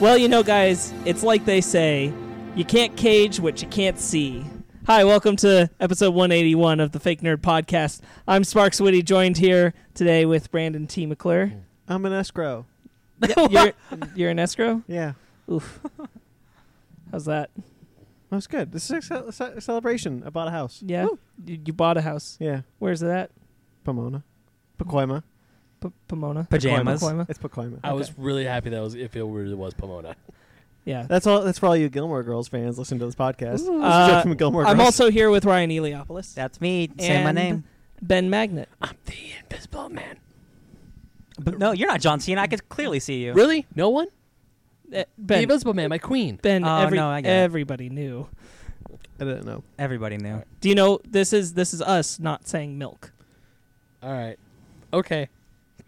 Well, you know, guys, it's like they say you can't cage what you can't see. Hi, welcome to episode 181 of the Fake Nerd Podcast. I'm Sparks Whitty, joined here today with Brandon T. McClure. I'm an escrow. you're, you're an escrow? Yeah. Oof. How's that? That was good. This is a ce- ce- celebration. I bought a house. Yeah? You, you bought a house. Yeah. Where's that? Pomona. Pacoima. P- Pomona? Pajamas. Pacoima? It's Pacoima. I was really happy that was if it really was Pomona. Yeah. That's all. That's for all you Gilmore Girls fans listening to this podcast. It's a Uh, joke from Gilmore I'm Girls. also here with Ryan Eliopoulos. That's me. Say my And name. Ben Magnet. I'm the Invisible Man. But no, you're not John Cena. I could clearly see you. Really? No one? Eh, The Ben, Invisible Man, my queen. ben Oh, every, no, I get it. everybody knew. I didn't know. Everybody knew. Do you know this is this is us not saying milk? All right. Okay.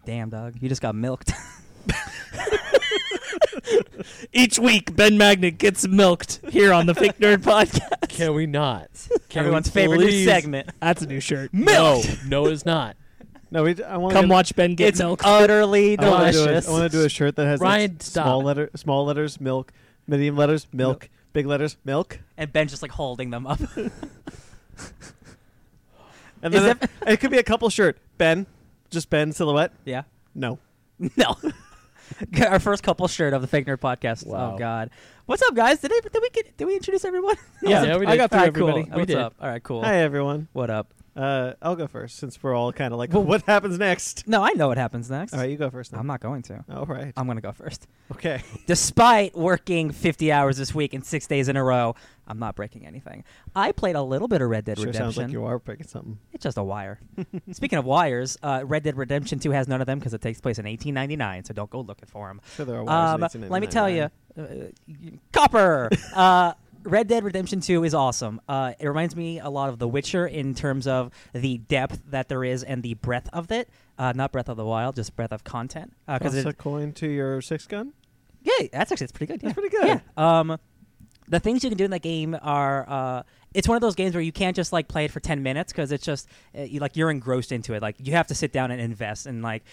Damn, dog. You just got milked. Each week, Ben Magnet gets milked here on the Fake Nerd Podcast. Can we not? Can Everyone's we favorite new please- segment. That's a new shirt. No, no, it's not. No, we. d- I want Come watch Ben get It's milked. utterly I want to do, delicious. a- I wanna do a shirt that has Ryan, like, stop. small letter, small letters, milk, medium letters, milk, big letters, milk. and Ben's just like holding them up. And Is then it, it could be a couple shirt. Ben, just Ben silhouette. yeah. No. No. Our first couple shirt of the Fake Nerd podcast. Wow. Oh God. What's up, guys? Did, I, did we get? Did we introduce everyone? yeah, Yeah, we I did. got through All right, cool. everybody. We What's did. up? All right, cool. Hi everyone. What up? Uh, I'll go first since we're all kind of like, what happens next? No, I know what happens next. All right, you go first. Then. I'm not going to. All right. I'm gonna go first. Okay. Despite working 50 hours this week and six days in a row, I'm not breaking anything. I played a little bit of Red Dead Sure Redemption. sounds like you are breaking something. It's just a wire. Speaking of wires, uh, Red Dead Redemption 2 has none of them because it takes place in 1899, so don't go looking for them. So there are wires Um, in let me tell you, uh, y- copper. uh, Red Dead Redemption 2 is awesome. Uh, it reminds me a lot of The Witcher in terms of the depth that there is and the breadth of it. Uh, not breath of the wild, just breadth of content. Because Toss Uh, it a coin to your six gun. yeah, that's actually it's pretty good. That's yeah. pretty good. Yeah. Um, the things you can do in that game are uh, it's one of those games where you can't just like play it for ten minutes because it's just uh, you, like you're engrossed into it. Like you have to sit down and invest and like.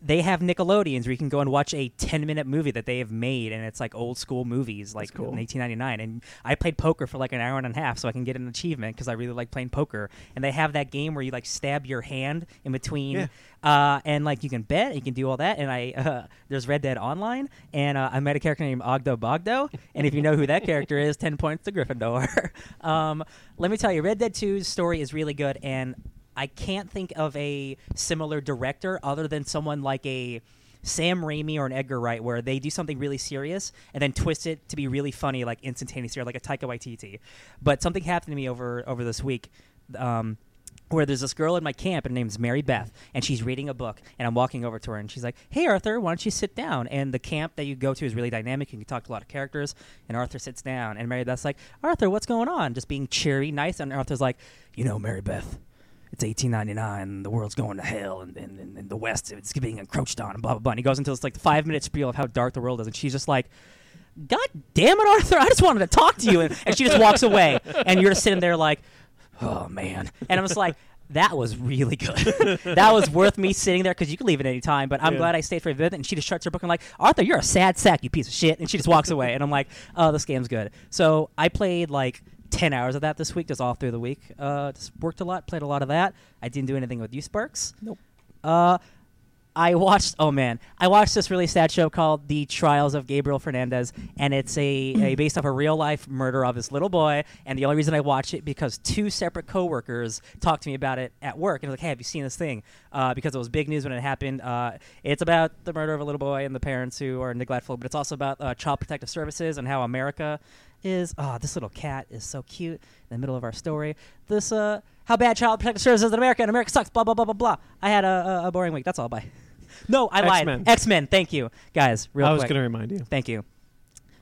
They have Nickelodeons where you can go and watch a 10 minute movie that they have made, and it's like old school movies, like cool. in 1899. And I played poker for like an hour and a half so I can get an achievement because I really like playing poker. And they have that game where you like stab your hand in between Yeah. uh, and like you can bet, you can do all that. And I uh, there's Red Dead Online, and uh, I met a character named Ogdo Bogdo, and if you know who that character is, ten points to Gryffindor. um, let me tell you, Red Dead 2's story is really good, and I can't think of a similar director other than someone like a. Sam Raimi or an Edgar Wright, where they do something really serious and then twist it to be really funny, like instantaneously, or like a Taika Waititi. But something happened to me over over this week. Um, where there's this girl in my camp and her name's Mary Beth and she's reading a book and I'm walking over to her and she's like, "Hey Arthur, why don't you sit down?" And the camp that you go to is really dynamic. You can talk to a lot of characters. And Arthur sits down and Mary Beth's like, "Arthur, what's going on?" Just being cheery, nice. And Arthur's like, "You know, Mary Beth, it's 1899. The world's going to hell, and, and, and, and the West it's being encroached on, and blah blah blah." And he goes into this like five minute spiel of how dark the world is, and she's just like. God damn it, Arthur! I just wanted to talk to you, and, and she just walks away, and you're just sitting there like, oh man and i'm just like that was really good that was worth me sitting there because you could leave at any time but i'm Yeah. glad i stayed for a bit and she just shuts her book and like arthur you're a sad sack you piece of shit and she just walks away and i'm like oh this game's good so i played like 10 hours of that this week just all through the week uh, just worked a lot played a lot of that i didn't do anything with you sparks Nope. uh, I watched. Oh man, I watched this really sad show called The Trials of Gabriel Fernandez, and it's a, a based off a real life murder of this little boy. And the only reason I watch it because two separate coworkers talked to me about it at work, and was like, "Hey, have you seen this thing?" Uh, because it was big news when it happened. Uh, it's about the murder of a little boy and the parents who are neglectful, but it's also about uh, child protective services and how America is. Oh, this little cat is so cute in the middle of our story. This uh, how bad child protective services is in America, and America sucks. Blah blah blah blah blah. I had a, a, a boring week. That's all. Bye. No, I X-Men. lied. X Men. Thank you, guys. Real I was quick. going to remind you. Thank you.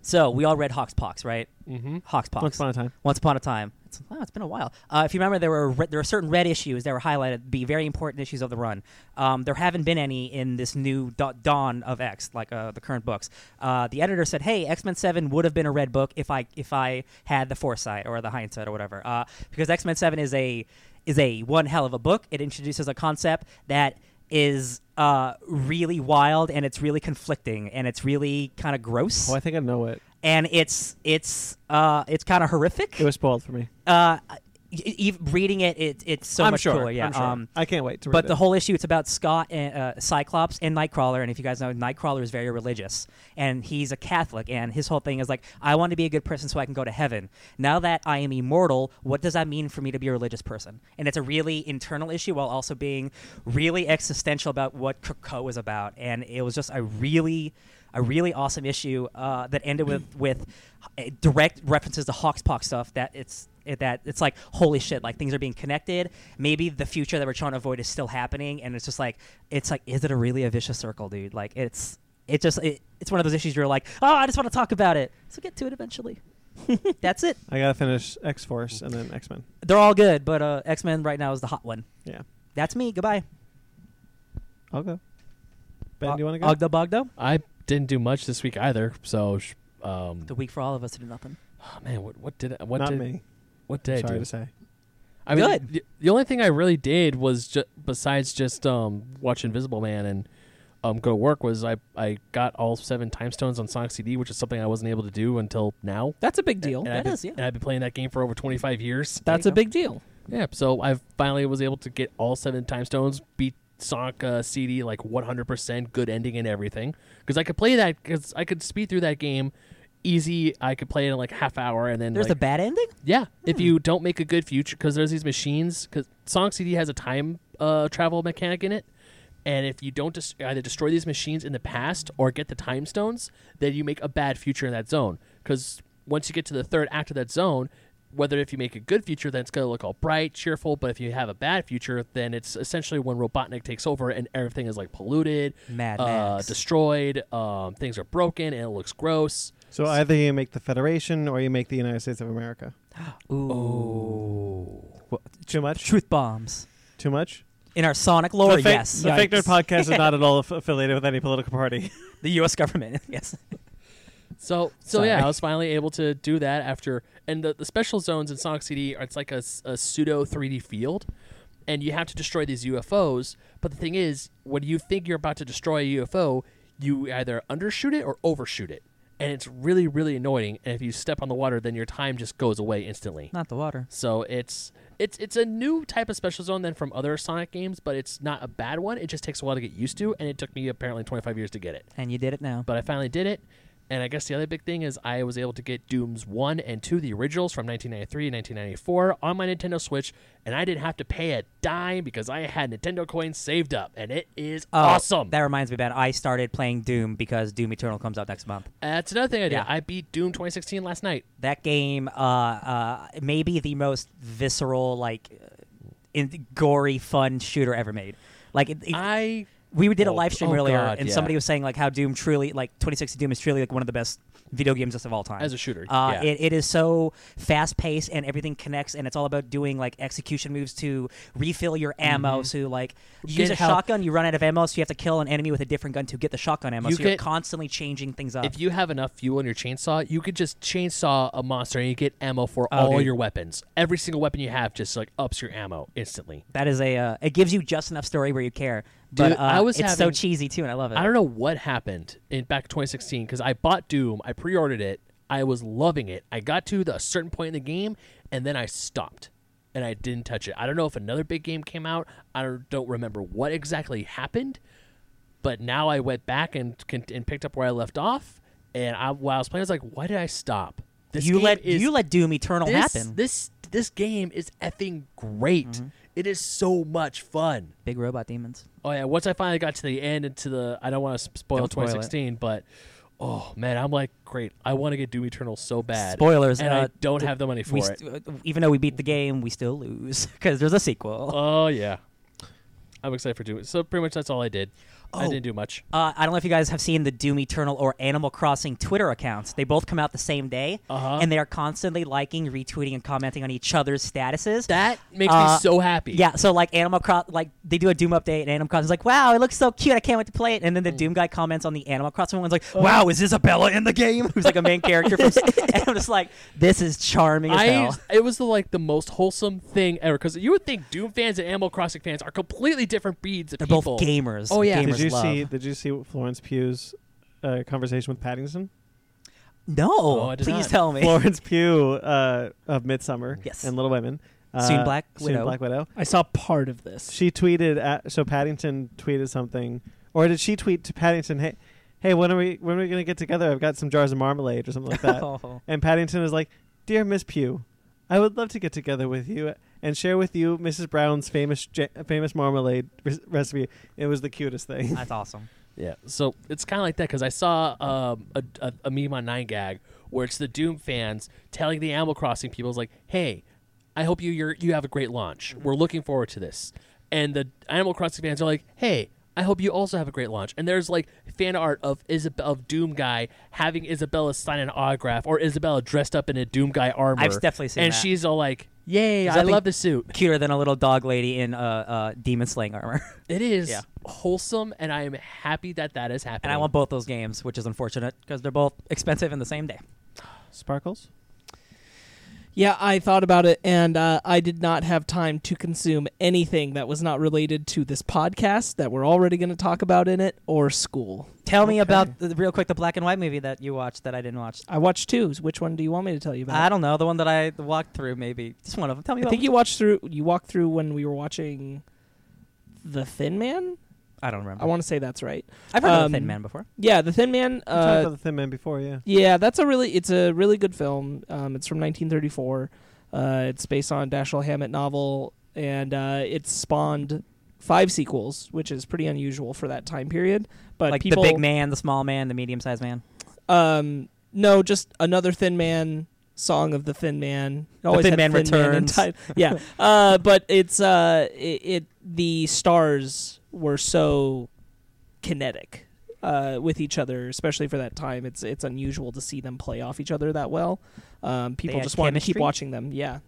So we all read Hawks Pox, right? Mm-hmm. Hawks Pox. Once upon a time. Once upon a time. It's, wow, it's been a while. Uh, if you remember, there were re- there were certain red issues that were highlighted, be very important issues of the run. Um, there haven't been any in this new da- dawn of X, like uh, the current books. Uh, the editor said, "Hey, X Men Seven would have been a red book if I if I had the foresight or the hindsight or whatever, uh, because X Men Seven is a is a one hell of a book. It introduces a concept that is uh, really wild and it's really conflicting and it's really kind of gross Oh, I think I know it. and it's it's uh, it's kind of horrific. It was spoiled for me. uh, e- e- reading it, it it's so I'm much sure. cooler. Yeah. I'm sure. Um, I can't wait to read but it. the whole issue it's about Scott and uh, Cyclops and Nightcrawler and if you guys know Nightcrawler is very religious and he's a Catholic and his whole thing is like I want to be a good person so I can go to heaven. Now that I am immortal, what does that mean for me to be a religious person? And it's a really internal issue while also being really existential about what Krakoa is about and it was just a really a really awesome issue uh, that ended with with uh, direct references to Hawkspox stuff that it's it- eh, that it's like holy shit like things are being connected maybe the future that we're trying to avoid is still happening and it's just like it's like is it a really a vicious circle dude like it's it just it, it's one of those issues you're like oh i just want to talk about it so get to it eventually that's it I gotta finish X Force and then X Men. they're all good but uh x-men right now is the hot one Yeah, that's me goodbye I'll go. Ben, do you want to go? ogdo bogdo I didn't do much this week either. So, sh- um, the week for all of us to do nothing oh, man, what, what did I, what Not did me. what did I Sorry do? to say. I mean, Good. The, the only thing I really did was just besides just um, watch Invisible Man and um, go to work was I I got all seven time stones on Sonic CD, which is something I wasn't able to do until now. That's a big deal. And I've that been- is, yeah. And I've been playing that game for over 25 years. That's you a go. big deal. Yeah, so I finally was able to get all seven time stones, beat Sonic uh, CD like 100% good ending and everything. Because I could play that, because I could speed through that game easy. I could play it in like half hour and then there's like, the bad ending yeah, if you don't make a good future, because there's these machines, because Song CD has a time uh, travel mechanic in it, and if you don't dis- either destroy these machines in the past or get the time stones, then you make a bad future in that zone. Because once you get to the third act of that zone, whether if you make a good future, then it's going to look all bright, cheerful, but if you have a bad future, then it's essentially when Robotnik takes over and everything is like polluted, Mad uh, Max. destroyed, um, things are broken, and it looks gross. So either you make the Federation or you make the United States of America. Ooh. oh. Too much. truth bombs Too much. in our sonic lore the fa- yes The Fake Nerd Yikes. podcast is not at all aff- affiliated with any political party. the us government yes So so Sorry. yeah, I was finally able to do that after. And the, the special zones in Sonic CD are it's like a, s- a pseudo 3D field, and you have to destroy these UFOs. But the thing is, when you think you're about to destroy a UFO, you either undershoot it or overshoot it, and it's really really annoying. And if you step on the water, then your time just goes away instantly. not the water So it's it's it's a new type of special zone than from other Sonic games, but it's not a bad one. It just takes a while to get used to, and it took me apparently 25 years to get it and you did it now but I finally did it. And I guess the other big thing is I was able to get Dooms 1 and 2, the originals from 1993 and 1994, on my Nintendo Switch, and I didn't have to pay a dime because I had Nintendo coins saved up, and it is Oh, awesome. That reminds me about I started playing Doom because Doom Eternal comes out next month. That's another thing I did. Yeah. I beat Doom 2016 last night. That game, uh, uh, may be the most visceral, like, uh, in- gory, fun shooter ever made. Like, it, it- I we did a Oh, live stream oh earlier, God, and yeah. somebody was saying like how Doom truly, like 2016 Doom is truly like one of the best video games of all time As a shooter, Uh, yeah. it, it is so fast paced and everything connects, and it's all about doing like execution moves to refill your Mm-hmm. ammo. So like you Get use a health. shotgun, you run out of ammo, so you have to kill an enemy with a different gun to get the shotgun ammo. You so you're get- constantly changing things up. if you have enough fuel in your chainsaw, you could just chainsaw a monster and you get ammo for Oh, all dude. your weapons. Every single weapon you have just like ups your ammo instantly. That is a. Uh, it gives you just enough story where you care. But Dude, uh, I was it's so having- cheesy too, and I love it. I don't know what happened in back in 2016 because I bought Doom, I pre-ordered it, I was loving it. I got to the a certain point in the game, and then I stopped, and I didn't touch it. I don't know if another big game came out. I don't- don't remember what exactly happened, but now I went back and con- and picked up where I left off. And I, while I was playing, I was like, "Why did I stop?" This you game let is you let Doom Eternal this, happen. Mm-hmm. This this game is effing great. It is so much fun. Big robot demons. Oh yeah, once I finally got to the end and to the I don't want to spoil Don't spoil it. 2016, but oh man, I'm like great. I want to get Doom Eternal so bad. Spoilers. and uh, I don't d- have the money for we it. st- uh, even though we beat the game, we still lose because there's a sequel. oh yeah, I'm excited for Doom. So pretty much that's all I did. I Oh. didn't do much. Uh, I don't know if you guys have seen the Doom Eternal or Animal Crossing Twitter accounts. They both come out the same day, Uh-huh. and they are constantly liking, retweeting, and commenting on each other's statuses. That makes Uh, me so happy. yeah, so like Animal Cross, like they do a Doom update, and Animal Crossing's like, "Wow, it looks so cute! I can't wait to play it." And then the Doom guy comments on the Animal Crossing one's like, Oh. "Wow, is Isabella in the game?" Who's like a main character from? and I'm just like, "This is charming as I hell." it was the, like the most wholesome thing ever because you would think Doom fans and Animal Crossing fans are completely different breeds of They're people. both gamers. Oh, yeah. gamers Did you love. see? Did you see Florence Pugh's uh, conversation with Paddington? No, Oh, I did please not. tell me. Florence Pugh uh, of Midsummer Yes. and Little Women. Uh, Soon Black soon Widow. Black Widow. I saw part of this. She tweeted at so Paddington tweeted something, or did she tweet to Paddington? Hey, hey, when are we when are we gonna get together? I've got some jars of marmalade or something like that. Oh. And Paddington is like, Dear Miss Pugh, I would love to get together with you and share with you Mrs. Brown's famous ja- famous marmalade re- recipe. It was the cutest thing. That's awesome. Yeah, so it's kind of like that because I saw um, a, a, a meme on Nine Gag where it's the Doom fans telling the Animal Crossing people, "It's like, hey, I hope you you're, you have a great launch. We're looking forward to this." And the Animal Crossing fans are like, "Hey, I hope you also have a great launch." And there's like fan art of Isab- of Doom guy having Isabella sign an autograph or Isabella dressed up in a Doom guy armor. I've definitely seen and that. she's all like, "Yay, There's I nothing- love the suit." Cuter than a little dog lady in uh, uh, demon slaying armor. It is Yeah. wholesome, and I am happy that that is happening. and I want both those games, which is unfortunate because they're both expensive in the same day. Sparkles? Yeah, I thought about it, and uh, I did not have time to consume anything that was not related to this podcast that we're already going to talk about in it or school. Tell me Okay. about the, real quick the black and white movie that you watched that I didn't watch. I watched two. Which one do you want me to tell you about? I don't know the one that I walked through. Maybe just one of them. Tell me. I about think you watched through. You walked through when we were watching The Thin Man. I don't remember. I want to say that's right. I've heard of um, the Thin Man before. Yeah, The Thin Man. We talked Uh, about the Thin Man before, yeah. yeah, that's a really. It's a really good film. Um, it's from 1934. Uh, it's based on a Dashiell Hammett novel, and uh, it spawned five sequels, which is pretty unusual for that time period. But like people, the big man, the small man, the medium sized man. Um, no, just another Thin Man song of the Thin Man. It always Thin had Man in Returns. title. yeah, uh, but it's uh, it, it the stars were so kinetic uh, with each other, especially for that time. It's it's unusual to see them play off each other that well. Um, people had just wanted to keep chemistry? watching them. Yeah.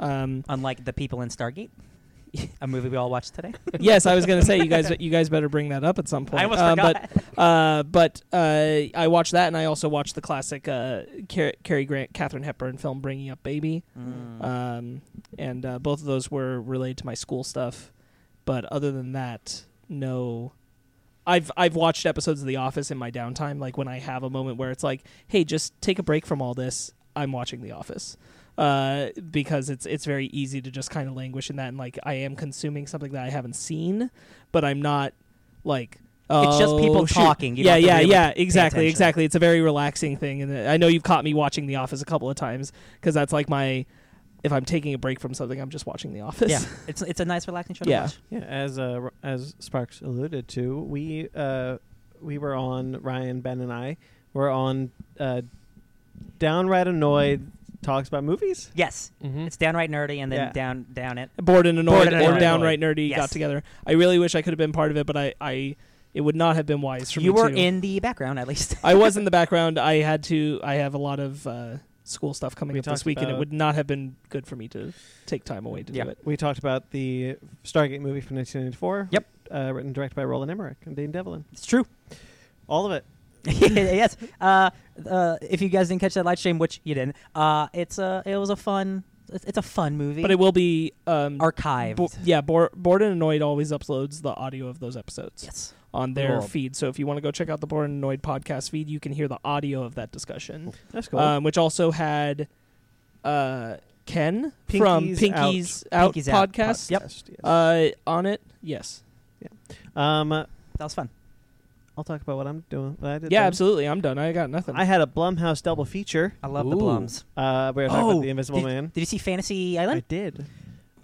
Um, Unlike the people in Stargate, a movie we all watched today. yes, I was gonna say you guys you guys better bring that up at some point. I almost Um, forgot. But uh, but uh, I watched that, and I also watched the classic uh, Car- Cary Grant, Catherine Hepburn film, Bringing Up Baby. Mm. Um, and uh, both of those were related to my school stuff. But other than that, no. I've I've watched episodes of The Office in my downtime, like when I have a moment where it's like, hey, just take a break from all this. I'm watching The Office uh, because it's it's very easy to just kind of languish in that, and like I am consuming something that I haven't seen, but I'm not like. Oh, It's just people shoot. talking. You don't yeah, have to yeah, really yeah. pay Exactly, attention. exactly. It's a very relaxing thing, and uh, I know you've caught me watching The Office a couple of times because that's like my. If I'm taking a break from something, I'm just watching The Office. yeah, it's it's a nice relaxing show Yeah. to watch. Yeah, as uh, R- as Sparks alluded to, we uh, we were on Ryan, Ben, and I were on uh, downright annoyed talks about movies. Yes, Mhm. it's downright nerdy, and then Yeah. down down it. Bored and annoyed, Bored and, and Annoyed. downright nerdy Yes. got together. I really wish I could have been part of it, but I, I it would not have been wise for You me were to- in the background at least. I was in the background. I had to. I have a lot of uh, school stuff coming We up this talked week, and it about- would not have been good for me to take time away to Yeah. do it. We talked about the Stargate movie from 1994. Yep. Uh, written and directed by Roland Emmerich and Dane Devlin. it's true. All of it. yes. Uh, uh, if you guys didn't catch that live stream, which you didn't, uh, it's a it was a fun it's, it's a fun movie. But it will be um, archived. bo- yeah. Bored, bored and annoyed always uploads the audio of those episodes. yes. on their Cool. feed. So if you want to go check out the Bored and Annoyed podcast feed, you can hear the audio of that Mm-hmm. discussion, That's cool. um, which also had uh, Ken from Pinky's Out. Pinky's Out, Pinky's Out podcast yep. Yes, yes. uh, on it. Yes. um, uh, That was fun. I'll talk about what I'm doing. What I did Yeah, then. absolutely. I'm done. I got nothing. I had a Blumhouse double feature. I love the Ooh. Blums. Uh, we were talking Oh, about the Invisible Man. Did you see Fantasy I Island? did.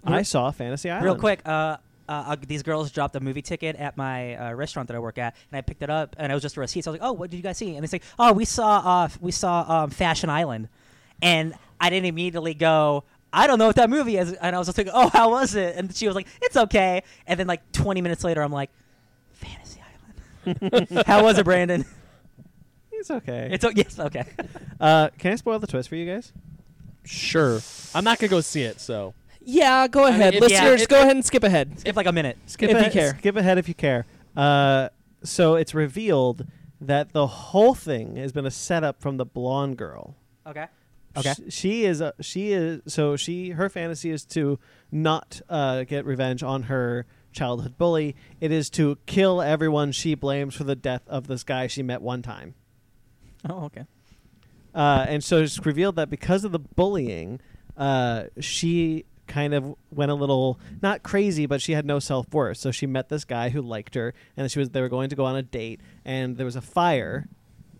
Real- I saw Fantasy Island. Real quick, uh, uh, uh, these girls dropped a movie ticket at my uh, restaurant that I work at, and I picked it up, and it was just a receipt. So I was like, "Oh, what did you guys see?" And they say, "Oh, we saw uh, f- we saw um, Fashion Island," and I didn't immediately go. I don't know what that movie is, and I was just like, "Oh, how was it?" And she was like, "It's okay." And then like 20 minutes later, I'm like, "Fantasy Island." How was it, Brandon? It's okay. It's o- yes, okay. uh, can I spoil the twist for you guys? Sure. I'm not gonna go see it, so Yeah, go I mean, ahead. if- Listeners, yeah, if- go ahead and skip ahead. Skip like a minute. Skip If you ahead, care. Skip ahead if you care. Uh, so it's revealed that the whole thing has been a setup from the blonde girl. Okay. Okay. Sh- she is. A, she is. So she. Her fantasy is to not uh, get revenge on her childhood bully. It is to kill everyone she blames for the death of this guy she met one time. Oh, okay. Uh, and so it's revealed that because of the bullying, uh, she kind of went a little not crazy, but she had no self worth. So she met this guy who liked her, and she was they were going to go on a date, and there was a fire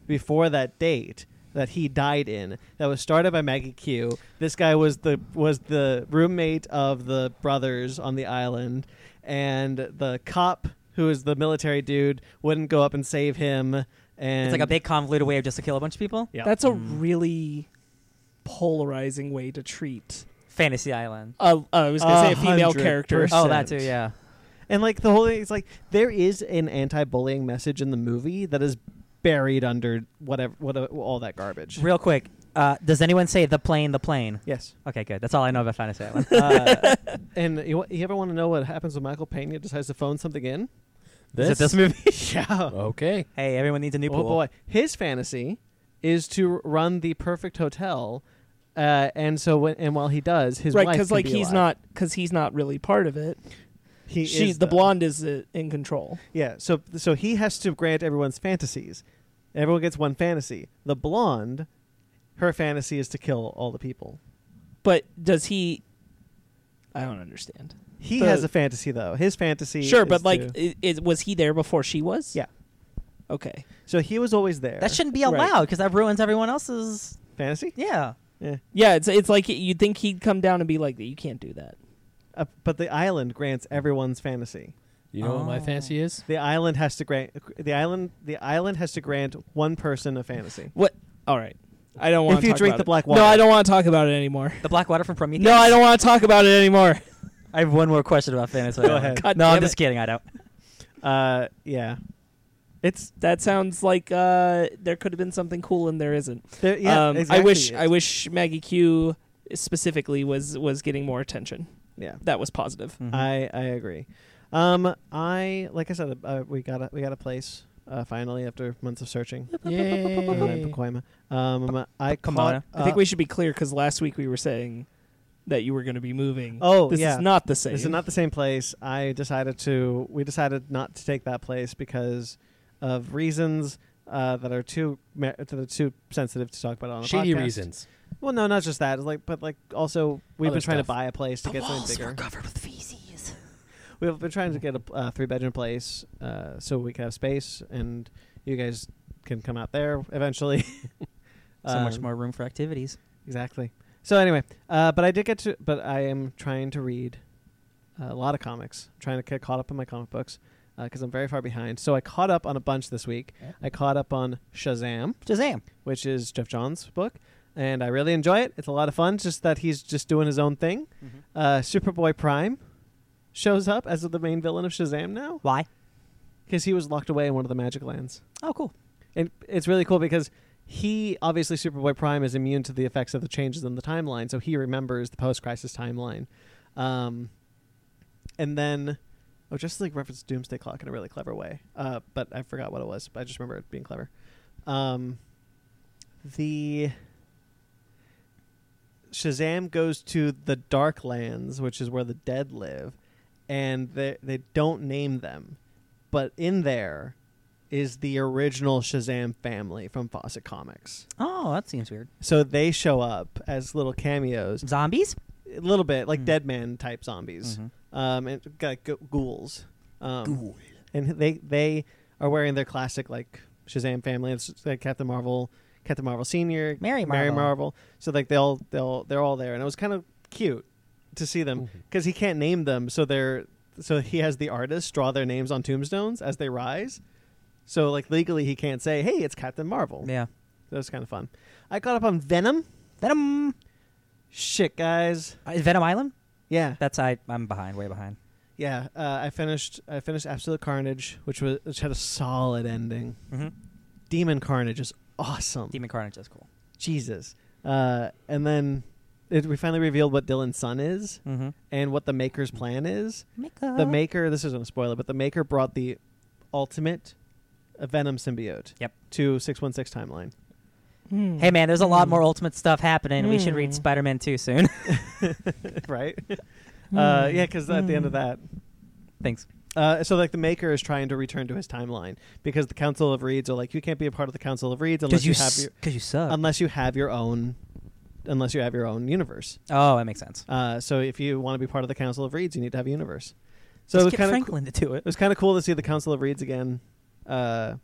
before that date that he died in that was started by Maggie Q. This guy was the was the roommate of the brothers on the island, and the cop who is the military dude wouldn't go up and save him. And It's like a big convoluted way of just to kill a bunch of people. Yeah. That's a really polarizing way to treat. Fantasy Island. Uh, uh, I was gonna say a female 100%. character. Oh, that too. Percent. Yeah. And like the whole thing, it's like there is an anti-bullying message in the movie that is buried under whatever, what uh, all that garbage. Real quick. Uh, does anyone say the plane? The plane. Yes. Okay, good. That's all I know about Fantasy Island. Uh, and you, you ever want to know what happens when Michael Pena decides to phone something in? Is it this movie? Yeah. Oh, Okay. hey, everyone needs a new Oh pool. boy, his fantasy is to run the perfect hotel, uh, and so when, and while he does, his right, wife because can like be he's alive. not because he's not really part of it. He She, is the though. blonde, is uh, in control. Yeah, so so he has to grant everyone's fantasies. Everyone gets one fantasy. The blonde, her fantasy is to kill all the people. But does he? I don't understand. He The- has a fantasy though. His fantasy, sure, is but like, to- i is, was he there before she was? Yeah. Okay. so he was always there. That shouldn't be Right. allowed because that ruins everyone else's. fantasy. Yeah. Yeah, Yeah, it's it's like you'd think he'd come down and be like, "You can't do that." uh, but the island grants everyone's fantasy. You know what my Oh. fancy is? The island has to grant the island. The island has to grant one person a fantasy. What? All right. I don't want. If you talk drink about the it. black No, water. I don't want to talk about it anymore. The black water from Prometheus. No, I don't want to talk about it anymore. I have one more question about Fantasy Go Island. ahead. God no, I'm damn just it. kidding. I don't. Uh, yeah, it's That sounds like uh, there could have been something cool and there isn't. there, yeah. um, exactly. I wish It's- I wish Maggie Q specifically was was getting more attention. Yeah, That was positive. Mm-hmm. I I agree. Um, I like I said, uh, we got a, we got a place uh, finally after months of searching. down in Yay. Pacoima. Um, I Come caught on. I think up- we should be clear because last week we were saying that you were going to be moving. Oh, this yeah. is not the same. This is not the same place. I decided to. We decided not to take that place because of reasons uh, that are too ma- that are too sensitive to talk about on a Shady podcast. reasons. Well, no, not just that. Like, but like also, we've Other been trying stuff. to buy a place to get something bigger. covered with feces. We've been trying to get a uh, three bedroom place uh, so we can have space, and you guys can come out there eventually. So much Um, more room for activities. Exactly. So anyway, uh, but I did get to, but I am trying to read uh, a lot of comics, trying to get caught up in my comic books because I'm very far behind. So I caught up on a bunch this week. I caught up on Shazam, Shazam. which is Jeff Johns' book, and I really enjoy it. It's a lot of fun. It's just that he's just doing his own thing. Uh, Superboy Prime shows up as the main villain of Shazam now Why? because he was locked away in one of the magic lands. Oh, cool. And it's really cool because he obviously Superboy Prime is immune to the effects of the changes in the timeline, so he remembers the post-crisis timeline. Um, and then, oh, just like reference Doomsday Clock in a really clever way. Uh, but I forgot what it was. But I just remember it being clever. Um, the Shazam goes to the Dark Lands, which is where the dead live, and they they don't name them, but in there is the original Shazam family from Fawcett Comics. Oh, that seems weird. So they show up as little cameos, Zombies? a little bit like Mm. dead man type zombies, Mhm. um, and like g- ghouls. Um, And they they are wearing their classic like Shazam family. It's like Captain Marvel, Captain Marvel Senior, Mary Mary Marvel. Marvel. So like they all they all they're all there, and it was kind of cute to see them Mhm. because he can't name them, so they're so he has the artists draw their names on tombstones as they rise. So like legally he can't say, "Hey, it's Captain Marvel." Yeah. That was kind of fun. I caught up on Venom. Venom. Shit, guys. Uh, Venom Island? Yeah, That's I. I'm behind. Way behind. yeah, uh, I finished. I finished Absolute Carnage, which was which had a solid ending. hmm Demon Carnage is awesome. Demon Carnage is cool. Jesus. Uh, and then it, we finally revealed what Dylan's son is Mm-hmm. and what the Maker's plan is. Mika. The Maker. This isn't a spoiler, but the Maker brought the ultimate uh, Venom symbiote. Yep. To six one six timeline. Hey man, there's a lot Mm. more Ultimate stuff happening. We should Mm. read Spider-Man 2 soon. right. Uh, yeah, because at the end of Hmm. that, Thanks. Uh, so like the maker is trying to return to his timeline because the Council of Reeds are like you can't be a part of the Council of Reeds unless Because you, you, have because your you suck. unless you have your own unless you have your own universe. oh, that makes sense. Uh, so if you want to be part of the Council of Reeds, you need to have a universe. So it So Just was get kind of Franklin to do it it. was kind of cool to see the Council of Reeds again. Uh,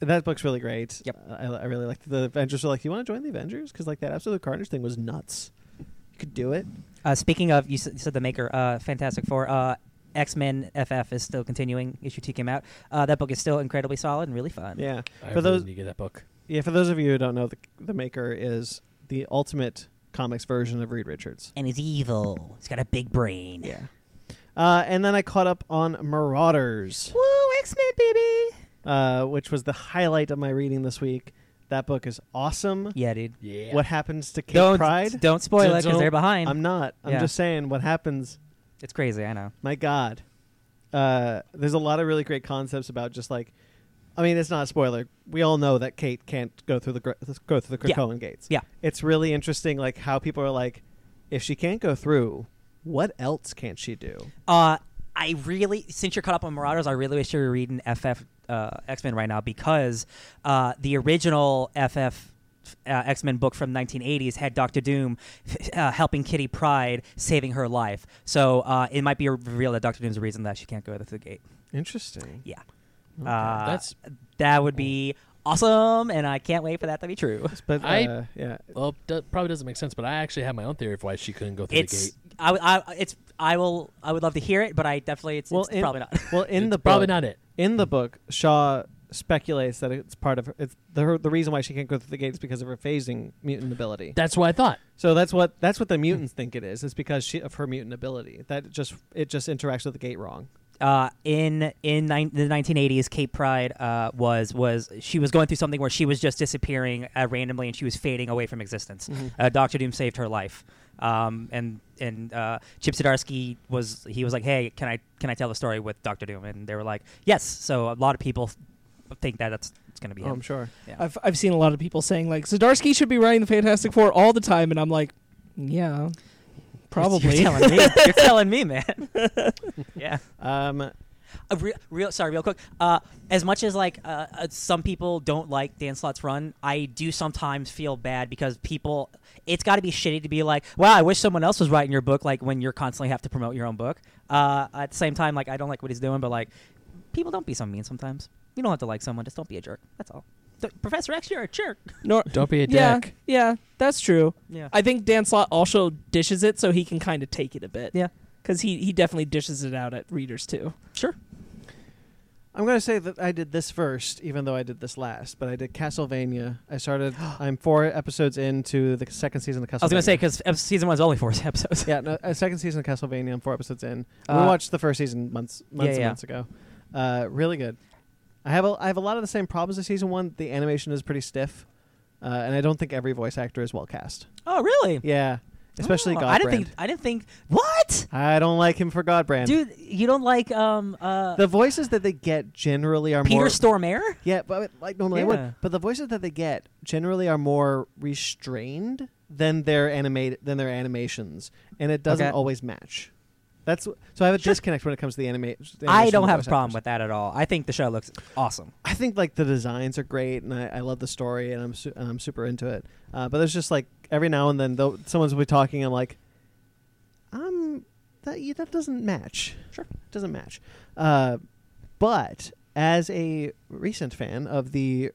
that book's really great. Uh, Yep. I, I really liked the Avengers. Were like, you want to join the Avengers? Because like that Absolute Carnage thing was nuts. You could do it. Uh, speaking of, you s- you said the maker, uh, Fantastic Four, uh, X Men FF is still continuing. Issue two came out. Uh, that book is still incredibly solid and really fun. Yeah. I For really those- need to get that book. Yeah, for those of you who don't know, the, the Maker is the ultimate comics version of Reed Richards. And he's evil. He's got a big brain. Yeah. Uh, and then I caught up on Marauders, Woo, X Men, baby. uh, which was the highlight of my reading this week. That book is awesome. Yeah, dude. Yeah. What happens to Kate don't Pride? don't spoil Don't- it because they're don't- behind. I'm not. I'm Yeah. just saying what happens. it's crazy. I know. My God. Uh, there's a lot of really great concepts about just like, I mean, it's not a spoiler. We all know that Kate can't go through the gr- go through the Yeah. Krakoan gates. Yeah. it's really interesting like how people are like if she can't go through what else can't she do Uh, I really, since you're caught up on Marauders, I really wish you were reading FF uh, X Men right now because uh, the original FF. Uh, X Men book from 1980s had Doctor Doom uh, helping Kitty Pride, saving her life. So uh, it might be revealed that Doctor Doom's the reason that she can't go through the gate. interesting Yeah, Okay. uh, That's- that would be awesome, and I can't wait for that to be true. but uh, I- yeah Well, do- probably doesn't make sense, but I actually have my own theory of why she couldn't go through the It's gate. I, would- I it's I will I would love to hear it, but I definitely it's, well it's in, probably not. well in It's the probably book, not it. in the book shaw speculates that it's part of her, it's the, her, the reason why she can't go through the gate is because of her phasing mutant ability That's what I thought. so that's what that's what the mutants think it is it's because she, of her mutant ability that it just it just interacts with the gate wrong uh, in in nine the 1980s, Cape Pride uh, was was she was going through something where she was just disappearing uh, randomly and she was fading away from existence. Uh, Doctor Doom saved her life, um, and and uh, Chip Zdarsky was he was like, hey, can I can I tell the story with Doctor Doom? And they were like, yes. So a lot of people think that that's it's going to be oh, i'm him. sure Yeah. I've I've seen a lot of people saying like Zdarsky should be writing the Fantastic Four all the time, and I'm like, yeah, You're probably. telling me. You're telling me, man. yeah. um a re- real sorry real quick uh, as much as like uh, uh, some people don't like dan slott's run i do sometimes feel bad because people it's got to be shitty to be like wow i wish someone else was writing your book like when you're constantly have to promote your own book uh, at the same time like i don't like what he's doing but like people don't be so mean sometimes you don't have to like someone just don't be a jerk that's all Th- professor x you're a jerk Nor- Don't be a yeah, dick. yeah, that's true. yeah I think Dan Slott also dishes it, so he can kind of take it a bit. Yeah. because he he definitely dishes it out at readers too. sure I'm gonna say that I did this first, even though I did this last. But I did Castlevania. I started. I'm four episodes into the second season of Castlevania. i was gonna say because season one's only four episodes yeah, no, uh, second season of Castlevania. I'm four episodes in. we Uh, watched the first season months, months Yeah, and yeah. months ago. Uh, really good. I have a, I have a lot of the same problems as season one. The animation is pretty stiff, uh, and I don't think every voice actor is well cast. oh really Yeah, especially Oh, Godbrand. i didn't think i didn't think what I don't like him for Godbrand. dude you don't like um uh the voices that they get generally are Peter more Stormare? Yeah, but like normally I Yeah. would. But the voices that they get generally are more restrained than their animate than their animations, and it doesn't Okay. always match. That's so I have a Sure. disconnect when it comes to the anima- animation. I don't and have a voice problem actors. with that at all. I think the show looks awesome. I think like the designs are great, and I, I love the story, and I'm su- and I'm super into it. Uh, but there's just like every now and then, though, someone's will be talking. I'm like, um, that yeah, that doesn't match. Sure. doesn't match. Uh, but as a recent fan of the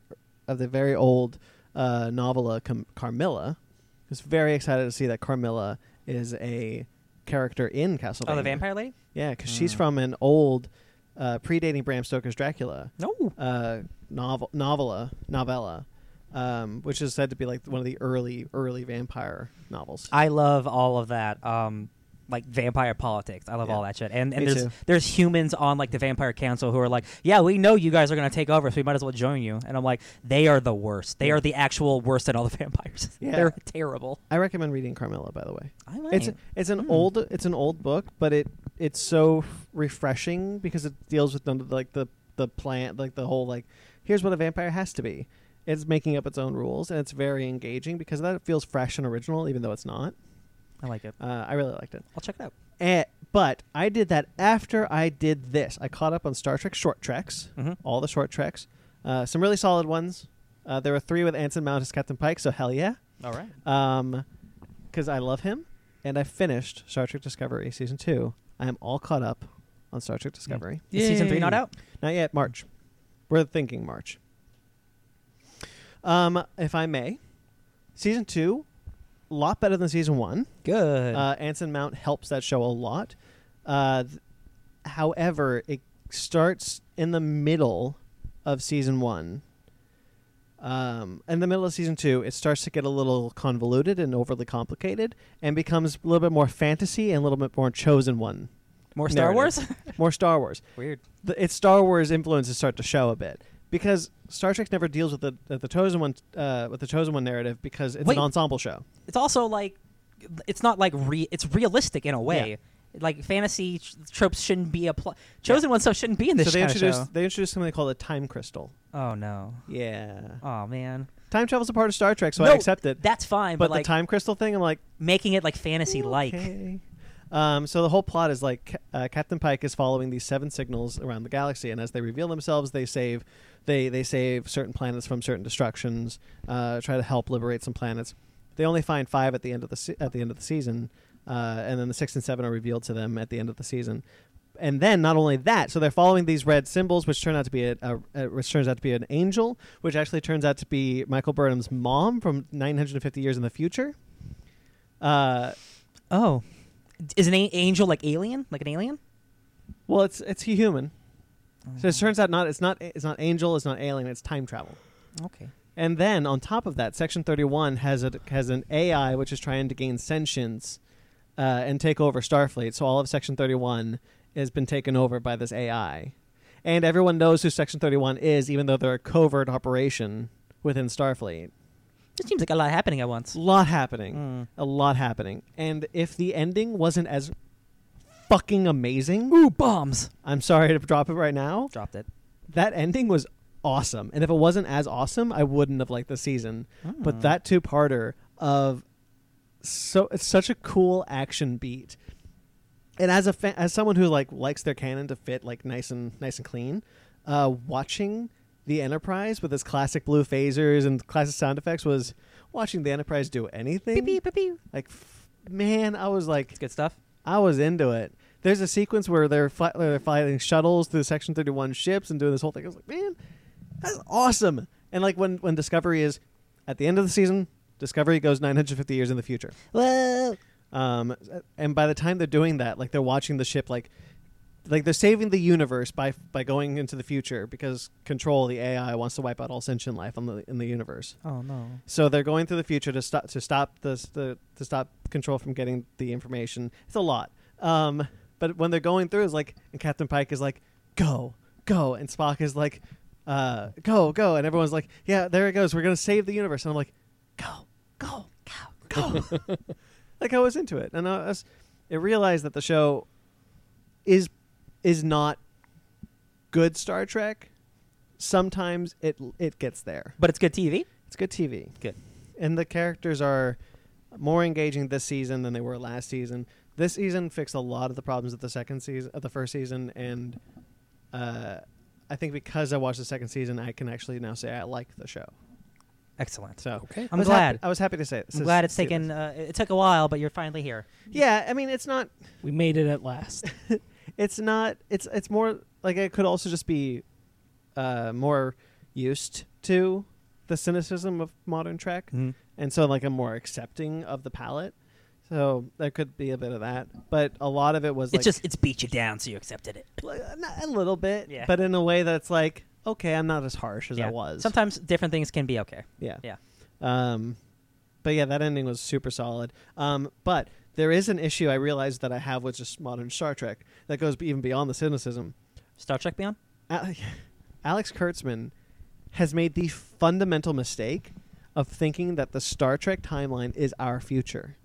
of the very old uh, novella Cam- Carmilla, I was very excited to see that Carmilla is a character in Castlevania. Oh, the vampire lady? Yeah, because she's Mm. from an old, uh, predating Bram Stoker's Dracula No. uh, novel novella novella, um, which is said to be like one of the early early vampire novels. I love all of that. Um, like vampire politics. I love Yeah. all that shit. And and Me there's too. there's humans on like the vampire council who are like, yeah, we know you guys are gonna take over, so we might as well join you. And I'm like, they are the worst. They Yeah. are the actual worst at all the vampires. Yeah. They're terrible. I recommend reading Carmilla, by the way. I might. It's it's an Hmm. old it's an old book, but it it's so refreshing because it deals with none of the, like the the plant like the whole like here's what a vampire has to be. It's making up its own rules and it's very engaging because that feels fresh and original, even though it's not. I like it. Uh, I really liked it. I'll check it out. Eh, but I did that after I did this. I caught up on Star Trek short treks, Mhm. all the short treks, uh, some really solid ones. Uh, there were three with Anson Mount as Captain Pike, so hell yeah All right. um because i love him and i finished star trek discovery season two i am all caught up on star trek discovery Is season three not Yay. out? not yet march we're thinking march um if i may season two a lot better than season one Good. uh, Anson Mount helps that show a lot. Uh, th- however, it starts in the middle of season one. Um, in the middle of season two, it starts to get a little convoluted and overly complicated, and becomes a little bit more fantasy and a little bit more chosen one, More Star narrative. Wars. more Star Wars. Weird. The, its Star Wars influences start to show a bit because Star Trek never deals with the uh, the chosen one uh, with the chosen one narrative because it's Wait. an ensemble show. It's also like, it's not like re. It's realistic in a way. Yeah. Like fantasy tr- tropes shouldn't be applied. Chosen one stuff shouldn't be in this so they kind of introduce show. they introduce something called a time crystal. Oh no. Yeah. Oh man. Time travel's a part of Star Trek, so I No, accept it. That's fine, but but, like the time crystal thing, I'm like, making it like fantasy like. Oh, okay. Um, so the whole plot is like Ca- uh, Captain Pike is following these seven signals around the galaxy, and as they reveal themselves, they save, they they save certain planets from certain destructions, uh, try to help liberate some planets. They only find five at the end of the se- at the end of the season, uh, and then the six and seven are revealed to them at the end of the season. And then not only that, so they're following these red symbols, which turn out to be a, a, a which turns out to be an angel, which actually turns out to be Michael Burnham's mom from 950 years in the future. Uh, Oh. Is an a- angel like alien? Like an alien? well, it's it's a human. So it turns out not it's not it's not angel, it's not alien, it's time travel. Okay. And then on top of that, Section 31 has a has an AI which is trying to gain sentience uh, and take over Starfleet. So all of Section 31 has been taken over by this AI, and everyone knows who Section 31 is, even though they're a covert operation within Starfleet. This seems like a lot happening at It's once. a lot happening. Mm. a lot happening. And if the ending wasn't as fucking amazing, Ooh, bombs. I'm sorry to drop it right now. Dropped it. That ending was awesome. And if it wasn't as awesome, I wouldn't have liked the season. Ah. But that two-parter of so it's such a cool action beat. And as a fan, as someone who like likes their canon to fit like nice and nice and clean, uh, watching the Enterprise with its classic blue phasers and classic sound effects was watching the Enterprise do anything Beep, beep, beep, beep. like f- man i was like It's good stuff. i was into it there's a sequence where they're, fly- where they're flying shuttles through section 31 ships and doing this whole thing i was like man that's awesome and like when when discovery is at the end of the season discovery goes 950 years in the future Whoa. um and by the time they're doing that like they're watching the ship like like they're saving the universe by by going into the future because control the ai wants to wipe out all sentient life on the in the universe Oh no. so they're going through the future to stop to stop the, the to stop control from getting the information. It's a lot. Um, but when they're going through, it's like and Captain Pike is like, "Go, go," and Spock is like, uh, "Go, go," and everyone's like, "Yeah, there it goes. We're gonna save the universe." And I'm like, "Go, go, go, go!" like I was into it, and I, was, I realized that the show is is not good Star Trek. Sometimes it it gets there. But it's good TV. It's good TV. Good. And the characters are more engaging this season than they were last season. This season fixed a lot of the problems of the second season of the first season and uh, I think because I watched the second season I can actually now say I like the show. Excellent. So Okay. I I'm was glad. happy- I was happy to say it. I'm glad it's taken. Uh, it took a while, but you're finally here. Yeah, I mean it's not We made it at last. it's not it's it's more like it could also just be uh, more used to the cynicism of modern Trek. and so like I'm more accepting of the palette. So there could be a bit of that, but a lot of it was It's like just it's beat you down, so you accepted it. like, not- a little bit, Yeah. but in a way that's like okay, I'm not as harsh as I was. Sometimes different things can be okay. yeah, yeah. Um, but yeah, that ending was super solid. Um, but there is an issue I realized that I have with just modern Star Trek that goes be- even beyond the cynicism. Star Trek Beyond. Ale- Alex Kurtzman has made the fundamental mistake of thinking that the Star Trek timeline is our future.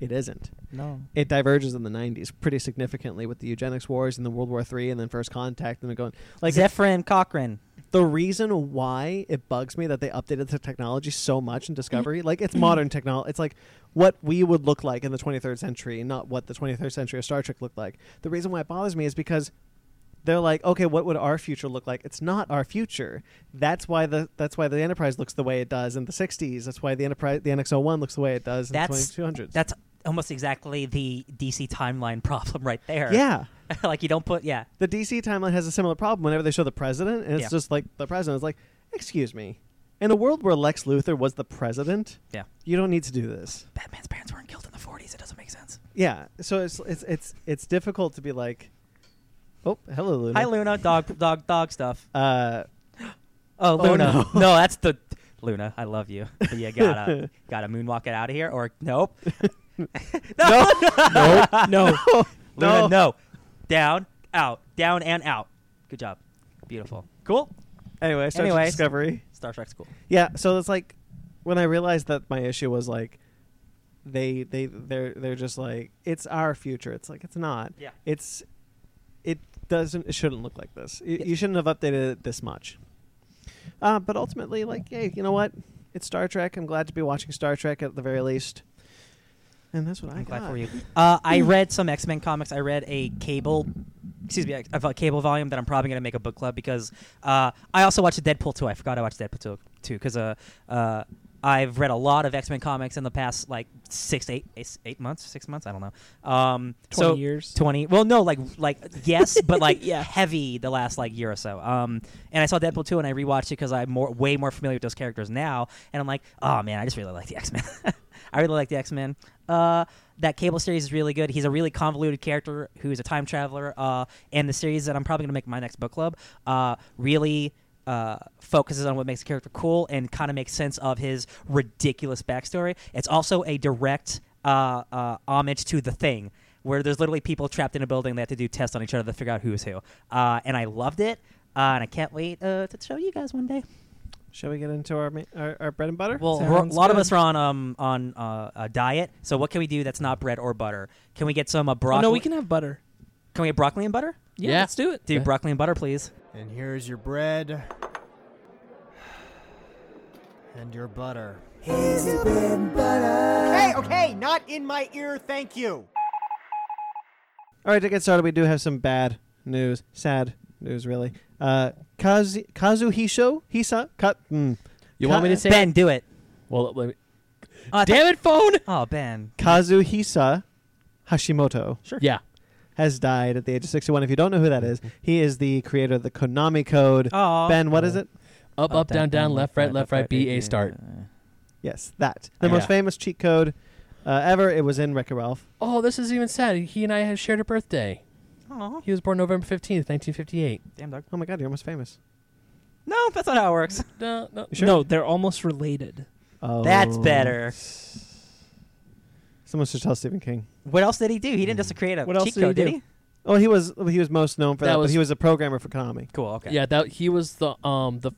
It isn't. No. It diverges in the 90s pretty significantly with the eugenics wars and then World War III and then First Contact and then going Like like Zephyrin Cochrane. the reason why it bugs me that they updated the technology so much in Discovery, like it's modern technology. It's like what we would look like in the 23rd century, not what the 23rd century of Star Trek looked like. The reason why it bothers me is because they're like, okay, what would our future look like? It's not our future. That's why the that's why the Enterprise looks the way it does in the 60s. That's why the Enterprise, the NX-01 looks the way it does in That's- the 2200s. That's almost exactly the DC timeline problem right there. yeah. like you don't put yeah. the DC timeline has a similar problem whenever they show the president, and it's Yeah. just like the president is like, "Excuse me, in a world where Lex Luthor was the president, Yeah. you don't need to do this." Batman's parents weren't killed in the 40s. It doesn't make sense. Yeah, so it's it's it's it's difficult to be like, "Oh, hello, Luna." Hi Luna, dog dog dog stuff. Uh, Oh Luna. no. no, that's the Luna, I love you. But you gotta gotta moonwalk it out of here or nope. no, no, No. Luna, No. no. Down, out, down and out. Good job. Beautiful. Cool. Anyway, Star Trek Anyways. Discovery. Star Trek's cool. Yeah, so it's like when I realized that my issue was like they they they're they're just like it's our future. It's like it's not. Yeah. It's it doesn't it shouldn't look like this. Y- Yeah. You shouldn't have updated it this much. Uh, but ultimately, like, hey, you know what? It's Star Trek. I'm glad to be watching Star Trek at the very least. And that's what I I'm glad got. for you. Uh, I read some X Men comics. I read a cable, excuse me, a, a cable volume that I'm probably gonna make a book club because uh, I also watched Deadpool two. I forgot I watched Deadpool two too because uh, uh, I've read a lot of X Men comics in the past like six, eight, eight, eight months, six months. I don't know. Um, 20 so years. 20 well no like like yes but like Yeah. heavy the last like year or so um and i saw deadpool 2 and i rewatched it because i'm more way more familiar with those characters now and i'm like oh man i just really like the x-men i really like the x-men uh that cable series is really good he's a really convoluted character who's a time traveler uh and the series that i'm probably gonna make my next book club uh really uh, focuses on what makes the character cool and kind of makes sense of his ridiculous backstory. It's also a direct uh, uh, homage to the thing where there's literally people trapped in a building. They have to do tests on each other to figure out who's who. Uh, and I loved it, uh, and I can't wait uh, to show you guys one day. Shall we get into our ma- our, our bread and butter? Well, Sounds we're- a lot of good. us are on um, on uh, a diet, so what can we do that's not bread or butter? Can we get some uh, Oh, broccoli? no, we can have butter. Can we get broccoli and butter? Yeah, Yeah. let's do it. Dude, Okay. broccoli and butter, please. And here's your bread. And your butter. Here's your bread and butter. Okay, okay, not in my ear, thank you. All right, to get started, we do have some bad news, sad news, really. Uh, Kazu Kazuhisho Hisa, Ka- mm, You want me to Ca- say? Ben, do it. Well, let me, Oh, I damn it, phone. thought- oh, Ben. Kazuhisa Hashimoto Yeah. has died at the age of 61. If you don't know who that is, he is the creator of the Konami Code. Oh, ben, what is it? Up, up, down, down, left, right, left, right. B A start. Yes, that. The Yeah. most famous cheat code uh, ever. It was in Wreck-It Ralph. Oh, this is even sad. He and I have shared a birthday. Oh, He was born November fifteenth, nineteen fifty-eight. damn dog. Oh my god, you're almost famous. No, that's not how it works. No, no. Sure. No, they're almost related. Oh. That's better. Someone should tell Stephen King. What else did he do? He didn't just create a What else cheat did he code, do? he? Oh, he was he was most known for That that, was- but he was a programmer for Konami. Cool. Okay. Yeah, that he was the um the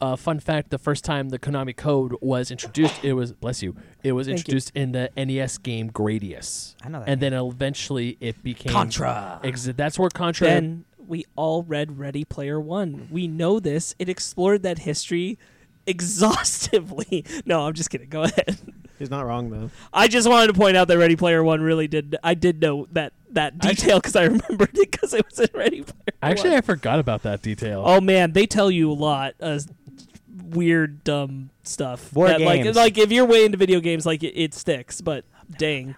uh, fun fact. The first time the Konami code was introduced, it was bless you. It was Thank you. introduced in the NES game Gradius, I know that. and then eventually it became Contra. Ex- that's where Contra. Ben, we all read Ready Player One. We know this. It explored that history exhaustively. No, I'm just kidding. Go ahead. He's not wrong though. I just wanted to point out that Ready Player One really did. I did know that that I- detail because I remembered it because it was in Ready Player. Actually, One. I forgot about that detail. oh man, they tell you a lot. Uh, weird, dumb stuff. War that, Like, games. like if you're way into video games, like it, it sticks. But dang,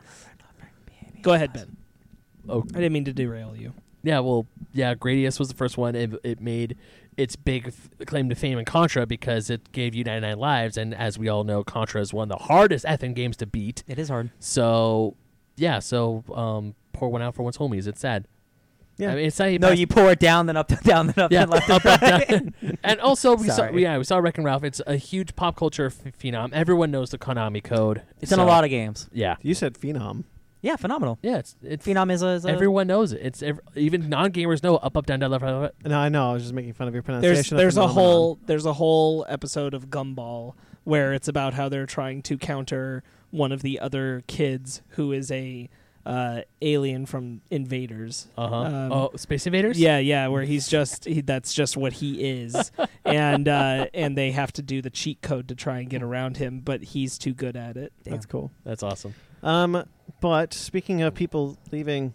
go ahead, Ben. Oh. I didn't mean to derail you. Yeah, well, yeah, Gradius was the first one. It, it made its big f- claim to fame in Contra because it gave you 99 lives, and as we all know, Contra is one of the hardest effing games to beat. It is hard. So, yeah, so um, pour one out for one's homies. It's sad. Yeah. I mean, it's sad. he No, passed- you pour it down, then up, down, then up, Yeah, then left. up, up, down. and also we saw Sorry. yeah we saw Wreck and Ralph. It's a huge pop culture ph- phenom. Everyone knows the Konami code. It's in a lot of games. yeah. You said phenom. Yeah, phenomenal. Yeah, it's it's Phenom is a, is a- everyone knows it. It's ev- even non-gamers know up, up, down, down, left, right, left. No, I know. I was just making fun of your There's pronunciation. of there's a phenomenon. whole there's a whole episode of Gumball where it's about how they're trying to counter one of the other kids who is a uh, alien from Invaders. Uh-huh. Um, oh, Space Invaders. Yeah, yeah, where he's just he, that's just what he is, and uh, and they have to do the cheat code to try and get around him, but he's too good at it. Damn. That's cool. that's awesome. Um, but speaking of people leaving,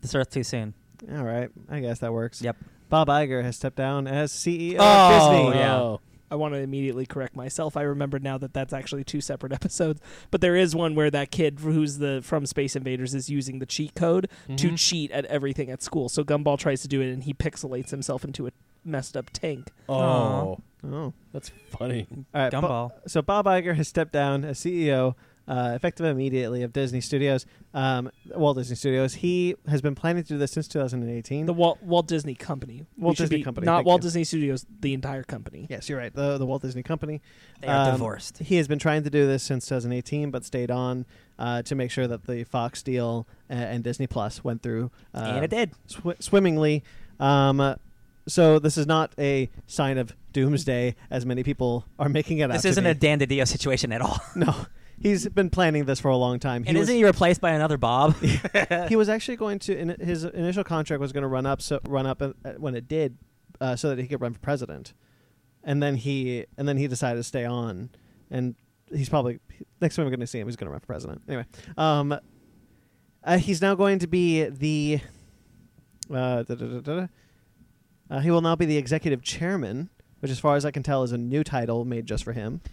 this Earth too soon. all right, I guess that works. Yep. Bob Iger has stepped down as CEO Oh, of Disney. yeah. Oh, I want to immediately correct myself. I remembered now that that's actually two separate episodes, but there is one where that kid who's the from Space Invaders is using the cheat code to Mm-hmm. Mhm. cheat at everything at school. So Gumball tries to do it, and he pixelates himself into a messed up tank. Mm-hmm. oh, Oh. that's funny. All right, Bo- Gumball. so Bob Iger has stepped down as CEO, uh, effective immediately of Disney Studios, um, Walt Disney Studios. He has been planning to do this since 2018. The Walt, Walt Disney Company. We Walt should Disney be- Company, not thank Walt you. Disney Studios. The entire company. yes, you're right. The, the Walt Disney Company. They are Um, divorced. He has been trying to do this since 2018, but stayed on uh, to make sure that the Fox deal a- and Disney Plus went through uh, and it did. sw- swimmingly. Um, so this is not a sign of doomsday, as many people are making it out. This to isn't be. a Dan DiDio situation at all. no. He's been planning this for a long time. He and was- isn't he replaced by another Bob? he was actually going to in his initial contract was going to run up so run up uh, when it did uh, so that he could run for president and then he and then he decided to stay on and he's probably next time we're going to see him he's going to run for president anyway um uh, he's now going to be the uh, da, da, da, da, da. uh he will now be the executive chairman which as far as i can tell is a new title made just for him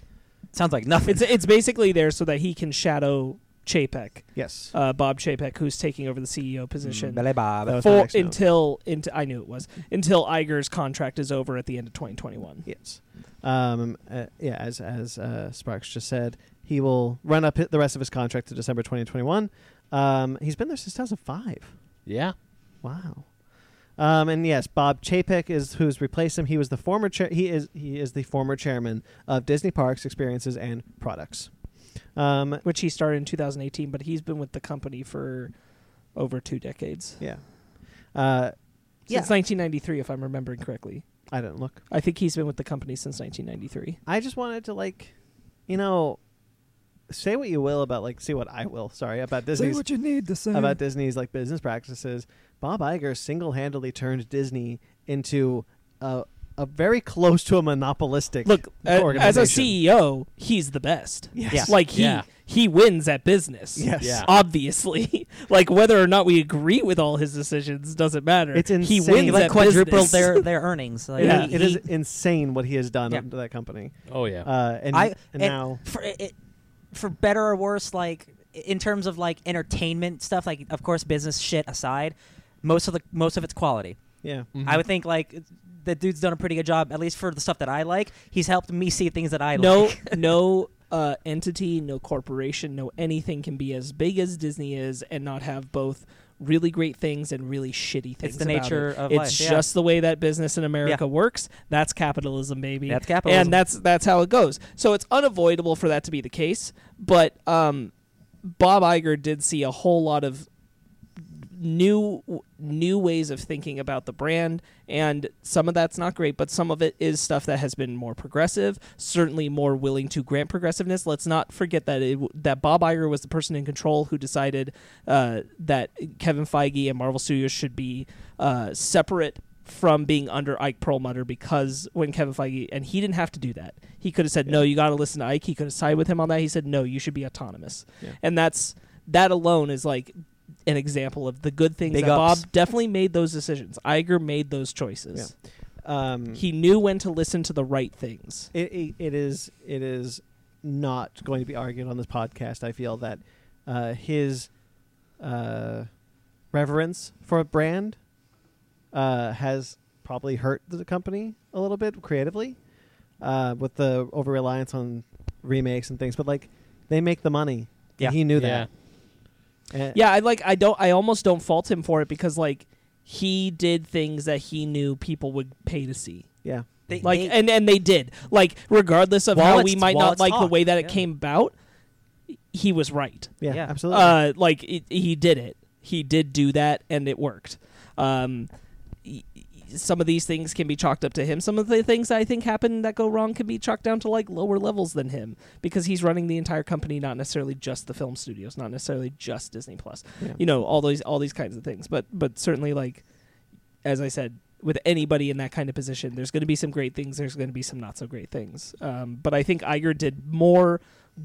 Sounds like nothing. It's it's basically there so that he can shadow Chapek, yes uh, Bob Chapek, who's taking over the CEO position. Billy Mm, Bob. Mm, That was my for next note. until into I knew it was until Iger's contract is over at the end of 2021. Yes. Um, uh, yeah, as as uh, Sparks just said, he will run up hi- the rest of his contract to December 2021. Um, he's been there since 2005. Yeah. Wow. Um, and yes, Bob Chapek is who's replaced him. He was the former chair. He is he is the former chairman of Disney Parks, Experiences, and Products. Um, which he started in 2018, but he's been with the company for over two decades. yeah. Uh, Since 1993, if I'm remembering correctly. I didn't look. I think he's been with the company since 1993. I just wanted to like, you know, say what you will about like, say what I will. Sorry about Disney's. you need to Mm-hmm. say. about Disney's like business practices. Bob Iger single-handedly turned Disney into a, a very close to a monopolistic. Look, a- E as a organization. CEO, he's the best. Yes. Yeah. Like he Yeah. he wins at business. Yes. Yeah. Obviously, like whether or not we agree with all his decisions doesn't matter. It's He insane. wins like at quadrupled business. their, their earnings. Like, Yeah. he- it is he- insane what he has done Yeah. to that company. Oh yeah. Uh, and, I and it- now, for it, it- for better or worse, like in terms of like entertainment stuff, like of course business shit aside, most of the most of it's quality. yeah, I would think like the dude's done a pretty good job, at least for the stuff that I like. He's helped me see things that I no like. no uh, entity no corporation no anything can be as big as disney is and not have both really great things and really shitty things It's the about nature it. of it's life, yeah. just the way that business in america works that's capitalism baby That's capitalism. and that's that's how it goes so it's unavoidable for that to be the case but um bob Iger did see a whole lot of new new ways of thinking about the brand and some of that's not great but some of it is stuff that has been more progressive certainly more willing to grant progressiveness let's not forget that it, that Bob Iger was the person in control who decided uh, that Kevin Feige and Marvel Studios should be uh, separate from being under Ike Perlmutter because when Kevin Feige and he didn't have to do that he could have said no you got to listen to Ike he could have sided with him on that he said no you should be autonomous Yeah. and that's that alone is like an example of the good things Big that ups. Bob definitely made those decisions. Iger made those choices. Mm. um, He knew when to listen to the right things. it, it, it is it is not going to be argued on this podcast. I feel that uh, his uh, reverence for a brand uh, has probably hurt the company a little bit creatively uh, with the over reliance on remakes and things. But like they make the money. Yeah. he knew Yeah. that. And- Yeah, I like I don't I almost don't fault him for it because like he did things that he knew people would pay to see. yeah. They- Like they- and and they did. Like regardless of how Wallets- we might not wallets like the talk, way that it yeah. came about, he was right. Yeah, Yeah. absolutely. Uh, like it, he did it. He did do that, and it worked. Um, y- y- some of these things can be chalked up to him. Some of the things I think happen that go wrong can be chalked down to like lower levels than him because he's running the entire company, not necessarily just the film studios, not necessarily just Disney Plus. Yeah. You know, all those all these kinds of things. But but certainly like as I said, with anybody in that kind of position, there's going to be some great things. There's going to be some not so great things. Um, but I think Iger did more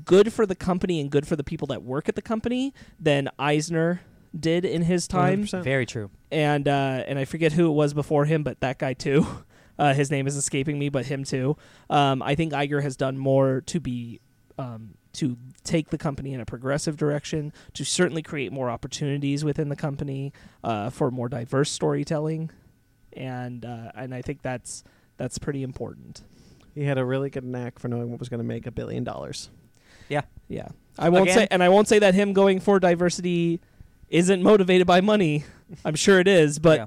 good for the company and good for the people that work at the company than Eisner did in his time 100%. Very true. and uh, and I forget who it was before him, but that guy too. Uh, his name is escaping me, but him too. Um, I think Iger has done more to be um, to take the company in a progressive direction, to certainly create more opportunities within the company uh, for more diverse storytelling, and uh, and I think that's that's pretty important. He had a really good knack for knowing what was going to make a billion dollars. Yeah, I won't Again- say, and I won't say that him going for diversity isn't motivated by money. I'm sure it is, but Yeah.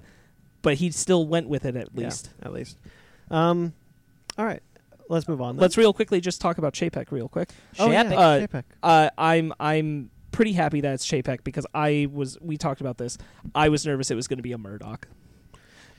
but he still went with it at Yeah, least. at least. Um, all right, let's move on. then. Let's real quickly just talk about Chapek real quick. Oh, yeah, Shapik. Uh, Chapek. Uh, I'm I'm pretty happy that it's Chapek because I was we talked about this. I was nervous it was going to be a Murdoch.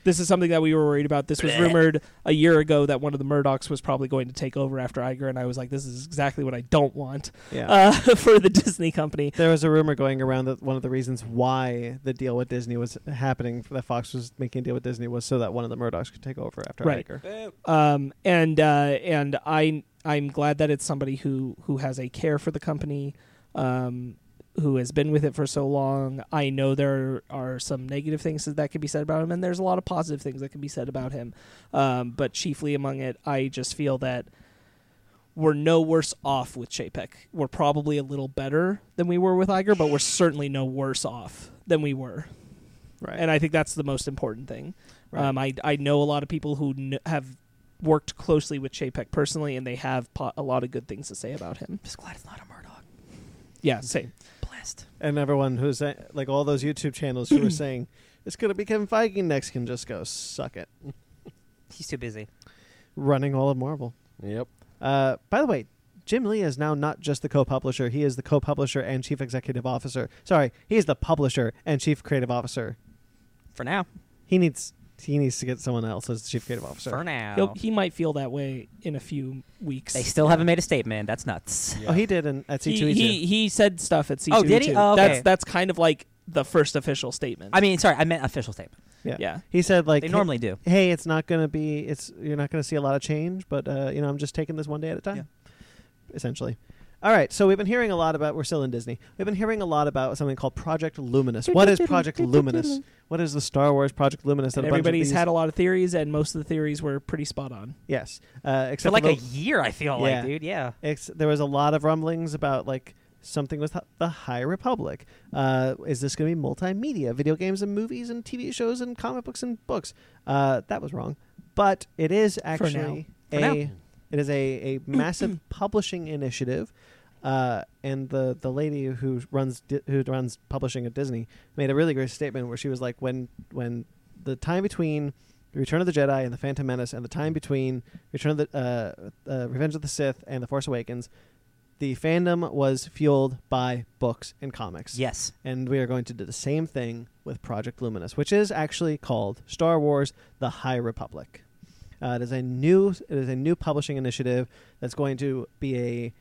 This is something that we were worried about. This was rumored a year ago that one of the Murdochs was probably going to take over after Iger, and I was like, "This is exactly what I don't want Yeah. uh, for the Disney company." There was a rumor going around that one of the reasons why the deal with Disney was happening, that Fox was making a deal with Disney, was so that one of the Murdochs could take over after Right. Iger. um, and uh, and I I'm glad that it's somebody who who has a care for the company, um, who has been with it for so long. I know there are some negative things that can be said about him, and there's a lot of positive things that can be said about him. Um, but chiefly among it, I just feel that we're no worse off with Chapek. We're probably a little better than we were with Iger, but we're certainly no worse off than we were Right. and I think that's the most important thing. Right. Um, I I know a lot of people who kn- have worked closely with Chapek personally, and they have po- a lot of good things to say about him. just glad it's not a Murdoch. Yeah, same. Blessed. and everyone who's uh, like all those YouTube channels who were saying it's going to be Kevin Feige next can just go suck it, He's too busy. running all of Marvel. Yep. Uh, by the way, Jim Lee is now not just the co-publisher; he is the co-publisher and chief executive officer. Sorry, he is the publisher and chief creative officer. For now. He needs he needs to get someone else as the chief creative officer. For now. He'll- he might feel that way in a few weeks. They still haven't made a statement. That's nuts. Oh, he did in at C two he, E he two. he said stuff at C2. Oh, did he? Oh, okay. That's that's kind of like the first official statement. I mean, sorry, I meant official statement. yeah. He said like They hey- normally do. Hey, it's not going to be. It's you're not going to see a lot of change, but uh, you know I'm just taking this one day at a time, essentially. All right, so we've been hearing a lot about. We're still in Disney. We've been hearing a lot about something called Project Luminous. What is Project Luminous? What is the Star Wars Project Luminous? And a bunch of everybody's these- had a lot of theories, and most of the theories were pretty spot on. Yes, uh, For except like for a the- year, I feel Yeah. like, dude. Yeah. Ex- there was a lot of rumblings about like something with h- the High Republic. Uh, is this going to be multimedia, video games and movies and TV shows and comic books and books? Uh, that was wrong, but it is actually For a now. it is a, a massive publishing initiative. Uh, and the, the lady who runs di- who runs publishing at Disney made a really great statement where she was like, when when the time between the Return of the Jedi and the Phantom Menace, and the time between Return of the uh, uh, Revenge of the Sith and the Force Awakens, the fandom was fueled by books and comics. Yes. And we are going to do the same thing with Project Luminous, which is actually called Star Wars: The High Republic. Uh, it is a new it is a new publishing initiative that's going to be a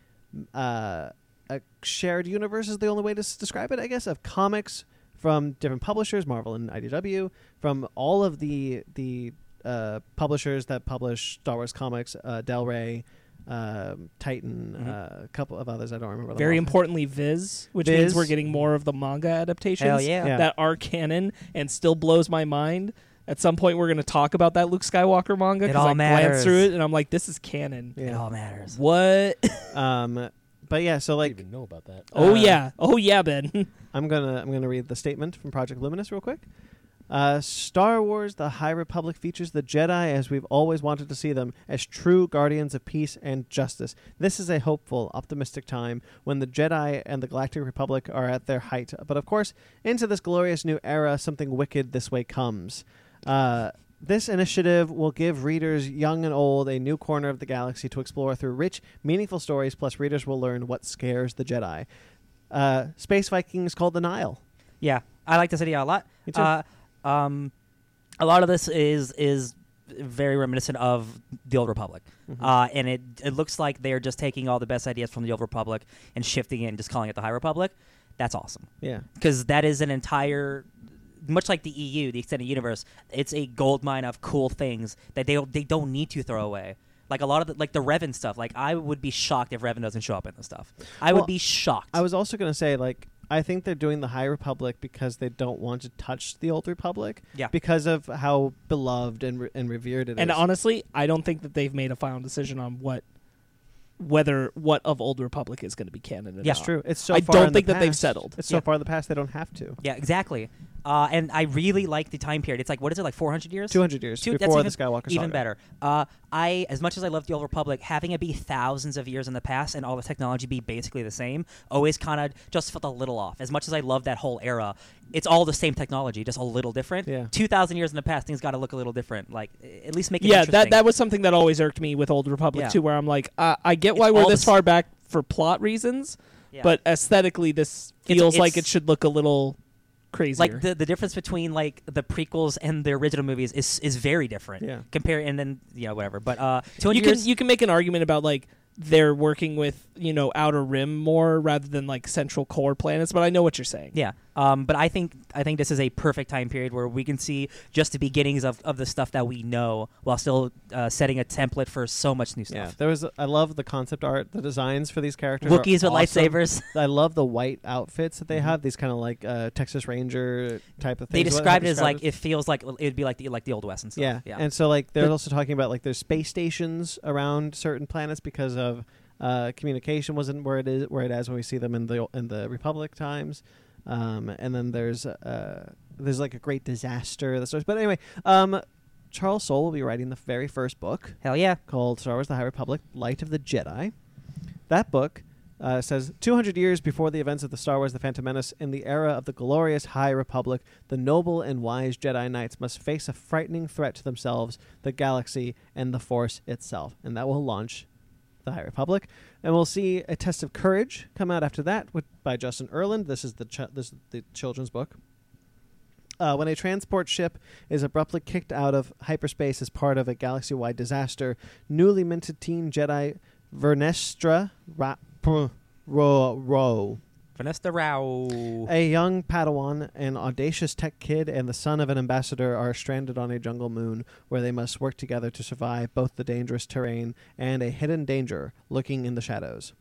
uh, a shared universe is the only way to s- describe it, I guess, of comics from different publishers, Marvel and IDW, from all of the the uh, publishers that publish Star Wars comics, uh, Del Rey, um, Titan, uh, a couple of others I don't remember. them Very offhand. importantly, Viz, which means Viz. we're getting more of the manga adaptations Hell yeah. Yeah. that are canon and still blows my mind. At some point, we're going to talk about that Luke Skywalker manga It because I all glanced matters. through it and I'm like, this is canon. It Yeah. all matters. What? Um, but yeah, so Like, like even know about that. oh Uh, yeah, oh yeah, Ben. I'm gonna I'm gonna read the statement from Project Luminous real quick. Uh, Star Wars: The High Republic features the Jedi as we've always wanted to see them, as true guardians of peace and justice. This is a hopeful, optimistic time when the Jedi and the Galactic Republic are at their height. But of course, into this glorious new era, something wicked this way comes. Uh, this initiative will give readers, young and old, a new corner of the galaxy to explore through rich, meaningful stories, plus, readers will learn what scares the Jedi. Uh, Space Vikings called the Nile. Yeah, I like this idea a lot. Me too. Uh, um, a lot of this is is very reminiscent of the Old Republic, Mm-hmm. uh, and it it looks like they are just taking all the best ideas from the Old Republic and shifting it and just calling it the High Republic. That's awesome Yeah. because that is an entire much like the EU, the extended universe, it's a gold mine of cool things that they they don't need to throw away. Like a lot of the, like the Revan stuff. Like I would be shocked if Revan doesn't show up in this stuff. I Well, would be shocked. I was also going to say, like, I think they're doing the High Republic because they don't want to touch the Old Republic. Yeah. Because of how beloved and, re- and revered it is. And honestly, I don't think that they've made a final decision on what whether what of Old Republic is going to be canon. or Yeah. not. It's true. It's so I far don't in the think that they've past. settled. It's so Yeah. far in the past they don't have to. yeah, exactly. Uh, and I really like the time period. It's like what is it like 400 years? Two hundred years Two- that's before even- the Skywalker saga. Even better. Uh, I, as much as I love the Old Republic, having it be thousands of years in the past and all the technology be basically the same, always kind of just felt a little off. As much as I love that whole era, it's all the same technology, just a little different. Yeah. Two thousand years in the past, things got to look a little different. Like eh, at least make it yeah, interesting. that that was something that always irked me with Old Republic Yeah. too, where I'm like, uh, I get why It's we're all this the s- far back for plot reasons, Yeah. but aesthetically, this It's- feels like it it's- should look a little crazier. like the, the difference between like the prequels and the original movies is is very different. Yeah. Compare and then yeah whatever. But uh, you two hundred can years. you can make an argument about like they're working with you know Outer Rim more rather than like Central Core planets, but I know what you're saying. Yeah, um, but I think I think this is a perfect time period where we can see just the beginnings of, of the stuff that we know, while still uh, setting a template for so much new Yeah. stuff. There was I love the concept art, the designs for these characters. are Wookiees with awesome. lightsabers. I love the white outfits that they have. These kind of like uh, Texas Ranger type of things. What- Mm-hmm. they how described it as describe like it feels like it'd be like the like the old west and stuff. Yeah. yeah, And so like they're But- also talking about like there's space stations around certain planets because of uh, communication wasn't where it is where it is when we see them in the in the Republic times. Um, and then there's uh, there's like a great disaster that starts. But anyway, um, Charles Soule will be writing the very first book hell yeah. called Star Wars: The High Republic, Light of the Jedi. That book uh, says 200 years before the events of the Star Wars: The Phantom Menace, in the era of the glorious High Republic, the noble and wise Jedi Knights must face a frightening threat to themselves, the galaxy, and the Force itself, and that will launch the High Republic. And we'll see a test of courage come out after that with, by Justin Erland. This is the ch- this is the children's book. Uh, when a transport ship is abruptly kicked out of hyperspace as part of a galaxy wide disaster, newly minted teen Jedi Vernestra Ra- Pro- Ro- Ro, Vanessa Rao. a young Padawan, an audacious tech kid, and the son of an ambassador are stranded on a jungle moon where they must work together to survive both the dangerous terrain and a hidden danger lurking in the shadows.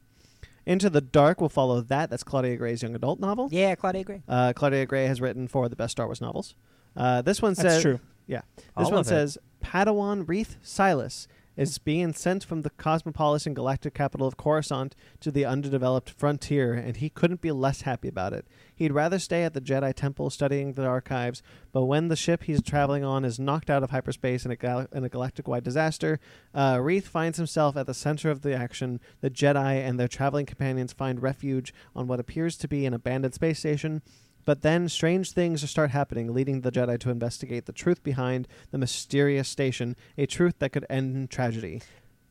Into the Dark will follow that. That's Claudia Gray's young adult novel. Yeah, Claudia Gray. Uh, Claudia Gray has written for the best Star Wars novels. Uh, this one That's says, true. Yeah, this All one of it. says Padawan Wreath Silas is being sent from the cosmopolitan galactic capital of Coruscant to the underdeveloped frontier, and he couldn't be less happy about it. He'd rather stay at the Jedi Temple studying the archives, but when the ship he's traveling on is knocked out of hyperspace in a, gal- in a galactic-wide disaster, uh, Wreath finds himself at the center of the action. The Jedi and their traveling companions find refuge on what appears to be an abandoned space station. But then strange things start happening, leading the Jedi to investigate the truth behind the mysterious station, a truth that could end in tragedy.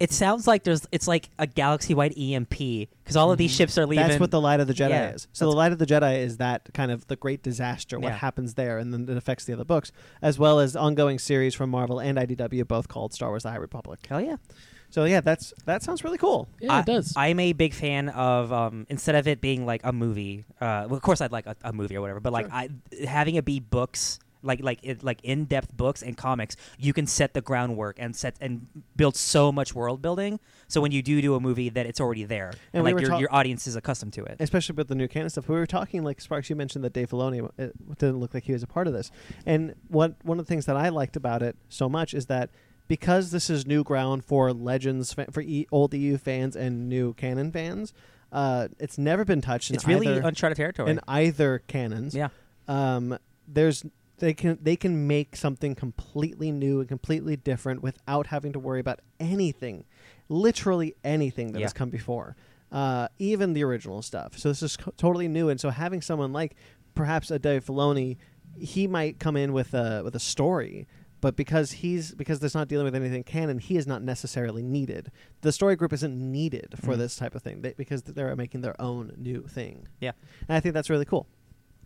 It sounds like there's it's like a E galaxy wide EMP because all of these ships are leaving. Mm-hmm. That's what the Light of the Jedi Yeah, is. So the Light of the Jedi is that kind of the great disaster, what Yeah. happens there, and then it affects the other books, as well as ongoing series from Marvel and IDW, both called Star Wars: The High Republic. hell yeah. So yeah, that's that sounds really cool. Yeah, I, it does. I'm a big fan of um, instead of it being like a movie. Uh, well, of course, I'd like a, a movie or whatever, but like Sure. I having it be books, like like it, like in depth books and comics. You can set the groundwork and set and build so much world building. So when you do do a movie, that it's already there, and, we were like your, talk- your audience is accustomed to it. especially with the new canon stuff. We were talking like Sparks. You mentioned that Dave Filoni uh, it didn't look like he was a part of this, and what one of the things that I liked about it so much is that because this is new ground for Legends fa- for e- old EU fans and new canon fans, uh, it's never been touched. In It's really either, uncharted territory. in either canons. yeah, Um, there's they can they can make something completely new and completely different without having to worry about anything, literally anything that Yeah. has come before, uh, even the original stuff. So this is co- totally new, and so having someone like perhaps a Dave Filoni, he might come in with a with a story but because he's because there's not dealing with anything canon, he is not necessarily needed. The story group isn't needed for Mm. this type of thing they, because they're making their own new thing. Yeah. and I think that's really cool.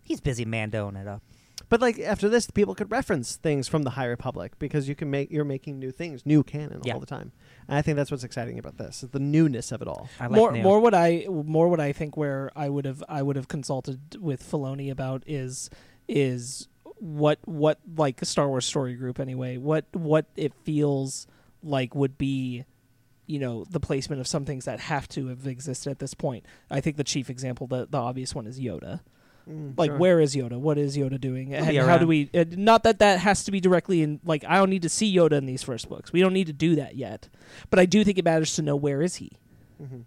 He's busy mandoing it up. But like after this, people could reference things from the High Republic because you can make you're making new things, new canon Yeah. all the time. And I think that's what's exciting about this: is the newness of it all. I like more, new. more what I more what I think where I would have I would have consulted with Filoni about is is what what like a Star Wars story group anyway what what it feels like would be you know the placement of some things that have to have existed at this point. I think the chief example the the obvious one is Yoda. Like where is Yoda? What is Yoda doing? And be how do around. we? Uh, not that that has to be directly in. Like I don't need to see Yoda in these first books. We don't need to do that yet. But I do think it matters to know where is he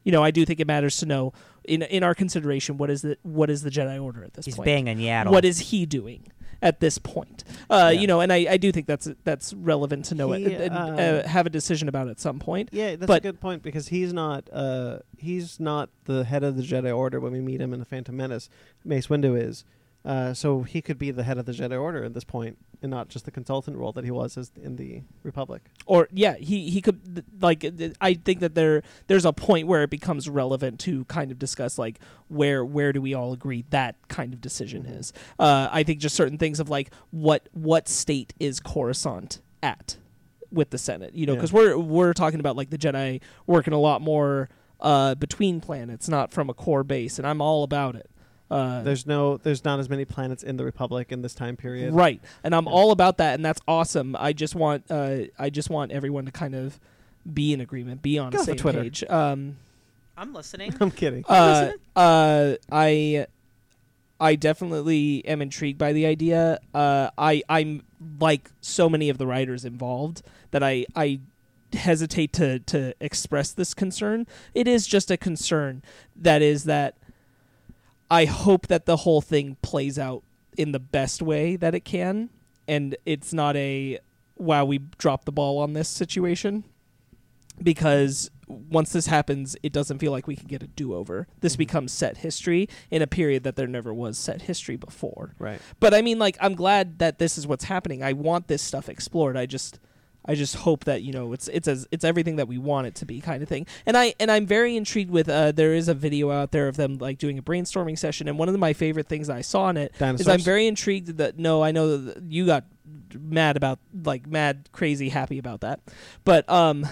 you know, I do think it matters to know in in our consideration what is the what is the Jedi Order at this He's point? banging Yaddle. What is he doing at this point? Uh, Yeah. You know, and I, I do think that's that's relevant to know He, it and uh, uh, have a decision about at some point. Yeah, that's But- a good point because he's not uh, he's not the head of the Jedi Order when we meet him in the Phantom Menace. Mace Windu is, uh, so he could be the head of the Jedi Order at this point, and not just the consultant role that he was as in the Republic. Or yeah, he he could th- like th- I think that there there's a point where it becomes relevant to kind of discuss like where where do we all agree that kind of decision Mhm. is. Uh, I think just certain things of like what what state is Coruscant at. with the Senate, you know, Yeah. because we're we're talking about like the Jedi working a lot more uh, between planets, not from a core base, and I'm all about it. Uh, There's no there's not as many planets in the Republic in this time period. Right, and I'm Yeah. all about that, and that's awesome. I just want uh, I just want everyone to kind of be in agreement, be on Get the off of same Twitter. page. Um, I'm listening. I'm kidding. uh, uh, I I definitely am intrigued by the idea. Uh, I I'm like so many of the writers involved that I I hesitate to to express this concern. It is just a concern that is that I hope that the whole thing plays out in the best way that it can and it's not a wow we dropped the ball on this situation because once this happens, it doesn't feel like we can get a do over. This becomes set history in a period that there never was set history before. Right. But I mean, like, I'm glad that this is what's happening. I want this stuff explored. I just. I just hope that you know it's it's as it's everything that we want it to be kind of thing, and I and I'm very intrigued with uh, there is a video out there of them like doing a brainstorming session, and one of the- my favorite things I saw in it is I'm Dinosaurs. very intrigued that no I know that you got mad about like mad crazy happy about that, but um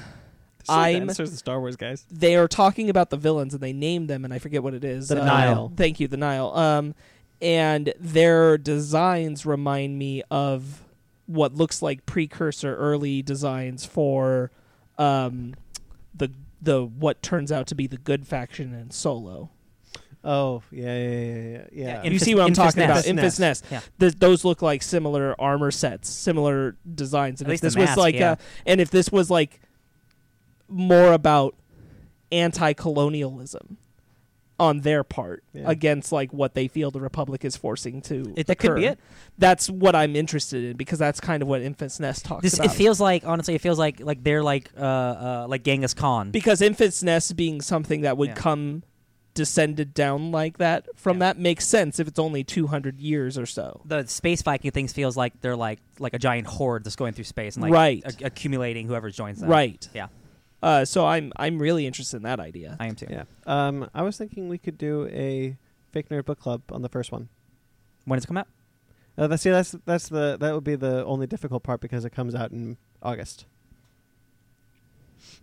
I'm- Dinosaurs and Star Wars guys. they are talking about the villains and they name them and I forget what it is. Um, The Nile. Thank you, the Nile. Um, and their designs remind me of what looks like precursor early designs for um, the the what turns out to be the good faction in Solo. Oh yeah yeah yeah yeah yeah. Yeah, you Infus- see what I'm Infus talking Nest. about? Infus Infus Nest. Yeah. Th- those look like similar armor sets, similar designs. And if At least the this was mask, like, yeah. uh, and if this was like more about anti-colonialism on their part Yeah. against like what they feel the Republic is forcing to, It- that could be occur, it. That's what I'm interested in because that's kind of what Infus Nest talks This, about. it feels like honestly, it feels like like they're like uh, uh like Genghis Khan. because infant's nest being something that would Yeah. come descended down like that from Yeah. that makes sense if it's only 200 years or so the space Viking things feels like they're like like a giant horde that's going through space and like Right. ac- accumulating whoever joins them. right Yeah, uh, so i'm i'm really interested in that idea I am too. yeah. Um, I was thinking we could do a fake nerd book club on the first one. When does it come out? Uh, that's see, that's that's the that would be the only difficult part because it comes out in August.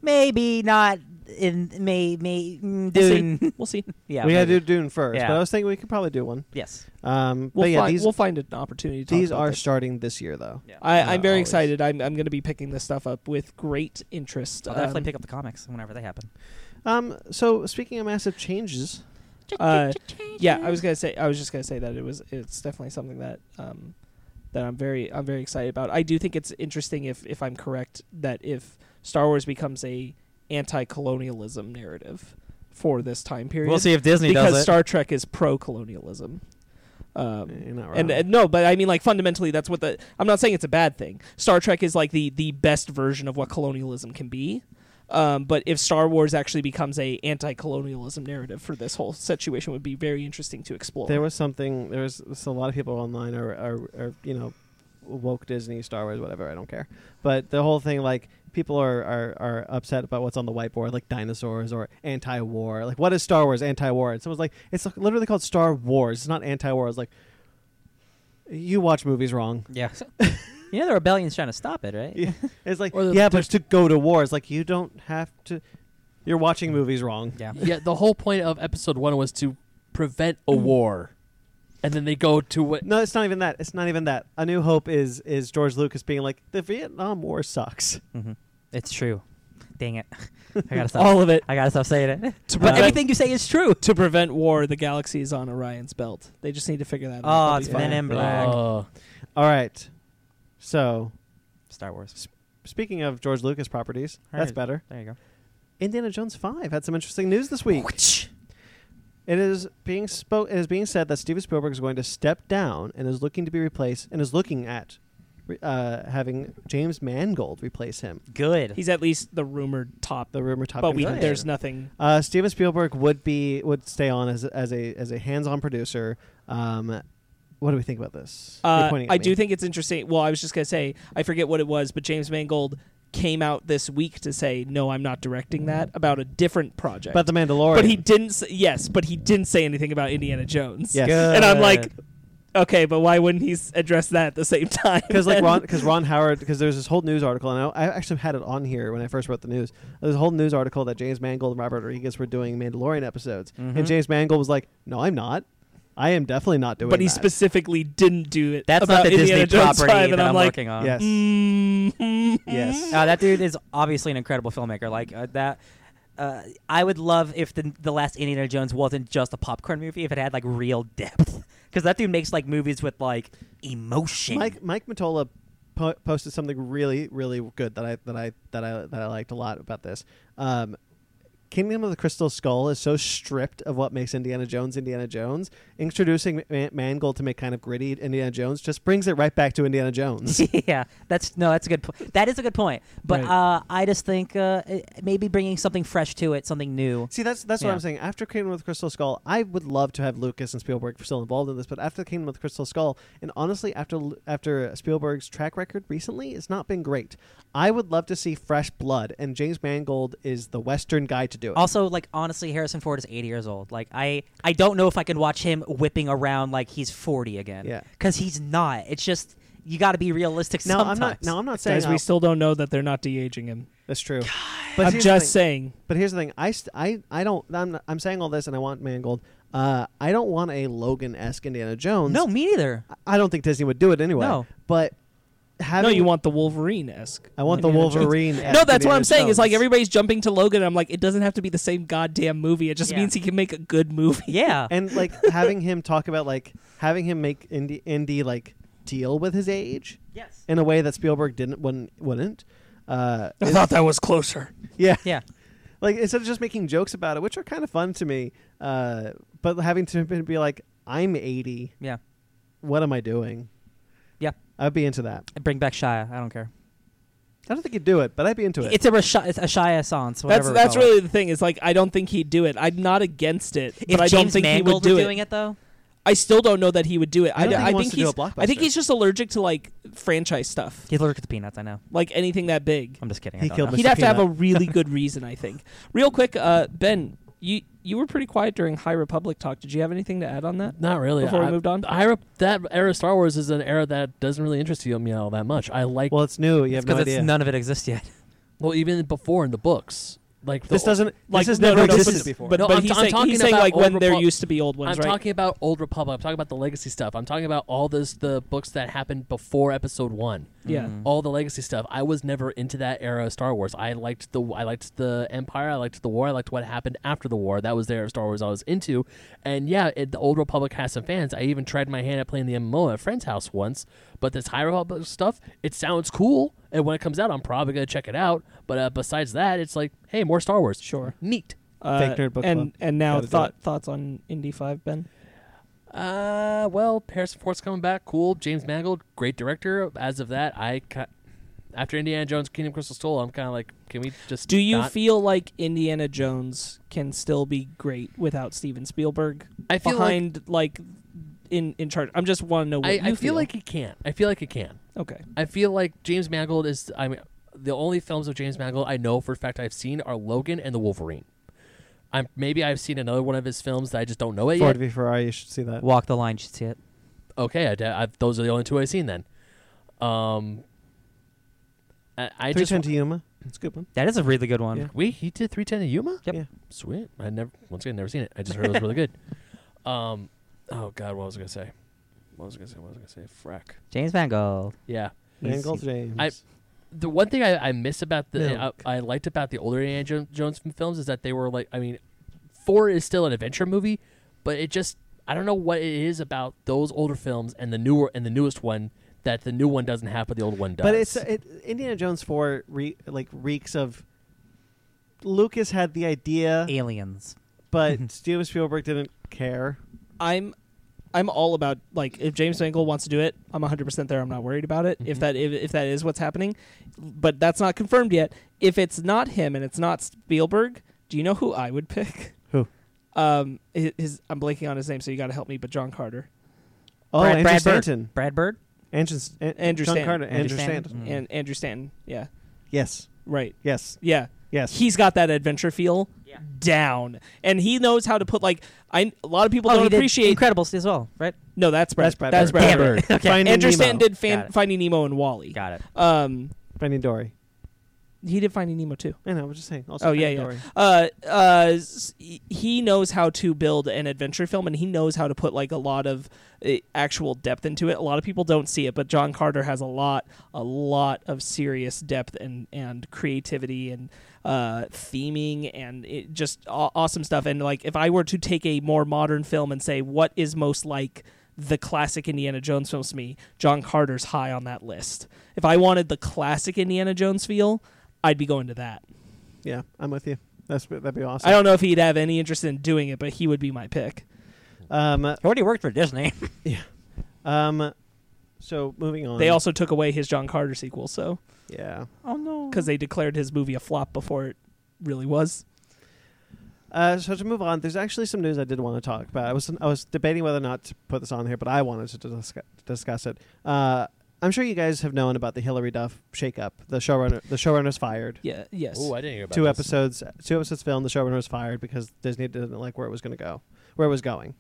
Maybe not in May. May mm, Dune. we'll see yeah, we gotta maybe. do Dune first, Yeah. but I was thinking we could probably do one. Yes. Um, we'll, but yeah, find, these we'll find an opportunity to talk these about are this. starting this year though. Yeah. I, uh, i'm very always. excited i'm, I'm going to be picking this stuff up with great interest I'll definitely Um, pick up the comics whenever they happen. Um, so speaking of massive changes, uh, yeah i was gonna say i was just gonna say that it was it's definitely something that um that i'm very i'm very excited about i do think it's interesting if if i'm correct that if star wars becomes a anti-colonialism narrative for this time period We'll see if Disney because does it. star trek is pro-colonialism um you're not wrong. and, and no, but I mean, like fundamentally, that's what the. I'm not saying it's a bad thing. Star Trek is like the the best version of what colonialism can be. Um, but if Star Wars actually becomes a anti-colonialism narrative for this whole situation, would be very interesting to explore. there was something. There was, was a lot of people online are, are, are you know woke Disney, Star Wars, whatever. I don't care. But the whole thing, like people are, are, are upset about what's on the whiteboard, like dinosaurs or anti-war. Like what is Star Wars anti-war? And someone's like, it's literally called Star Wars. It's not anti-war. It's like you watch movies wrong. Yeah. you know the rebellion's trying to stop it, right? Yeah. It's like Or the- yeah, but to go to war, it's like you don't have to. You're watching movies wrong. Yeah. yeah, the whole point of episode one was to prevent a Mm. war, and then they go to what? No, it's not even that. It's not even that. A New Hope is is George Lucas being like the Vietnam War sucks. hmm It's true. Dang it. I gotta stop. All of it I gotta stop saying it. Uh, to But prevent everything you say is true. to prevent war. The galaxy is on Orion's belt. They just need to figure that out. Oh, They'll it's be Ah, fine. Men in Black. Uh, All right. So Star Wars. speaking of George Lucas properties, that's Alright. better. There you go. Indiana Jones Five had some interesting news this week. It is being spo- It is being said that Steven Spielberg is going to step down and is looking to be replaced and is looking at re- uh, having James Mangold replace him. Good. He's at least the rumored top, The rumor top. but we, contender. there's nothing. Uh, Steven Spielberg would be would stay on as as a as a hands on producer. Um, what do we think about this? You're Uh, pointing at I me. do think it's interesting. Well, I was just gonna say I forget what it was, but James Mangold came out this week to say no, I'm not directing that about a different project. about the Mandalorian. but he didn't. Say, yes, but he didn't say anything about Indiana Jones. yes, and I'm like, okay, but why wouldn't he s- address that at the same time? because Uh, like then? Ron because Ron Howard because there's this whole news article and I, I actually had it on here when I first wrote the news. There's a whole news article that James Mangold and Robert Rodriguez were doing Mandalorian episodes, and Mm-hmm. Mhm. James Mangold was like, "No, I'm not. I am definitely not doing." but he that." specifically didn't do it. That's about not the Indiana Disney Jones property 5, that and I'm like, working on. Yes. mm Yes. Uh, that dude is obviously an incredible filmmaker. Like uh, that. Uh, I would love if the the last Indiana Jones wasn't just a popcorn movie. If it had like real depth, because that dude makes like movies with like Mm-hmm. emotion. Mike Mike Matola po- posted something really really good that I that I that I that I liked a lot about this. Um, Kingdom of the Crystal Skull is so stripped of what makes Indiana Jones Indiana Jones. Introducing Man- Mangold to make kind of gritty Indiana Jones just brings it right back to Indiana Jones. yeah, that's no, that's a good. Po- that is a good point. But Right. uh, I just think uh, it- maybe bringing something fresh to it, something new. See, that's that's what Yeah. I'm saying. After Kingdom of the Crystal Skull, I would love to have Lucas and Spielberg still involved in this. But after Kingdom of the Crystal Skull, and honestly, after after Spielberg's track record recently, it's not been great. I would love to see fresh blood, and James Mangold is the Western guy to do it. Also, like honestly, Harrison Ford is 80 years old. Like I, I don't know if I can watch him whipping around like he's 40 again. Yeah. because he's not. It's just you got to be realistic. now sometimes. I'm not. Now I'm not saying Guys, we I'll- still don't know that they're not de-aging him. that's true. But I'm here's the just thing- saying. But here's the thing. I st- I I don't. I'm, not- I'm saying all this, and I want Mangold. Uh, I don't want a Logan esque Indiana Jones. no, me neither. I don't think Disney would do it anyway. No. but No, having you want the Wolverine-esque. I want the Indiana Jones. Wolverine. No, that's what I'm saying. It's like everybody's jumping to Logan. And I'm like, it doesn't have to be the same goddamn movie. It just Yeah. means he can make a good movie. Yeah. and like having him talk about like having him make Indy Indy like deal with his age yes. in a way that Spielberg didn't wouldn't wouldn't. Uh, I thought that was closer. yeah, Yeah. like instead of just making jokes about it, which are kind of fun to me, uh, but having to be like, I'm 80. Yeah. What am I doing? Yeah. I'd be into that. Bring back Shia. I don't care. I don't think he'd do it, but I'd be into it. It's a Rashi- it's a Shia sans. That's whatever we that's call it. really the thing. Is like I don't think he'd do it. I'm not against it, If but I don't James think Mangold he would were do doing it. it though, I still don't know that he would do it. I don't think he wants to do he's. a blockbuster. I think he's just allergic to like franchise stuff, he's allergic to peanuts. I know. like anything that big. I'm just kidding. He I don't killed Mr. know. He'd have to have a Peanut. really good reason, I think. Real quick, uh, Ben, you you were pretty quiet during High Republic talk. Did you have anything to add on that? not really. Before we I- moved on? I re- that era of Star Wars is an era that doesn't really interest you me all that much. I like well, well, it's new. You have no because idea. none of it exists yet. even before in the books, like this the- doesn't. Like, this has no, no, never no, existed but- before. But, No, but I'm- he's I'm saying, talking he's saying about like when Old there Repub- used to be old ones, I'm right? talking about Old Republic. I'm talking about the legacy stuff. I'm talking about all this the books that happened before Episode One. yeah. Mm. All the legacy stuff. I was never into that era of Star Wars. I liked the I liked the Empire. I liked the War. I liked what happened after the War. That was the era of Star Wars I was into. And yeah, it, the Old Republic has some fans. I even tried my hand at playing the MMO at a friend's house once. But this High Republic stuff, it sounds cool. And when it comes out, I'm probably gonna check it out. But uh, besides that, it's like, hey, more Star Wars. Sure. Neat. Uh, Fake Nerd Book and Club. and now Gotta do thought thoughts on Indy Five, Ben. Uh, well, Harrison Ford's coming back. Cool. James Mangold, great director. As of that, I ca- after Indiana Jones, Kingdom Crystal Skull, I'm kind of like, can we just Do you not- feel like Indiana Jones can still be great without Steven Spielberg I feel like behind like, in in charge. I'm just want to know what I, you I feel, like he can. I feel like he can. okay. I feel like James Mangold is. I mean, the only films of James Mangold I know for a fact I've seen are Logan and The Wolverine. I'm maybe I've seen another one of his films that I just don't know it Ford yet. v Ferrari, you should see that. Walk the line, you should see it. Okay, I, d- I- those are the only two I've seen then. Um, I, I Three just Ten to Yuma. It's a good one. That is a really good one. Yeah. we he did 310 to Yuma. Yep. Yeah. Sweet. I never once again never seen it. I just heard it was really good. Um, oh God, what was I gonna say? What was I gonna say? What was I gonna say? Frack. James Mangold. Yeah. Mangold James. I- the one thing I, I miss about the I, Milk. I liked about the older Indiana Jo- Jones films is that they were like I mean, four is still an adventure movie, but it just I don't know what it is about those older films and the newer and the newest one that the new one doesn't have but the old one does. But it's it, Indiana Jones four re, like reeks of. Lucas had the idea, Aliens. but Steven Spielberg didn't care. I'm I'm all about like if James Mangold wants to do it, I'm 100% there. I'm not worried about it. If Mhm. that if, if that is what's happening, but that's not confirmed yet. If it's not him and it's not Spielberg, do you know who I would pick? Who? Um his, his I'm blanking on his name, so you got to help me, but John Carter. Oh, Brad- Andrew Brad Bird. Stanton. Brad Bird. Andrew, Stanton. Andrew John Stanton. Mm. Carter. Andrew Andrew Stanton. Stanton. Mm. And Andrew Stanton. Yeah. Yes. Right. Yes. Yeah. Yes. He's got that adventure feel Yeah. down. And he knows how to put like I a lot of people oh, don't he appreciate did Incredibles as well, right? No, that's Brad. That's Brad That's Bird. Brad Damn Bird. it. Okay. Finding Andrew Stanton Nemo. did fan, Got it. Finding Nemo and Wally. Got it. Um, Finding Dory. he did Finding Nemo too. I know. I was just saying. Also Oh yeah, Finding yeah. Dory. Uh, uh, s- he knows how to build an adventure film, and he knows how to put like a lot of uh, actual depth into it. A lot of people don't see it, but John Carter has a lot, a lot of serious depth and and creativity and uh, theming and it, just aw- awesome stuff. And like, if I were to take a more modern film and say what is most like the classic Indiana Jones films to me, John Carter's high on that list. If I wanted the classic Indiana Jones feel, I'd be going to that. Yeah, I'm with you. That's that'd be awesome. I don't know if he'd have any interest in doing it, but he would be my pick. Um, He already worked for Disney. um, so moving on. They also took away his John Carter sequel, so yeah. oh no. because they declared his movie a flop before it really was. Uh, so to move on, there's actually some news I did want to talk about. I was I was debating whether or not to put this on here, but I wanted to discuss, discuss it. Uh, I'm sure you guys have known about the Hillary Duff shakeup. The showrunner, the showrunner's fired. Yeah. Yes. oh I didn't hear about two this. episodes two episodes filmed the showrunner was fired because disney didn't like where it was going to go where it was going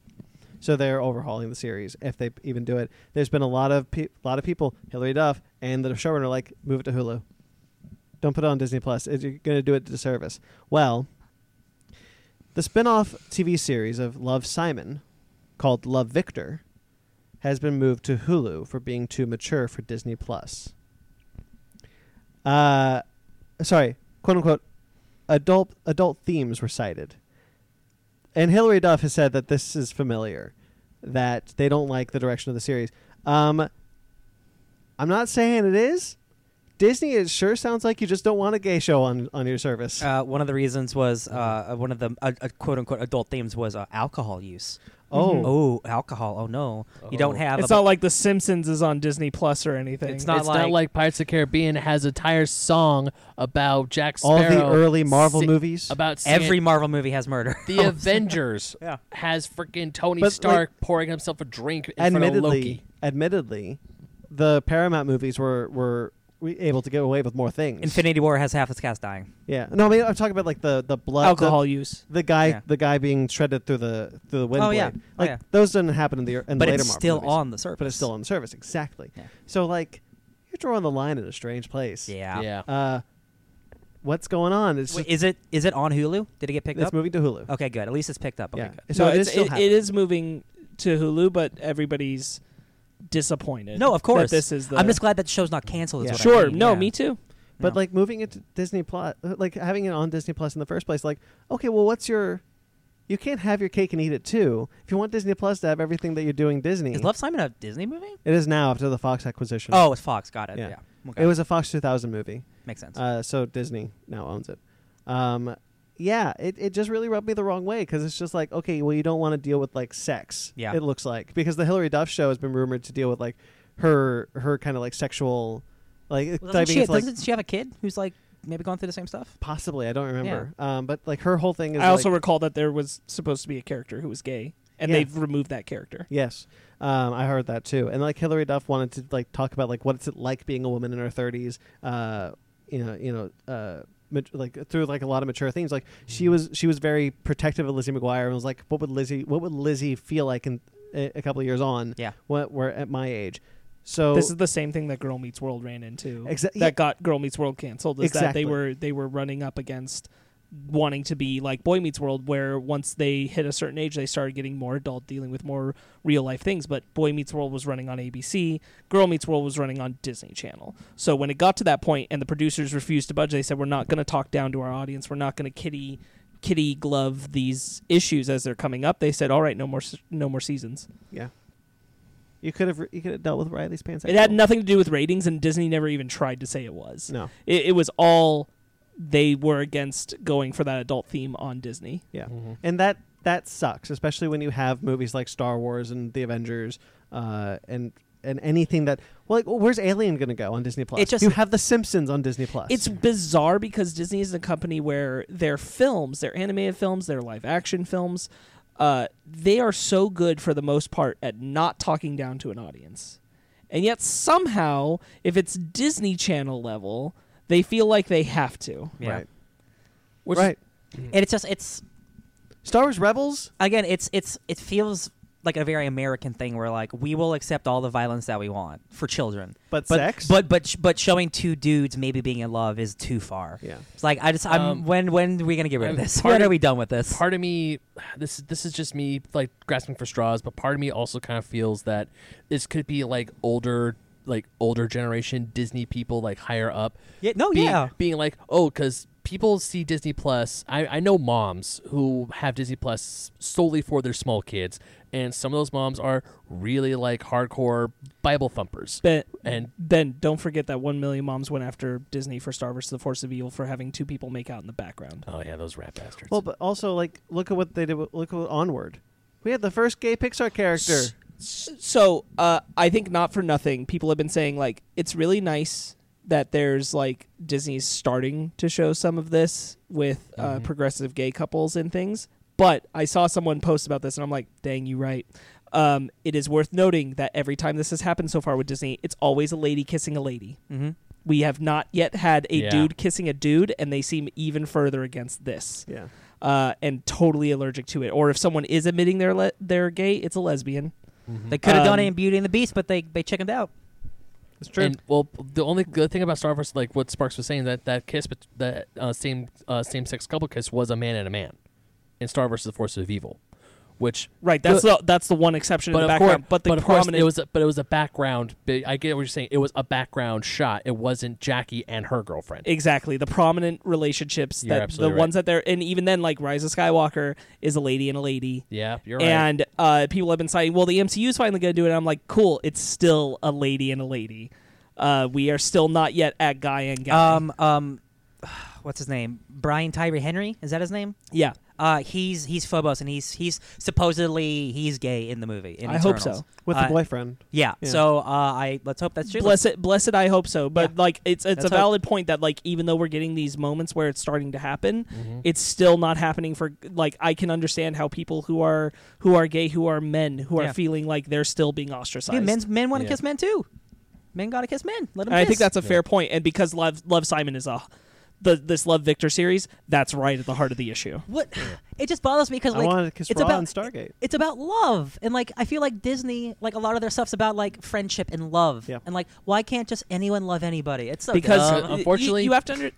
so they're overhauling the series if they even do it there's been a lot of pe- lot of people hillary duff and the showrunner like move it to hulu don't put it on disney plus It- you're going to do it a disservice well the spin-off tv series of love simon called love victor has been moved to hulu for being too mature for disney plus uh sorry quote unquote adult adult themes were cited. And Hilary Duff has said that this is familiar, that they don't like the direction of the series. Um, I'm not saying it is. Disney, it sure sounds like you just don't want a gay show on, on your service. Uh, one of the reasons was uh, one of the uh, uh, quote unquote adult themes was uh, alcohol use. Oh. Oh, alcohol. Oh no. You don't Oh. have It's a not like The Simpsons is on Disney Plus or anything. It's not it's like- not like Pirates of the Caribbean has an entire song about Jack Sparrow. All the early Marvel si- movies. about seeing- every Marvel movie has murder. the Avengers Yeah. has freaking Tony But, like- Stark pouring himself a drink in front of Loki. admittedly, admittedly, the Paramount movies were, were we- able to get away with more things. Infinity War has half its cast dying. Yeah. No, I mean, I'm talking about like the, the blood. alcohol the- use. The guy, Yeah. the guy being shredded through the through the wind Oh, blade. yeah. Oh, Like yeah. those didn't happen in the in but later it's Marvel still movies. on the surface. but it's still on the service. Exactly. Yeah. So like, you're drawing the line at a strange place. Yeah. Yeah. Uh, what's going on? It's Wait, just, is it is it on Hulu? Did it get picked it's up? moving to Hulu. Okay, good. At least it's picked up. Okay, yeah. good. So no, it is it's- still it, happening. it is moving to Hulu, but everybody's disappointed. No, of course. That this is the. I'm just glad that the show's not canceled. Is Yeah. what I sure. mean, no, yeah. me too. But No. like moving it to Disney Plus, uh, like having it on Disney Plus in the first place, like okay, well, what's your? You can't have your cake and eat it too. If you want Disney Plus to have everything that you're doing Disney, Is Love Simon a Disney movie? it is now after the Fox acquisition. Oh, it's Fox. Got it. Yeah. Yeah. Okay. it was a Fox 2000 movie. Makes sense. Uh, so Disney now owns it. Um, yeah, it, it just really rubbed me the wrong way because it's just like, okay, well, you don't want to deal with like sex. Yeah. It looks like because the Hillary Duff show has been rumored to deal with like her her kind of like sexual, like Well, doesn't, diving she, into, like doesn't she have a kid who's like maybe gone through the same stuff? possibly I don't remember. Um, but like her whole thing is I also like, recall that there was supposed to be a character who was gay. and Yeah. they've removed that character. Yes, um, I heard that too. And like Hillary Duff wanted to like talk about like what's it like being a woman in her thirties. Uh, you know, you know, uh, mat- like through like a lot of mature things. Like she was she was very protective of Lizzie McGuire and was like, what would Lizzie what would Lizzie feel like in a, a couple of years on? Yeah. what were at my age. So This is the same thing that Girl Meets World ran into. Exa- that yeah. got Girl Meets World canceled. Is that Exactly. they were they were running up against wanting to be like Boy Meets World, where once they hit a certain age, they started getting more adult, dealing with more real life things. But Boy Meets World was running on ABC. Girl Meets World was running on Disney Channel. So when it got to that point, and the producers refused to budge, they said, "We're not going to talk down to our audience. We're not going to kitty." kitty glove these issues as they're coming up they said all right no more s- no more seasons yeah, you could have re- you could have dealt with Riley's pants. it had nothing to do with ratings, and Disney never even tried to say it was. No. It, it was all they were against going for that adult theme on Disney. Yeah, and that that sucks, especially when you have movies like Star Wars and The Avengers, uh, and and anything that well, like, where's Alien going to go on Disney Plus? It just- you have The Simpsons on Disney Plus. It's bizarre because Disney is a company where their films, their animated films, their live action films, uh, they are so good for the most part at not talking down to an audience. And yet somehow, if it's Disney Channel level, they feel like they have to. Yeah. right, Which right. And it's just it's Star Wars Rebels. again it's it's it feels like a very American thing where like we will accept all the violence that we want for children, But but sex? but but sh- but showing two dudes maybe being in love is too far. Yeah, It's like I just I'm Um, when when are we gonna get rid of I'm- this? part When of- are we done with this? part of me this this is just me like grasping for straws but part of me also kind of feels that this could be like older like older generation disney people like higher up Yeah, no, being, yeah. being like oh because people see disney plus I, I know moms who have disney plus solely for their small kids and some of those moms are really like hardcore bible thumpers Ben, And- Ben, don't forget that one million moms went after Disney for Star Wars: The Force of Evil for having two people make out in the background. oh yeah those rat bastards well, but also like look at what they did. With, look at Onward. We had the first gay Pixar character. So uh, I think not for nothing, people have been saying like it's really nice that there's like Disney's starting to show some of this with uh, progressive gay couples and things. But I saw someone post about this, and I'm like, dang, you right. Um, it is worth noting that every time this has happened so far with Disney, it's always a lady kissing a lady. mm-hmm. We have not yet had a Yeah. dude kissing a dude, and they seem even further against this Yeah, uh, and totally allergic to it. Or if someone is admitting they're le- they're gay, it's a lesbian. They could have done Um, it in Beauty and the Beast, but they they chickened out. it's true. And well, the only good thing about Star Wars, like what Sparks was saying, that that kiss, but that uh, same uh, same sex couple kiss was a man and a man in Star Wars: The Force of Evil, which Right. That's the, that's the one exception in but the of background. course, but the of course prominent it was a, but it was a background. But I get what you're saying. It was a background shot. It wasn't Jackie and her girlfriend. exactly the prominent relationships You're that the absolutely right. ones that they're and even then like Rise of Skywalker is a lady and a lady. yeah, you're right. And uh, people have been citing, well, the MCU's finally going to do it. And I'm like, cool. It's still a lady and a lady. Uh, we are still not yet at guy and Uh, guy. Um um, what's his name? Brian Tyree Henry is that his name? yeah. Uh, he's he's Phobos, and he's he's supposedly he's gay in the movie. In I hope Eternals. so. with uh, the boyfriend. Yeah. Yeah. So uh, I let's hope that's true. Blessed, blessed. I hope so. But Yeah. like, it's it's Let's a hope. valid point that like, even though we're getting these moments where it's starting to happen, Mm-hmm. it's still not happening for like. I can understand how people who are who are gay, who are men, who Yeah. are feeling like they're still being ostracized. Dude, men's, men want to Yeah. kiss men too. Men gotta kiss men. Let and them. I think that's a fair point. And because Love Love Simon is a the this Love Victor series, that's right at the heart of the issue. what. It just bothers me because I like wanted to kiss it's Ra about in Stargate. It's about love, and like I feel like Disney, like a lot of their stuff's about like friendship and love, Yeah. and like why can't just anyone love anybody? It's so because dumb. Uh, y- unfortunately- you, you have to under.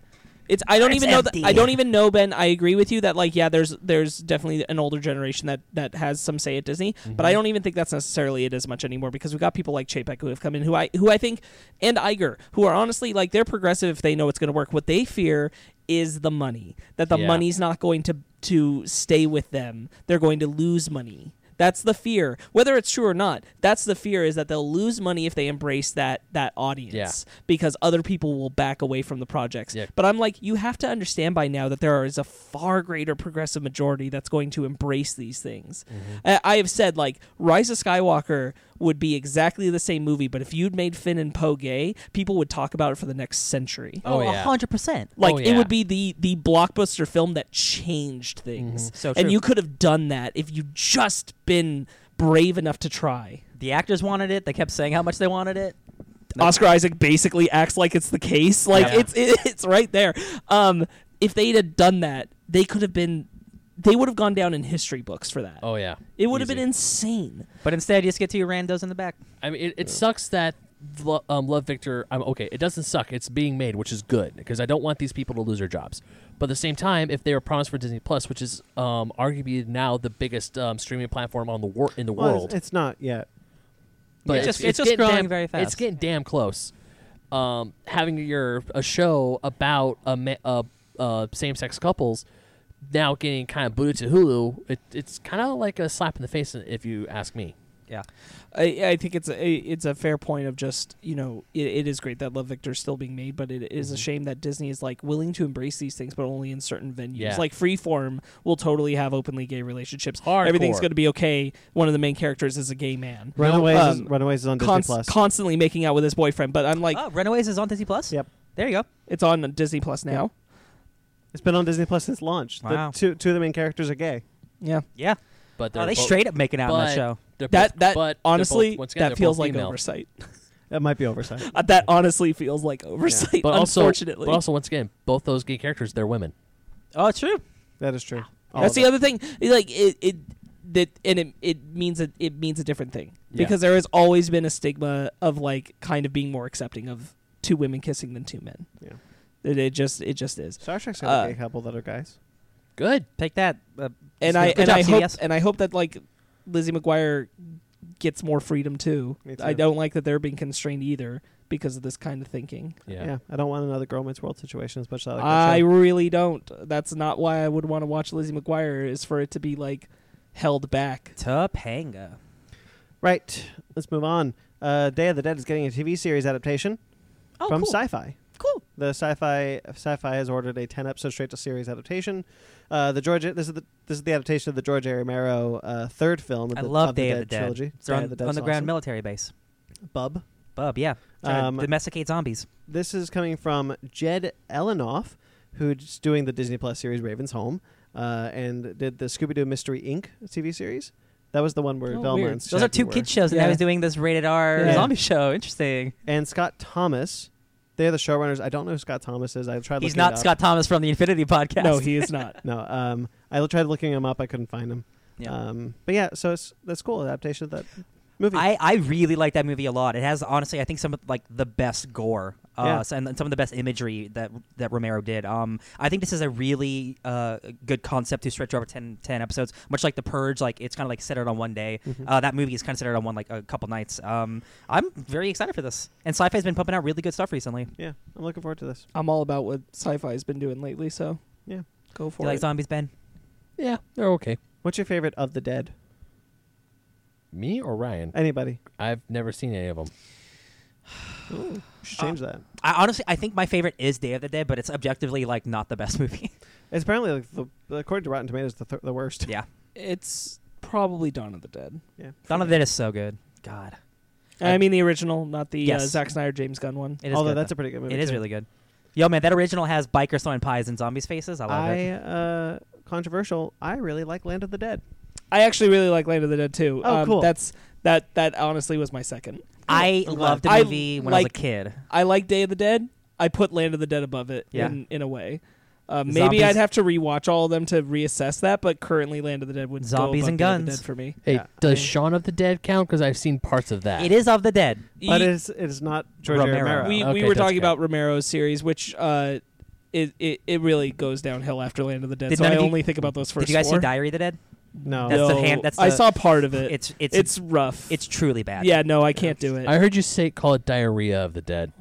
It's I don't It's even know that empty. I don't even know Ben. I agree with you that like yeah, there's there's definitely an older generation that that has some say at Disney, but Mm-hmm. I don't even think that's necessarily it as much anymore because we've got people like Chapek who have come in who I who I think and Iger who are honestly like they're progressive if they know it's going to work. What they fear is the money that the Yeah. money's not going to to stay with them. They're going to lose money. That's the fear. Whether it's true or not, that's the fear is that they'll lose money if they embrace that that audience Yeah. because other people will back away from the projects. Yeah. But I'm like, you have to understand by now that there is a far greater progressive Mm-hmm. majority that's going to embrace these things. I, I have said, like, Rise of Skywalker would be exactly the same movie, but if you'd made Finn and Poe gay, people would talk about it for the next century. Oh, a yeah. 100%. Like Oh, it yeah. would be the the blockbuster film that changed things. Mm-hmm. So and true. you could have done that if you'd just been brave enough to try. The actors wanted it. They kept saying how much they wanted it. Nope. Oscar Isaac basically acts like it's the case. Like Yeah. it's it, it's right there. Um, if they'd have done that, they could have been. They would have gone down in history books for that. Oh yeah. it would have Easy. been insane. But instead, you just get to your randos in the back. I mean, it, it sucks that Lo- um, Love Victor. I'm okay. It doesn't suck. It's being made, which is good because I don't want these people to lose their jobs. But at the same time, if they were promised for Disney Plus, which is um, arguably now the biggest um, streaming platform on the wor- in the Well, world, It's, it's not yet. but It's just- it's just getting growing damn- very It's fast. getting damn close. Um, having your a show about a, ma- uh, uh, same sex couples now getting kind of booted to Hulu, it, it's kind of like a slap in the face if you ask me. Yeah. I, I think it's a it's a fair point of just you know it, it is great that Love Victor is still being made, but it is Mm-hmm. a shame that Disney is like willing to embrace these things, but only in certain venues. Yeah. Like Freeform will totally have openly gay relationships. Everything's Hardcore. going to be okay. One of the main characters is a gay man, Runaways, is, um, Runaways is on Const- Disney Plus. constantly making out with his boyfriend. But I'm like, oh, Runaways is on Disney Plus? Yep. There you go. it's on Disney Plus now. it's been on Disney Plus since launch. Wow. The two two of the main characters are gay. Yeah, Yeah. But Oh, they're they both- straight up making out on but- that show. they're that both- that but they're honestly both- once again, that they're feels both like female. oversight. That might be oversight. Uh, that honestly feels like oversight. But also, unfortunately, but also once again, both those gay characters, they're women. Oh, it's true. that is true. All That's of the other thing. Like it, it that and it, it means a, it means a different thing Yeah. because there has always been a stigma of like kind of being more accepting of two women kissing than two men. it. Yeah. It, it just it just is. Star Trek's got Uh, a gay couple that are guys. Good. Take that. Uh, And Good I and job, I hope CBS. and I hope that like Lizzie McGuire gets more freedom too. Me too. I don't like that they're being constrained either because of this kind of thinking. Yeah. I don't want another Girl Meets World situation as much as I like that I show. really don't. That's not why I would want to watch Lizzie McGuire is for it to be like held back. Topanga. Right. Let's move on. Uh, Day of the Dead is getting a TV series adaptation Oh, from cool. Sci-Fi. cool. The Sci-Fi Sci-Fi has ordered a ten episode straight to series adaptation. Uh, the George this is the this is the adaptation of the George A. Romero uh, third film. Of I the, love of the Day Dead of the Dead. trilogy. It's Day on, of the Dead's on the ground awesome. military base. Bub. Bub, yeah. Trying to Um, domesticate zombies. This is coming from Jed Elenoff, who's doing the Disney Plus series Raven's Home, uh, and did the Scooby Doo Mystery Inc. TV series. That was the one where Oh, Velma weird. and Those are Shaggy two were. kids shows, and now Yeah. he's doing this rated R Yeah. zombie show. Interesting. And Scott Thomas, they're the showrunners. I don't know who Scott Thomas is. I tried. He's looking not it up. Scott Thomas from the Infinity Podcast. No, he is not. No, um, I tried looking him up. I couldn't find him. Yeah. Um, but yeah, so it's that's cool adaptation of that movie. I, I really like that movie a lot. It has honestly, I think some of like the best gore, uh, Yeah. s- and, and some of the best imagery that that Romero did. Um, I think this is a really uh, good concept to stretch over 10, 10 episodes, much like The Purge. Like it's kind of like centered on one day. Mm-hmm. Uh, that movie is kind of centered on one like a couple nights. Um, I'm very excited for this, and Sci-Fi has been pumping out really good stuff recently. yeah, I'm looking forward to this. I'm all about what sci-fi has been doing lately, so Yeah. go for You like it. zombies, Ben? Yeah, they're okay. What's your favorite of the dead? Me or Ryan? Anybody? I've never seen any of them. Ooh, should change Uh, that. I honestly, I think my favorite is Day of the Dead, but it's objectively like not the best movie. It's apparently like the, according to Rotten Tomatoes the, th- the worst. yeah, It's probably Dawn of the Dead. Yeah. Dawn of the Dead is so good. God, I mean the original, not the uh, Uh, Yes. Zack Snyder James Gunn one. it is. Although good, that's though. a pretty good movie. It is too. really good. Yo, man, that original has bikers throwing pies and zombies faces. I love I it. uh, controversial. I really like Land of the Dead. I actually really like Land of the Dead too. Oh, um, cool. That's that. That honestly was my second. I I'm glad. loved the I movie when I was like- a kid. I like Day of the Dead. I put Land of the Dead above it Yeah. in, in a way. Uh, The maybe zombies- I'd have to rewatch all of them to reassess that, but currently Land of the Dead would go Zombies above and Day of the guns. Dead for me. Hey, Yeah. does Shaun of the Dead count? Because I've seen parts of that. It is of the dead. But Ye- it is, it is not George A. Romero. Romero. we, Okay, we were that's talking okay. about Romero's series, which uh, it, it it really goes downhill after Land of the Dead. Did so none I of you- only think about those first. Did you guys four. see Diary of the Dead? no. That's the No, hand- that's I the- saw part of it. It's It's it's it's, it's rough. truly bad. yeah. No, I can't do it. I heard you say call it diarrhea of the dead.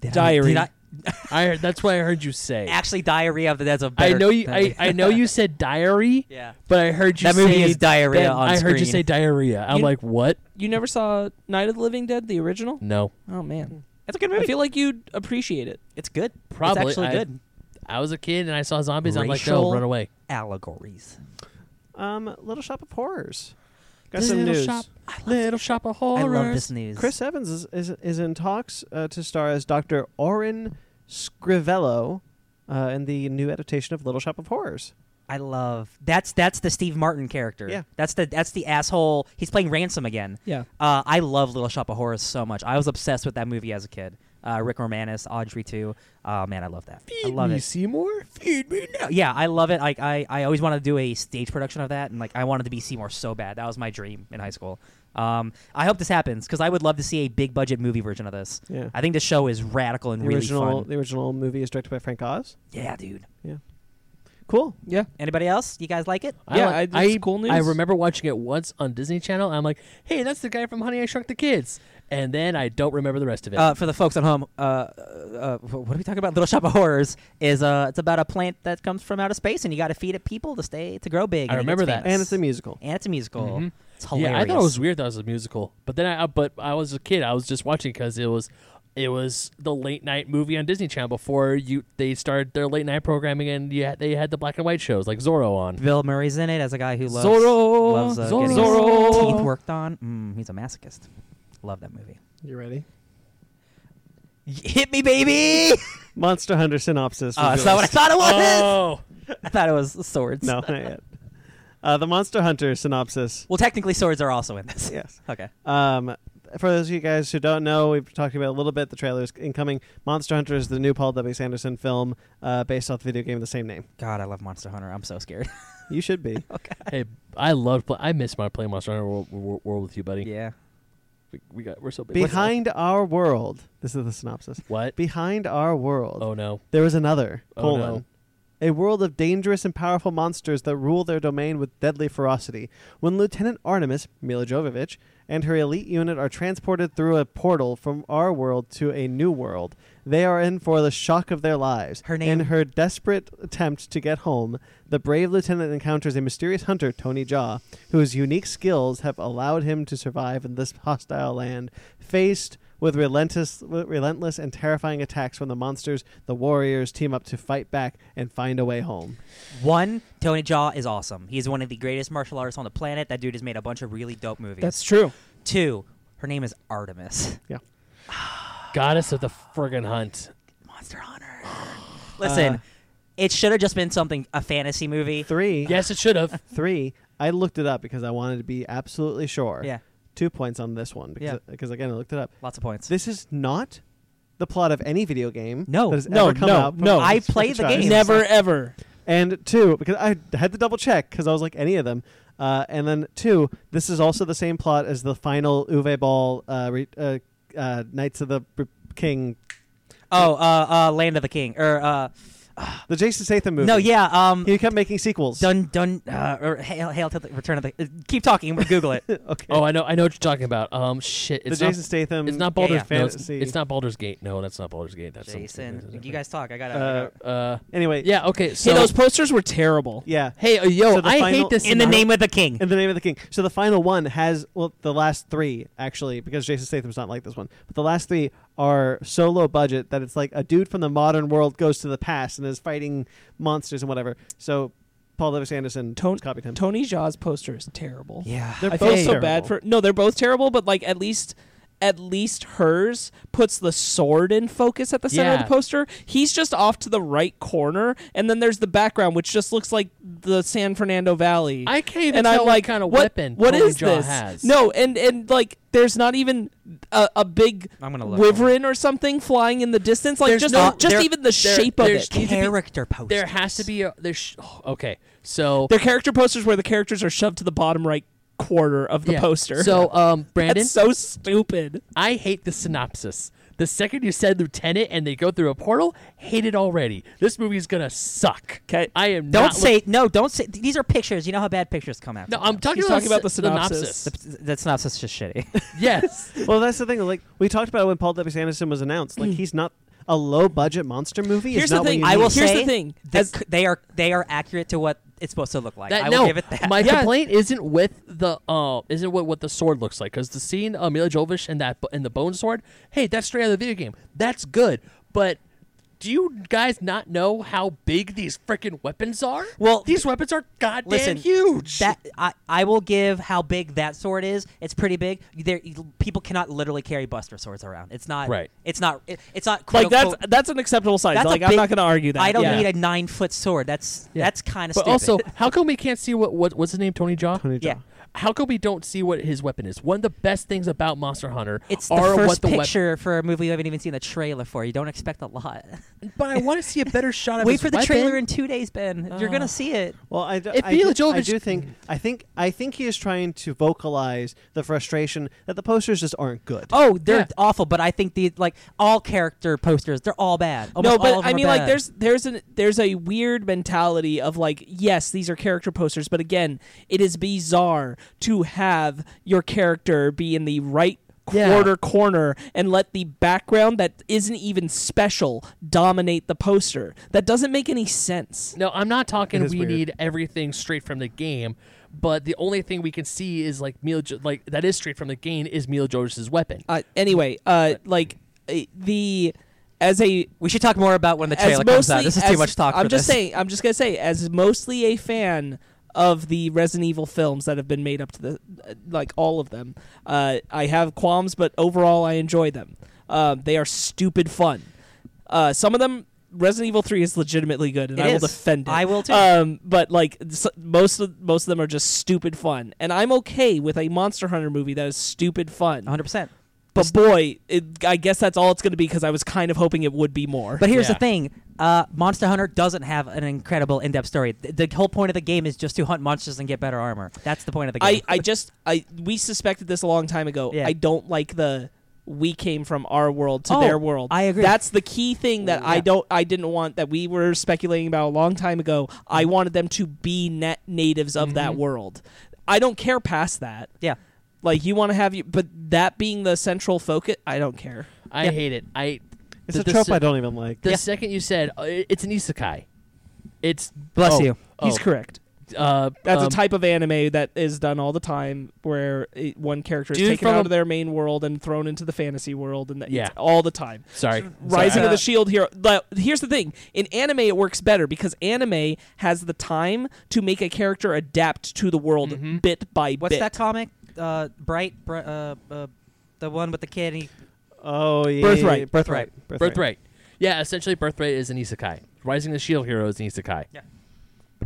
Did I- Diary. did I- I heard, that's what I heard you say. actually, Diarrhea of the Dead's a I better. know you. than- I, I know you said diary, yeah. but I heard you. That say movie is diarrhea Ben, on I heard you screen. say diarrhea. I'm You- like, what? you never saw Night of the Living Dead, the original? No, Oh man, That's a good I movie. feel like you'd appreciate it. it's good. Probably, It's actually I- good. I was a kid and I saw zombies. I'm like, no, Racial- run away. Allegories. Um, Little Shop of Horrors. Got some little news. Shop, little shop of I horrors. love this news. Chris Evans is, is, is in talks uh, to star as Dr. Oren Scrivello uh, in the new adaptation of Little Shop of Horrors. I love that's that's the Steve Martin character. Yeah. that's the that's the asshole. He's playing ransom again. Yeah. Uh, I love Little Shop of Horrors so much. I was obsessed with that movie as a kid. Uh, Rick Moranis, Audrey too. Oh man, I love that. I love it. Seymour. Feed me now. Yeah, I love it. I, I I always wanted to do a stage production of that, and like I wanted to be Seymour so bad. That was my dream in high school. Um, I hope this happens because I would love to see a big budget movie version of this. Yeah. I think the show is radical and The really original fun. the original movie is directed by Frank Oz. Yeah, dude. Cool. Yeah. Anybody else? You guys like it? Yeah, I, like- I- it's cool news. I remember watching it once on Disney Channel. And I'm like, hey, that's the guy from Honey I Shrunk the Kids, and then I don't remember the rest of it. Uh, for the folks at home, uh, uh, what are we talking about? Little Shop of Horrors is uh, it's about a plant that comes from outer space, and you got to feed it people to stay to grow big. I and it remember gets that. famous. And it's a musical. and it's a musical. Mhm. It's hilarious. Yeah, I thought it was weird that it was a musical, but then I, I- but I was a kid. I was just watching because it was it was the late night movie on Disney Channel before you they started their late night programming and yeah they had the black and white shows like Zorro on. Bill Murray's in it as a guy who loves Zorro, loves uh, getting his Zorro. teeth worked on. Mm, he's a masochist. Love that movie. You ready? Y- Hit me, baby! Monster Hunter synopsis. Uh, that's reveals- not what I thought it was. Oh, I thought it was swords. no, not yet. Uh, the Monster Hunter synopsis. Well, technically, swords are also in this. Yes. Okay. Um, for those of you guys who don't know, we've talked about it a little bit. The trailer is incoming. Monster Hunter is the new Paul W. Sanderson film uh, based off the video game of the same name. God, I love Monster Hunter. I'm so scared. You should be. hey, I loved play, I miss my playing Monster Hunter World, World, World with you, buddy. yeah. We, we got we're so big. Behind our world. This is the synopsis. what? Behind our world. Oh no. There is another Oh, colon. no. A world of dangerous and powerful monsters that rule their domain with deadly ferocity. When Lieutenant Artemis Mila Jovovich and her elite unit are transported through a portal from our world to a new world, they are in for the shock of their lives. Her name- In her desperate attempt to get home, the brave lieutenant encounters a mysterious hunter, Tony Jaw, whose unique skills have allowed him to survive in this hostile land, faced with relentless, relentless and terrifying attacks from the monsters. The warriors team up to fight back and find a way home. One, Tony Jaw is awesome. He's one of the greatest martial artists on the planet. That dude has made a bunch of really dope movies. That's true. Two, her name is Artemis. Goddess of the friggin' hunt. Monster Hunter. Listen, Uh, it should have just been something a fantasy movie. Three, Yes, it should have. three. I looked it up because I wanted to be absolutely sure. Yeah, Two points on this one because, because again I looked it up. lots of points. This is not the plot of any video game. No. that has No, ever come no, out. no. from I this played the franchise. game. Never ever. And two, because I had to double check because I was like any of them. Uh, and then two, this is also the same plot as the final Uwe Ball uh, re- uh, uh, Knights of the Re- King, oh, uh, uh, Land of the King, or uh, the Jason Statham movie. no, yeah, um, he kept making sequels. Dun Dun, uh, or Hail, Hail to the Return of the. uh, keep talking. We'll Google it. okay. Oh, I know. I know what you're talking about. Um, shit. the It's Jason Statham. not. It's not Baldur's yeah. no, it's- Fantasy. it's, not Baldur's Gate. No, that's not Baldur's Gate. That's something- Jason, that's you guys talk. I gotta. Uh, Uh, Anyway, yeah. Okay. So hey, those posters were terrible. yeah. Hey, uh, yo, So the I final- hate this. in the synop- name of the King. In the name of the king. So the final one has well, the last three actually, because Jason Statham's not like this one. But the last three are so low budget that it's like a dude from the modern world goes to the past and is fighting monsters and whatever. So Paul Lewis Anderson Tone- copied him. Tony Jaa's poster is terrible. yeah. They're I both feel so terrible. bad for no, they're both terrible, but like at least at least hers puts the sword in focus at the center of Yeah. the poster. He's just off to the right corner, and then there's the background, which just looks like the San Fernando Valley. I can't even and tell I'm like, what kind of what, weapon What Tony is Jaa this? has. No, and and like, there's not even a, a big I'm gonna look. wyvern or something flying in the distance. Like There's just no- just there- even the there- shape of there's- it. needs to be- character post. There has to be a there. Sh- oh, okay, so They're character posters where the characters are shoved to the bottom right quarter of the yeah. poster. So, um, Brandon, That's so stupid. I hate the synopsis. The second you said lieutenant and they go through a portal, hate it already. This movie is gonna suck. 'Kay. I am. Don't not say no. Don't say these are pictures. You know how bad pictures come out. No, I'm talking, He's about, talking about the sy- synopsis. That's not such just shitty. yes. Well, that's the thing. Like we talked about it when Paul W. Anderson was announced. Like he's not a low budget monster movie. is Here's the not what thing, Oh, you I need. will Here's the say thing. that As- c- they are they are accurate to what it's supposed to look like. That- I will no, give it that. my Yeah. complaint isn't with the uh, isn't what what the sword looks like because the scene uh, of Mila Jovovich and that and the bone sword. Hey, that's straight out of the video game. That's good, but do you guys not know how big these freaking weapons are? Well, these weapons are goddamn Listen, huge. That I, I will give how big that sword is. It's pretty big. There, people cannot literally carry Buster swords around. It's not Right. It's not. it- it's not. Quote Like that's unquote- that's an acceptable size. that's a like I'm big- not going to argue that. I don't Yeah. need a nine foot sword. That's Yeah. that's kind of. but stupid. also, how come we can't see what, what what's his name, Tony Jaw? Tony yeah. Jaa. How come we don't see what his weapon is? One of the best things about Monster Hunter It's the are first what the weapon. picture for a movie you haven't even seen the trailer for. You don't expect a lot. But I want to see a better shot of Wait his for the weapon. trailer in two days, Ben. You're gonna see it. Well, I, d- If I, Mila do, I Jovovich- do think I think I think he is trying to vocalize the frustration that the posters just aren't good. Oh, they're Yeah. awful. But I think the like all character posters, they're all bad. no, Almost all of but them I are mean, like, bad. there's there's an there's a weird mentality of like, yes, these are character posters, but again, it is bizarre to have your character be in the right Yeah. quarter corner and let the background that isn't even special dominate the poster. That doesn't make any sense. No, I'm not talking. It is We weird. need everything straight from the game, but the only thing we can see is like Mila, Jo- like that is straight from the game is Mila Jovovich's weapon. Uh, anyway, uh, like uh, the as a We should talk more about when the trailer as comes mostly, out. This is as- too much talk. I'm for just this. saying. I'm just gonna say, as mostly a fan of the Resident Evil films that have been made up to the, uh, like all of them, uh, I have qualms, but overall I enjoy them. Uh, they are stupid fun. Uh, some of them, Resident Evil Three is legitimately good, and It I will is. defend it. I will too. Um, but like s most of most of them are just stupid fun, and I'm okay with a Monster Hunter movie that is stupid fun. 100. percent But boy, it, I guess that's all it's going to be because I was kind of hoping it would be more. But here's Yeah. the thing: uh, Monster Hunter doesn't have an incredible in-depth story. Th- The, whole point of the game is just to hunt monsters and get better armor. That's the point of the game. I, I just I we suspected this a long time ago. Yeah. I don't like the we came from our world to Oh, their world. I agree. That's the key thing that I Yeah. don't I didn't want that we were speculating about a long time ago. I wanted them to be net natives of that world. I don't care past that. yeah. Like you want to have you but that being the central focus, I don't care. I Yeah. hate it. I it's the- a the trope se- I don't even like. The Yeah. second you said uh, it- it's an isekai, it's Bless oh, you. oh, He's correct. Uh, That's um, a type of anime that is done all the time, where it, one character is Dude taken from out a- of their main world and thrown into the fantasy world, and that Yeah. it's all the time. Sorry, Rising Sorry. of the Uh, Shield Hero. But here's the thing: in anime, it works better because anime has the time to make a character adapt to the world Mm-hmm. Mhm. bit by What's bit. that comic? Uh, Bright, br- uh, uh, the one with the kid. And he, Oh yeah, Birthright. birthright, birthright. Birthright. Yeah, essentially, Birthright is an isekai. Rising of the Shield Hero is an isekai. Yeah.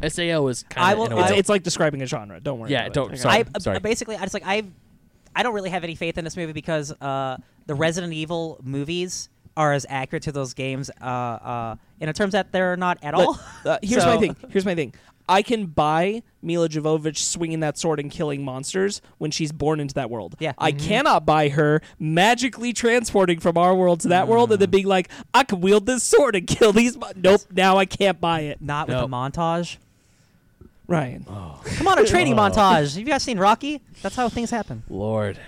Sao is I kind will- of. It's, I- it's like describing a genre. Don't worry. Yeah, about it. don't- Okay. sorry. I uh, basically, I just like I, I don't really have any faith in this movie because uh, the Resident Evil movies are as accurate to those games uh, uh, in a terms that they're not at all. But, uh, here's my So- thing. Here's my thing. I can buy Mila Jovovich swinging that sword and killing monsters when she's born into that world. Yeah. I cannot buy her magically transporting from our world to that world and Mm-hmm. then being like, I can wield this sword and kill these. Mon-. Nope. Now I can't buy it. Not with No. the montage. Ryan. Come on, a training Oh. montage. Have you guys seen Rocky? That's how things happen. Lord,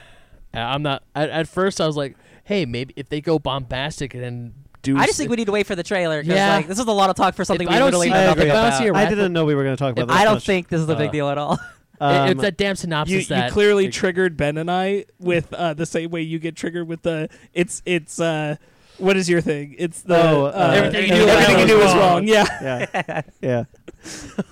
I- I'm not. At, at first, I was like, "Hey, maybe if they go bombastic and then do." I just think we need to wait for the trailer because Yeah. like this is a lot of talk for something If- we I don't literally see- know I nothing agree. If I don't see about. a I didn't know we were going to talk about this. I don't much. think this is a big Uh, deal at all. It- Um, it's that damn synopsis you, that you clearly triggered Ben and I with uh, the same way you get triggered with the it's it's uh, what is your thing? It's the Oh, uh, uh, everything you do, everything you everything do you is do is wrong. wrong. Yeah, yeah, yeah.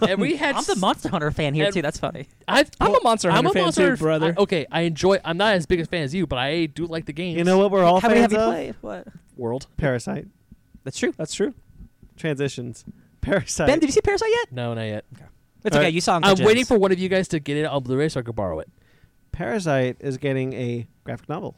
and we had. I'm the Monster Hunter fan here and- too. That's funny. I've, I'm a Monster I'm Hunter oh, a fan Monster too, Hunter f- brother. I- okay, I enjoy. I'm not as big a fan as you, but I do like the games. You know what? We're all how fans many have you of? played? What? World. Parasite That's true. that's true. transitions. Parasite. Ben, did you see Parasite yet? No, not yet. It's All Uh, okay. right. You saw. I'm waiting for one of you guys to get it on Blu-ray so I can borrow it. Parasite is getting a graphic novel.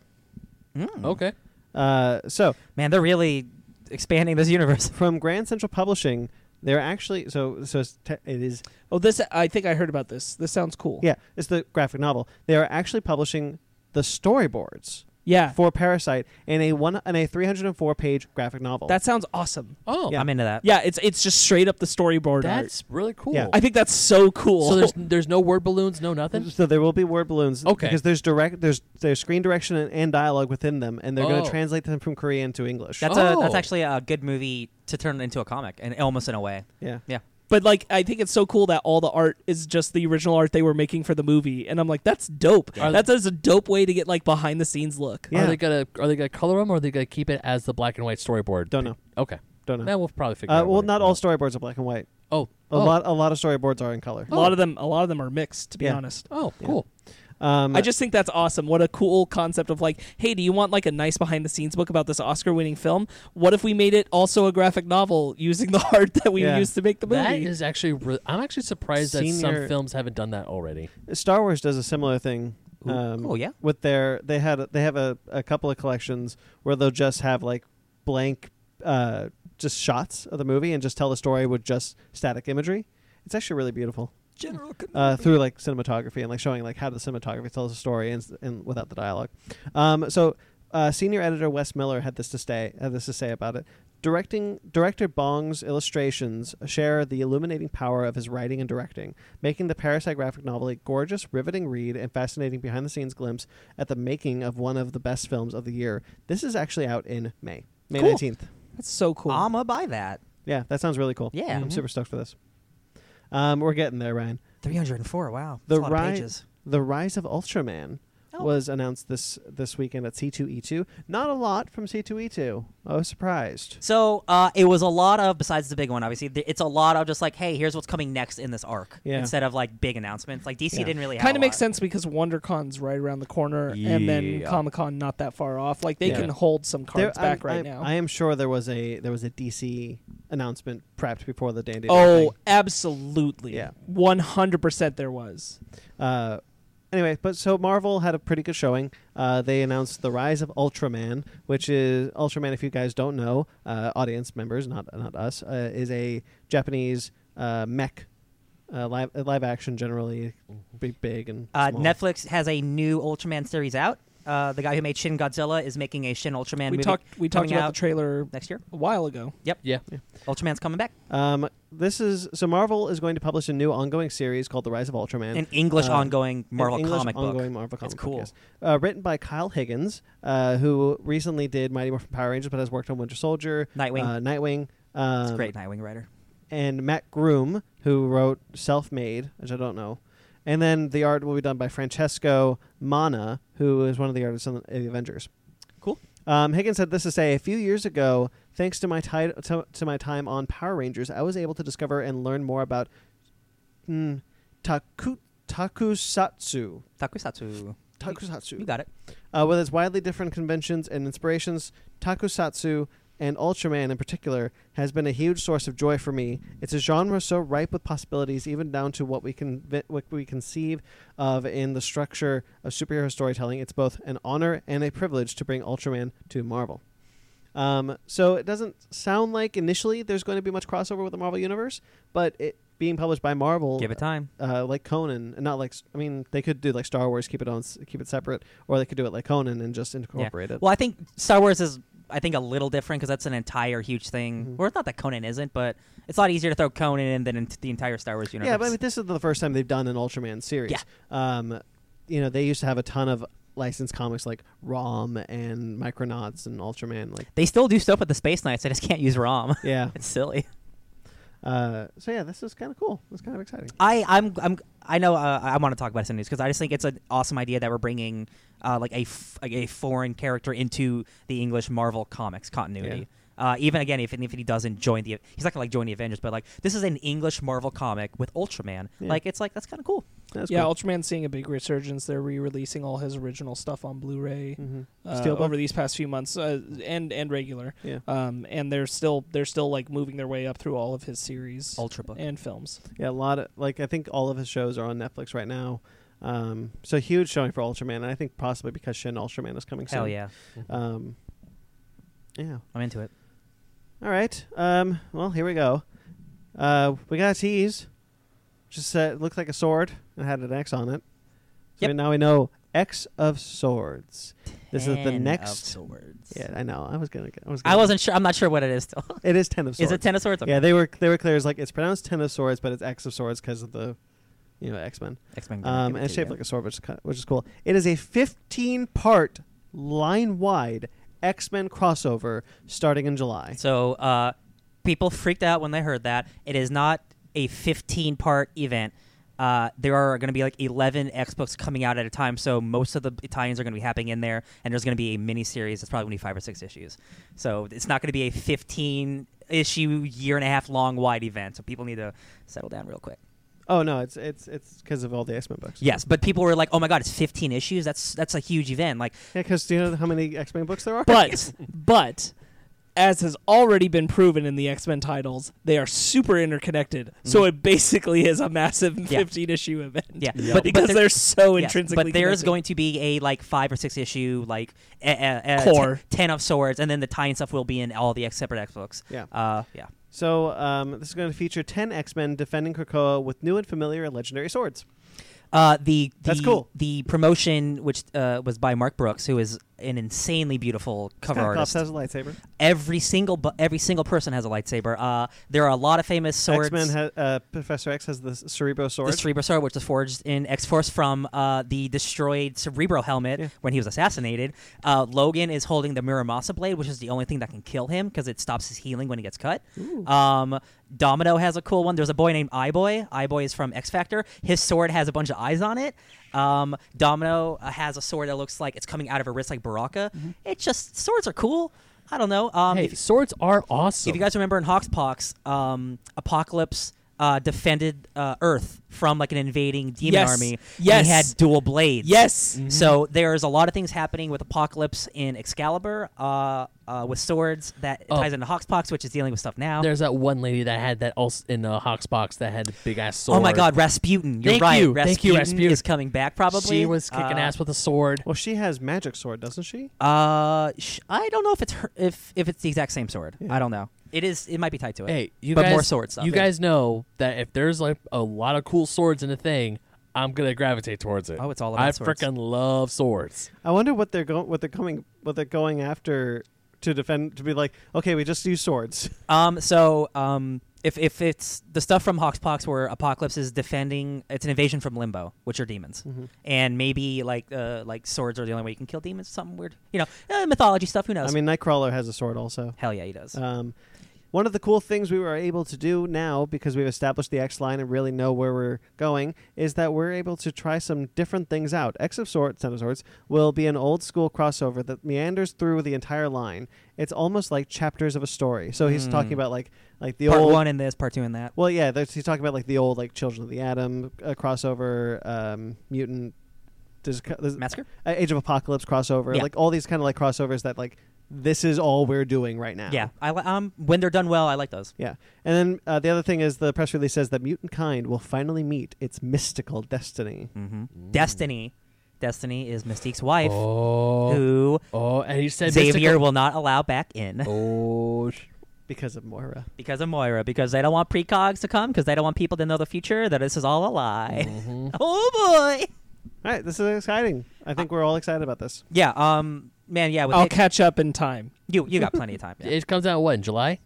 Mm. Mm. Okay. Uh, so Man, they're really expanding this universe. from Grand Central Publishing, they're actually so so it's te- it is Oh, this I think I heard about this. This sounds cool. yeah it's the graphic novel. They are actually publishing the storyboards yeah, for Parasite in a one in a 304 page graphic novel. that sounds awesome. Oh, Yeah. I'm into that. Yeah, it's it's just straight up the storyboard that's really cool. Yeah. art. I think that's so cool. so there's there's no word balloons, no nothing. So there will be word balloons. Okay. Because there's direct, there's there's screen direction and, and dialogue within them, and they're going Oh. to translate them from Korean to English. That's a that's Oh. actually a good movie to turn into a comic and almost in a way. yeah. Yeah. but like I think it's so cool that all the art is just the original art they were making for the movie, and I'm like, that's dope. Are- That is a dope way to get like behind the scenes look. Yeah. Are they gonna are they gonna color them or are they gonna keep it as the black and white storyboard? Don't know. Okay. Don't know. Man, we'll probably figure Uh, out. well, what it- not all storyboards are black and white. Oh, A oh, lot, a lot of storyboards are in color. A lot of them, a lot of them are mixed. To be Yeah. honest, Oh, cool. Um, I just think that's awesome. What a cool concept of like, hey, do you want like a nice behind the scenes book about this Oscar winning film? What if we made it also a graphic novel using the art that we Yeah. used to make the movie? That is actually. Re- I'm actually surprised that some Senior- films haven't done that already. Star Wars does a similar thing. Um, Oh, yeah? With their they had they have a, a couple of collections where they'll just have like blank uh, just shots of the movie and just tell the story with just static imagery. It's actually really beautiful General uh, through like cinematography and like showing like how the cinematography tells a story and, s- and without the dialogue. Um, so uh, senior editor Wes Miller had this to stay had this to say about it. Directing director Bong's illustrations share the illuminating power of his writing and directing, making the Parasite graphic novel a gorgeous, riveting read and fascinating behind-the-scenes glimpse at the making of one of the best films of the year. This is actually out in May, May Cool. nineteenth. That's so cool. Ah, I'ma buy that. Yeah, that sounds really cool. Yeah. I'm super stoked for this. Um, we're getting there, Ryan. 304. Wow. That's The a lot of Ri- pages. The Rise of Ultraman Oh. was announced this this weekend at C2E2. Not a lot from C2E2. I was surprised. So uh, it was a lot of besides the big one. Obviously, th- it's a lot of just like, hey, here's what's coming next in this arc, Yeah. instead of like big announcements. Like DC Yeah. didn't really have kind a of makes lot. sense because WonderCon's right around the corner, and then Yeah. Comic Con not that far off. Like they Yeah. can hold some There- cards back I'm- right I'm- now. I am sure there was a there was a DC announcement prepped before the Dandy. Day oh, thing. absolutely. Yeah. one hundred percent. There was. Uh, anyway, but so Marvel had a pretty good showing. Uh, they announced the rise of Ultraman, which is Ultraman. If you guys don't know, uh, audience members, not not us, uh, is a Japanese uh, mech. Uh, live, uh, live action generally Mm-hmm. big, big and Uh, small. Netflix has a new Ultraman series out. Uh, the guy who made Shin Godzilla is making a Shin Ultraman we movie talked. We talked coming about out the trailer next year. a while ago. Yeah. Ultraman's coming back. Um, this is so Marvel is going to publish a new ongoing series called The Rise of Ultraman. An English Uh, ongoing an Marvel English comic ongoing book. Marvel comic It's book, cool. yes. Uh, written by Kyle Higgins, uh, who recently did Mighty Morphin Power Rangers, but has worked on Winter Soldier, Nightwing. uh, Nightwing. Um, It's great Nightwing writer. And Matt Groom, who wrote Self Made, which I don't know. And then the art will be done by Francesco Mana, who is one of the artists on the, in the Avengers. Cool. Um, Higgins had this to say: A few years ago, thanks to my ti- to, to my time on Power Rangers, I was able to discover and learn more about mm, taku takusatsu. Takusatsu. Takusatsu. You got it. Uh, with its widely different conventions and inspirations, Takusatsu and Ultraman in particular has been a huge source of joy for me. It's a genre so ripe with possibilities, even down to what we can what we conceive of in the structure of superhero storytelling. It's both an honor and a privilege to bring Ultraman to Marvel. Um, so it doesn't sound like initially there's going to be much crossover with the Marvel universe, but it being published by Marvel, Give it time. uh, like Conan, and not like I mean, they could do like Star Wars, keep it on, keep it separate, or they could do it like Conan and just incorporate it. Well, I think Star Wars is, I think, a little different because that's an entire huge thing. Mm-hmm. Well, it's not that Conan isn't, but it's a lot easier to throw Conan in than into the entire Star Wars universe. yeah, but I mean, this is the first time they've done an Ultraman series. Yeah. Um, you know, they used to have a ton of licensed comics like Rom and Micronauts and Ultraman. Like, they still do stuff with the Space Knights. I just can't use ROM. yeah. it's silly. Uh, so yeah, this is kind of cool. It's kind of exciting. I I'm I'm I know uh, I want to talk about this in news because I just think it's an awesome idea that we're bringing uh, like a f- like a foreign character into the English Marvel comics continuity. Uh, even again, if if he doesn't join the he's not gonna like join the Avengers, but like this is an English Marvel comic with Ultraman. Yeah. Like it's like that's kind of cool. That's yeah, cool. Ultraman's seeing a big resurgence. They're re-releasing all his original stuff on Blu-ray Mm. Mhm. uh, Steelbook? over these past few months, uh, and and regular. Yeah. Um, and they're still they're still like moving their way up through all of his series Ultra book. and films. Yeah, a lot of like I think all of his shows are on Netflix right now. Um, so huge showing for Ultraman, and I think possibly because Shin Ultraman is coming soon. Hell yeah, Um, yeah. I'm into it. All right. Um, well, here we go. Uh, we got a tease. Just uh, it looked like a sword and had an X on it. So Yep. now we know X of swords. This is the Ten of next. swords. Yeah, I know. I was gonna. get- I was. Gonna, I wasn't sure. I'm not sure what it is. Still, It is ten of swords. is it ten of swords? Yeah, they were. They were clear. It's like it's pronounced ten of swords, but it's X of swords because of the, you know, X Men. X Men. Um, and it's shaped like a sword, which is, kind which is cool. It is a 15 part line wide X Men crossover starting in July. So uh, people freaked out when they heard that. It is not a 15 part event. Uh, there are going to be like 11 X books coming out at a time, so most of the Italians are going to be happening in there, and there's going to be a mini series that's probably going to be five or six issues. So it's not going to be a 15 issue, year and a half long wide event. So people need to settle down real quick. Oh no, it's it's it's because of all the X Men books. Yes, but people were like, "Oh my God, it's 15 issues. That's that's a huge event." Like, Yeah, because do you know how many X Men books there are? But but as has already been proven in the X Men titles, they are super interconnected. So it basically is a massive Mm-hmm. Yeah. 15 issue event. yeah, But because there- they're so Yeah, intrinsically but there is connected. going to be a like five or six issue like a, a, a Core. ten, ten of swords, and then the tie and stuff will be in all the ex- separate X books. Yeah. uh, yeah. So um, this is going to feature ten X Men defending Krakoa with new and familiar and legendary swords. Uh, the, the That's cool. The promotion, which uh, was by Mark Brooks, who is an insanely beautiful cover Cyclops artist. has a lightsaber. every single bu- every single person has a lightsaber. Uh, there are a lot of famous X swords. Men ha- uh, Professor X has the s- Cerebro sword. The Cerebro Sword, which was forged in X Force from uh, the destroyed Cerebro helmet Yeah. when he was assassinated. Uh, Logan is holding the Muramasa blade, which is the only thing that can kill him because it stops his healing when he gets cut. Um, Domino has a cool one. There's a boy named iBoy. iBoy is from X Factor. His sword has a bunch of eyes on it. Um, Domino uh, has a sword that looks like it's coming out of her wrist like Baraka. Mm-hmm. It just swords are cool. I don't know. Um, hey, if- swords are awesome. if you guys remember in Hawkspox, um, Apocalypse uh, defended uh, Earth from like an invading demon Yes. army. and Yes. he had dual blades. Mm-hmm. Yes. Mm-hmm. So there's a lot of things happening with Apocalypse in Excalibur, uh, uh, with swords that Oh. ties into Hawkspox, which is dealing with stuff now. There's that one lady that had that also in uh, Hawk's box that had the big ass sword. oh my God, Rasputin! You're Thank right. you. Rasputin Thank you, Rasputin. is coming back probably. she was kicking Uh, ass with a sword. Well, she has magic sword, doesn't she? Uh, sh- I don't know if it's her- if if it's the exact same sword. I don't know. It is. It might be tied to it. Hey, you but guys, more sword stuff. You Yeah. guys know that if there's like a lot of cool swords in a thing, I'm gonna gravitate towards it. Oh, it's all about I swords. freaking love swords. I wonder what they're going, what they're coming, what they're going after to defend. To be like, okay, we just use swords. Um, so um, if, if it's the stuff from Hawkspox where Apocalypse is defending, it's an invasion from Limbo, which are demons, Mm-hmm. and maybe like uh, like swords are the only way you can kill demons. Something weird, you know, uh, mythology stuff. Who knows? I mean, Nightcrawler has a sword also. hell yeah, he does. Um, one of the cool things we were able to do now, because we've established the X line and really know where we're going, is that we're able to try some different things out. X of Swords, Ten of Swords, will be an old school crossover that meanders through the entire line. It's almost like chapters of a story. So he's talking about like like the Hmm. part old one in this, part two in that. Well, yeah, there's, he's talking about like the old like Children of the Atom uh, crossover, um, mutant. There's, a co- there's Massacre? uh, Age of Apocalypse crossover, Yeah. like all these kind of like crossovers that like this is all we're doing right now. Yeah, I li- um when they're done well, I like those. Yeah. And then uh, the other thing is the press release says that mutant kind will finally meet its mystical destiny. Mm-hmm. Mm. Destiny, Destiny is Mystique's wife, Oh, who oh, and he said Xavier mystical- will not allow back in Oh, sh- Because of Moira. because of Moira, because they don't want precogs to come, because they don't want people to know the future that this is all a lie. Mm-hmm. oh boy. All right, this is exciting. I think we're all excited about this. Yeah. Um. Man. Yeah. With I'll it- catch up in time. you you got plenty of time. Yeah. it comes out what in July?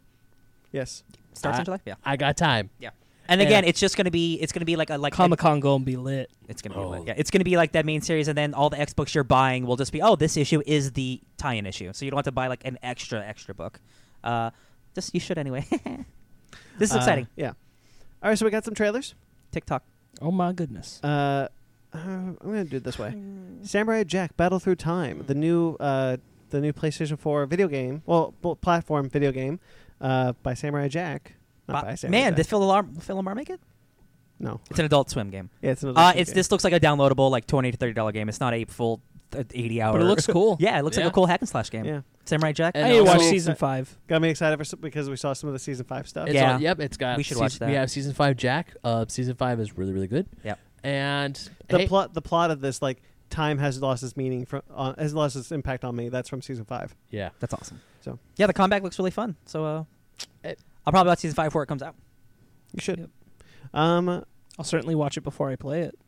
Yes. Starts I- in July. Yeah. I got time. Yeah. And Yeah. again, it's just gonna be it's gonna be like a like Comic Con gonna be lit. It's gonna be Oh. like, yeah, it's gonna be like that main series, and then all the X books you're buying will just be oh this issue is the tie-in issue, so you don't have to buy like an extra extra book. Uh, just you should anyway. this is Uh, exciting. Yeah. All right, so we got some trailers. TikTok. Oh my goodness. Uh, uh, I'm gonna do it this way. Samurai Jack: Battle Through Time, the new uh, the new PlayStation 4 video game, well, pl- platform video game, uh, by Samurai Jack. Not Wow. by Samurai Man, Jack. did Phil Alarm Phil Alarm make it? no. It's an Adult Swim game. Yeah, it's another. Uh, video it's game. this looks like a downloadable like twenty to thirty dollar game. It's not a full uh, eighty hour. But it looks cool. Yeah, it looks Yeah. like a cool hack and slash game. Yeah, Samurai Jack. I And need to also- watch season five. got me excited for, s- because we saw some of the season five stuff. It's Yeah. all- yep. It's got. We should seas- watch that. We have season five. Jack. Uh, season five is really really good. Yep. And the hey, plot the plot of this like time has lost its meaning from uh, has lost its impact on me that's from season five Yeah. That's awesome. So- yeah, the comeback looks really fun. So uh, It- I'll probably watch season five before it comes out. you should Yep. um I'll certainly watch it before I play it.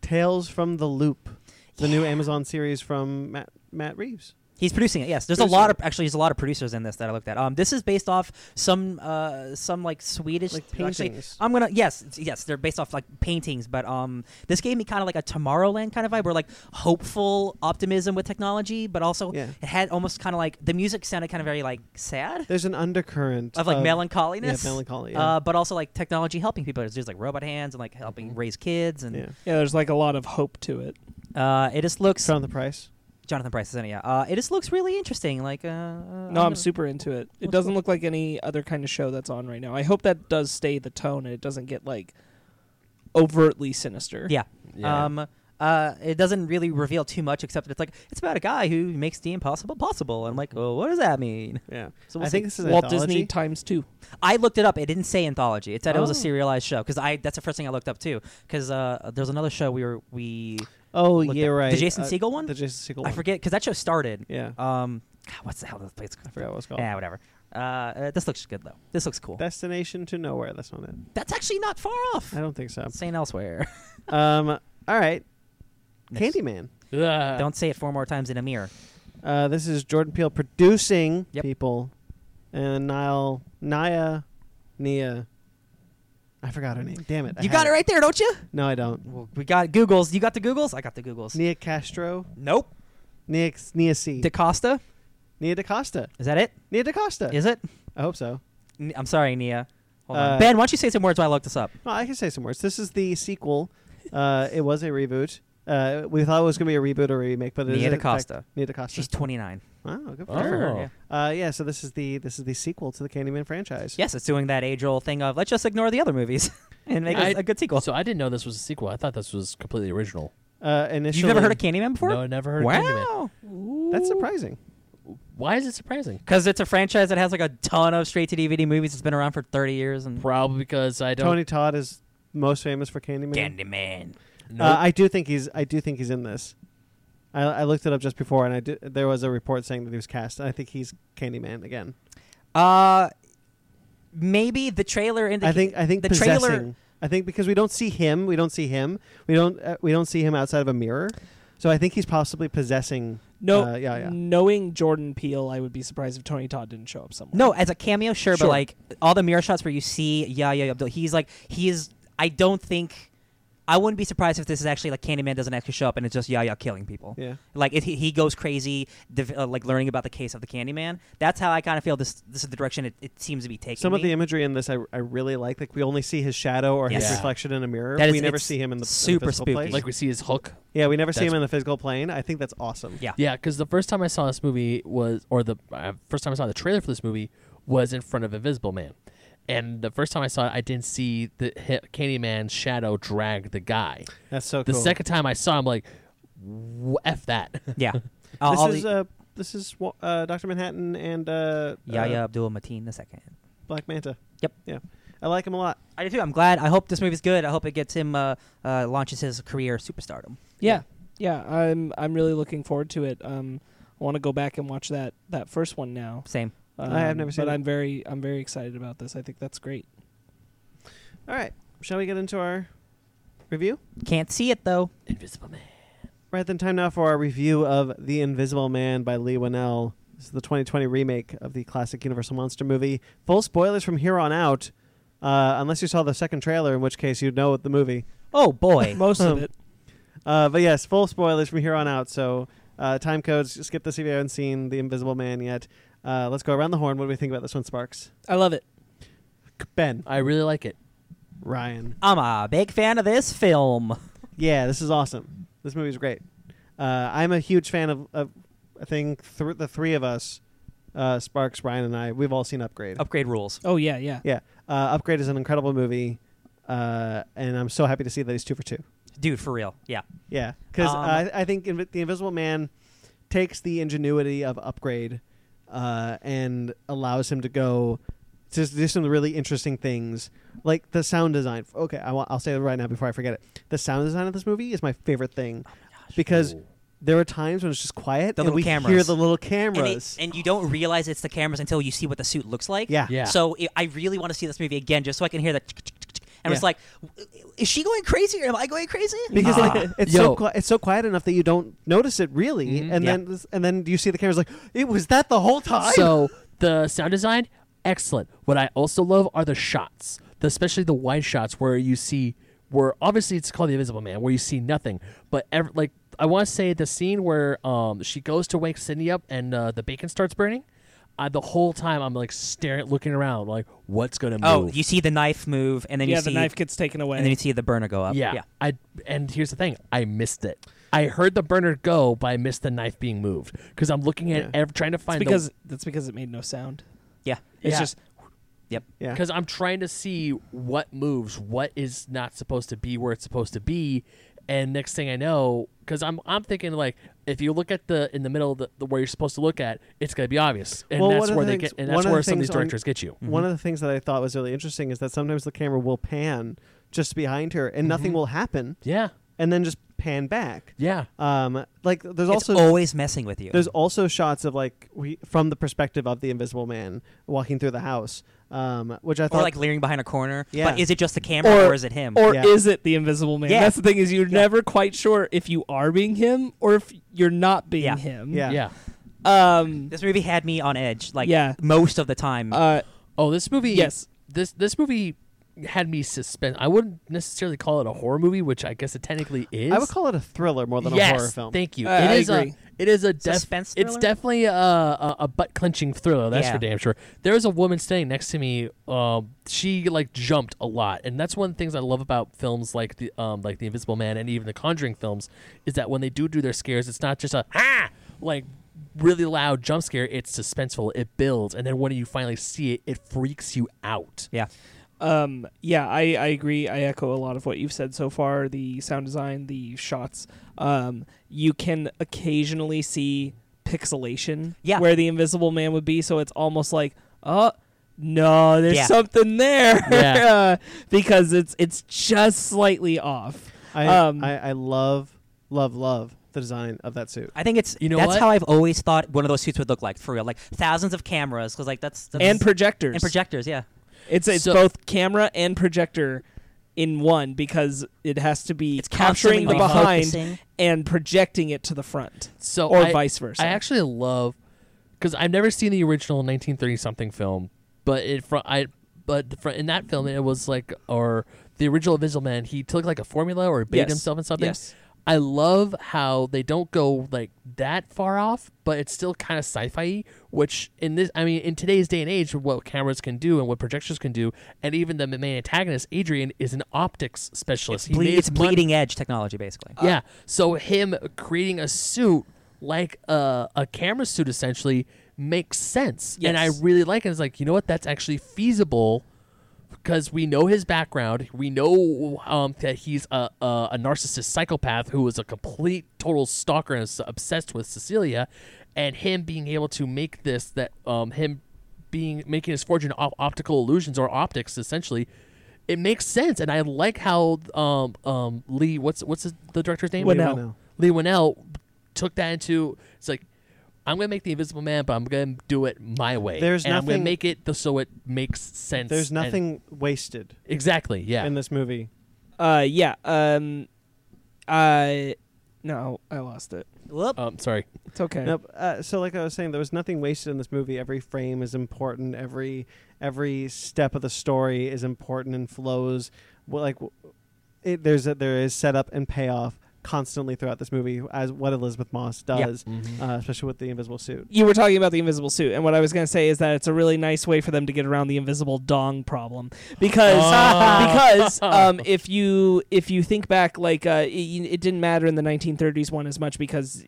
tales from the loop the new amazon series from matt matt reeves He's producing it. Yes, there's a lot of actually, there's a lot of producers in this that I looked at. Um, this is based off some uh some like Swedish Like actually, uh, paintings. I'm gonna yes yes they're based off like paintings, but um this gave me kind of like a Tomorrowland kind of vibe, where like hopeful optimism with technology, but also Yeah. it had almost kind of like the music sounded kind of very like sad. There's an undercurrent Of like melancholiness, uh, yeah, melancholy, yeah. uh, but also like technology helping people. There's just like robot hands and like helping raise kids, and Mm-hmm. Yeah. Yeah, there's like a lot of hope to it. uh, it just looks Found the price. Jonathan Price is in it. Yeah, uh, it just looks really interesting. Like, uh, no, No, I'm super into it. It That's doesn't cool. look like any other kind of show that's on right now. I hope that does stay the tone and it doesn't get like overtly sinister. Yeah. Yeah. Um, uh, it doesn't really reveal too much, except that it's like it's about a guy who makes the impossible possible. And I'm like, well, what does that mean? Yeah. So we'll I think this is an Walt anthology. Uh, Disney times two. I looked it up. It didn't say anthology. It said it was Oh. a serialized show because I that's the first thing I looked up too. Because uh, there's another show we were we Oh looked yeah, up- right. the Jason Uh, Segel one. The Jason Segel. I one. forget because that show started. Yeah. Um, God, what's the hell this place? I forgot what it's called. Yeah, whatever. Uh, uh, this looks good though. This looks cool. Destination to nowhere. That's not it. that's actually not far off. I don't think so. Saying elsewhere. Um. All right. Next. Candyman. Ugh. don't say it four more times in a mirror. Uh, this is Jordan Peele producing Yep. people, and Niall Naya Nia. I forgot her name. Damn it! I You had got it right there, don't you? No, I don't. Well, we got Googles. You got the Googles? I got the Googles. Nia Castro. nope. Nia Nia C. DaCosta? Nia DaCosta. Is that it? Nia DaCosta. Is it? I hope so. N- I'm sorry, Nia. Hold Uh, on. Ben, why don't you say some words while I look this up? Well, Oh, I can say some words. This is the sequel. Uh, it was a reboot. Uh, we thought it was going to be a reboot or a remake, but it is Nia in fact DaCosta. Nia DaCosta. She's 29. wow, good for Oh. her. Uh, yeah, so this is the this is the sequel to the Candyman franchise. Yes, it's doing that age old thing of let's just ignore the other movies and make I- us a good sequel. So I didn't know this was a sequel. I thought this was completely original. Uh, initially, You've never heard of Candyman before? No, I never heard of Candyman. wow. That's surprising. Why is it surprising? Because it's a franchise that has like a ton of straight to DVD movies. It's been around for 30 years. And Probably because I don't. Tony Todd is most famous for Candyman. Candyman. Nope. Uh, I do think he's I do think he's in this. I, I looked it up just before, and I did, there was a report saying that he was cast. I think he's Candyman again. Uh, maybe the trailer in the I think I think the possessing. trailer. I think because we don't see him, we don't see him. We don't uh, we don't see him outside of a mirror. So I think he's possibly possessing. No, uh, yeah, yeah. knowing Jordan Peele, I would be surprised if Tony Todd didn't show up somewhere. No, as a cameo, sure, Sure. but like all the mirror shots where you see Yahya Abdul, he's like he is. I don't think I wouldn't be surprised if this is actually like Candyman doesn't actually show up and it's just Yahya killing people. Yeah. Like it, he he goes crazy, div- uh, like learning about the case of the Candyman. That's how I kind of feel. This this is the direction it, it seems to be taking. Some of the me. imagery in this I, I really like. Like we only see his shadow or Yes. his Yeah. reflection in a mirror. That we is- never it's see him in the in the super physical spooky. place. like we see his hook. yeah, we never see That's- him in the physical plane. I think that's awesome. Yeah. Yeah, because the first time I saw this movie was, or the uh, first time I saw the trailer for this movie was in front of Invisible Man, and the first time I saw it, I didn't see the hi- Candyman's shadow drag the guy. That's so The cool. second time I saw, him, like, "W- f that. yeah. Uh, this all is the- uh, this is wa- uh, Doctor Manhattan and uh, Yahya uh, Abdul Mateen the second. Black Manta. Yep. Yeah, I like him a lot. I do too. I'm glad. I hope this movie's good. I hope it gets him uh, uh, launches his career superstardom. Yeah. Yeah, I'm I'm really looking forward to it. Um I want to go back and watch that that first one now. Same. Um, I have never seen But it. I'm very I'm very excited about this. I think that's great. All right, shall we get into our review? Can't see it though. Invisible Man. Right then, time now for our review of The Invisible Man by Lee Winnell. This is the 2020 remake of the classic Universal Monster movie. Full spoilers from here on out, uh, unless you saw the second trailer, in which case you'd know the movie. Oh boy. Most of Um, it. Uh, but yes, full spoilers from here on out. So uh, time codes, skip this if you haven't seen The Invisible Man yet. Uh, let's go around the horn. What do we think about this one, Sparks? I love it. Ben, I really like it. Ryan. I'm a big fan of this film. Yeah, this is awesome. This movie's great. Uh, I'm a huge fan of, of I think th- the three of us, uh, Sparks, Ryan, and I, we've all seen Upgrade. Upgrade rules. Oh yeah, yeah. yeah, uh, Upgrade is an incredible movie, uh, and I'm so happy to see that he's two for two. Dude, for real. Yeah. Yeah, because Um, I, I think Invi- the Invisible Man takes the ingenuity of Upgrade uh, and allows him to go to do some really interesting things, like the sound design. Okay, I will say it right now before I forget it. The sound design of this movie is my favorite thing because Ooh. there are times when it's just quiet Oh The and little we hear cameras. the little And, it- cameras. and you don't realize it's the cameras until you see what the suit looks like. yeah, Yeah. So i I really want to see this movie again just so I can hear that. And it's like, is she going crazy or am I going crazy? because Ah. like, it's Yo. so qui- it's so quiet enough that you don't notice it really, and Mm-hmm. Yeah. then and then you see the cameras like it was that the whole time. So the sound design, excellent. What I also love are the shots, the, especially the wide shots where you see where obviously it's called the Invisible Man, where you see nothing, but ev like I want to say the scene where um she goes to wake Sydney up and uh, the bacon starts burning. I, the whole time I'm like staring, looking around, like what's gonna move. oh, you see the knife move, and then yeah, you the see knife gets taken away. and then you see the burner go up. yeah, I and here's the thing, I missed it. I heard the burner go, but I missed the knife being moved because I'm looking at Yeah. ev- trying to It's find because that's because it made no sound. yeah. It's Yeah. just yeah, because I'm trying to see what moves, what is not supposed to be where it's supposed to be, and next thing I know, because I'm I'm thinking like if you look at the in the middle of the, the where you're supposed to look at, it's gonna be obvious, and Well, that's one of where the they things- get, and one that's of the where some of these things on- directors get you. One of the things that I thought was really interesting is that sometimes the camera will pan just behind her, and nothing will happen, Yeah, and then just pan back. yeah, Um, like there's It's also always messing with you. There's also shots of like we from the perspective of the Invisible Man walking through the house, um, which I or thought like leering behind a corner. Yeah. But is it just the camera or, is it him? Or Yeah. is it the Invisible Man? Um, Yeah. That's the thing is you're never quite sure if you are being him or if you're not being Yeah. him. Yeah. yeah, Um. this movie had me on edge, like Yeah. most of the time. Uh. Oh, this movie, Yes. this this movie had me suspend. I wouldn't necessarily call it a horror movie, which I guess it technically is. I would call it a thriller more than yes, a horror film. Thank you. Uh, I it is agree. a it is a def- Suspense It's thriller? definitely a a, a butt clenching thriller. That's Yeah. for damn sure. There was a woman standing next to me. Um, she like jumped a lot, and that's one of the things I love about films like the um like the Invisible Man and even the Conjuring films is that when they do do their scares, it's not just a ah like really loud jump scare. It's suspenseful. It builds, and then when you finally see it, it freaks you out. yeah. Um. Yeah. I. I agree. I echo a lot of what you've said so far. The sound design, the shots. Um. You can occasionally see pixelation. Yeah. Where the Invisible Man would be, so it's almost like, oh, no, there's Yeah. something there. Yeah. uh, because it's it's just slightly off. I, Um, I I love love love the design of that suit. I think it's You know that's what? how I've always thought one of those suits would look like for real, like thousands of cameras, because like that's, that's And projectors. and projectors, yeah. It's it's So- both camera and projector in one because it has to be It's capturing the constantly behind refocusing. Oh, and projecting it to the front So or I- vice versa. I actually love because I've never seen the original 1930 something film, but it fr- I but the fr- in that film it was like or the original Invisible Man he took like a formula or Yes. bathed himself in something. Yes. I love how they don't go like that far off, but it's still kind of sci-fi. Which in this, I mean, in today's day and age, what cameras can do and what projectors can do, and even the main antagonist Adrian is an optics specialist. Ble- made it's money- bleeding edge technology, basically. Uh, yeah. So him creating a suit like a a camera suit essentially makes sense, and I Yes. really like it. It's like you know what? That's actually feasible because we know his background. We know um, that he's a, a a narcissist psychopath who was a complete total stalker and is obsessed with Cecilia, and him being able to make this that um him being making his fortune off optical illusions or optics essentially. It makes sense, and I like how um, um, Lee. What's what's his, the director's name? Winnell. Winnell. Lee Winnell took that into. It's like I'm gonna make the Invisible Man, but I'm gonna do it my way. There's and I'm gonna nothing- make it the, so it makes sense. There's and- nothing wasted exactly. Yeah. in this movie. uh, yeah. Um, I no, I lost it. Whoop. um, sorry. It's okay. Nope. Uh, so like I was saying, there was nothing wasted in this movie. Every frame is important. Every every step of the story is important and flows. Well, like w- it, there's a, there is setup and payoff constantly throughout this movie as what Elizabeth Moss Yeah. does, uh, especially with the invisible suit. You were talking about the invisible suit, and what I was going to say is that it's a really nice way for them to get around the invisible dong problem, because because um, if you if you think back, like uh, it, it didn't matter in the 1930s one as much because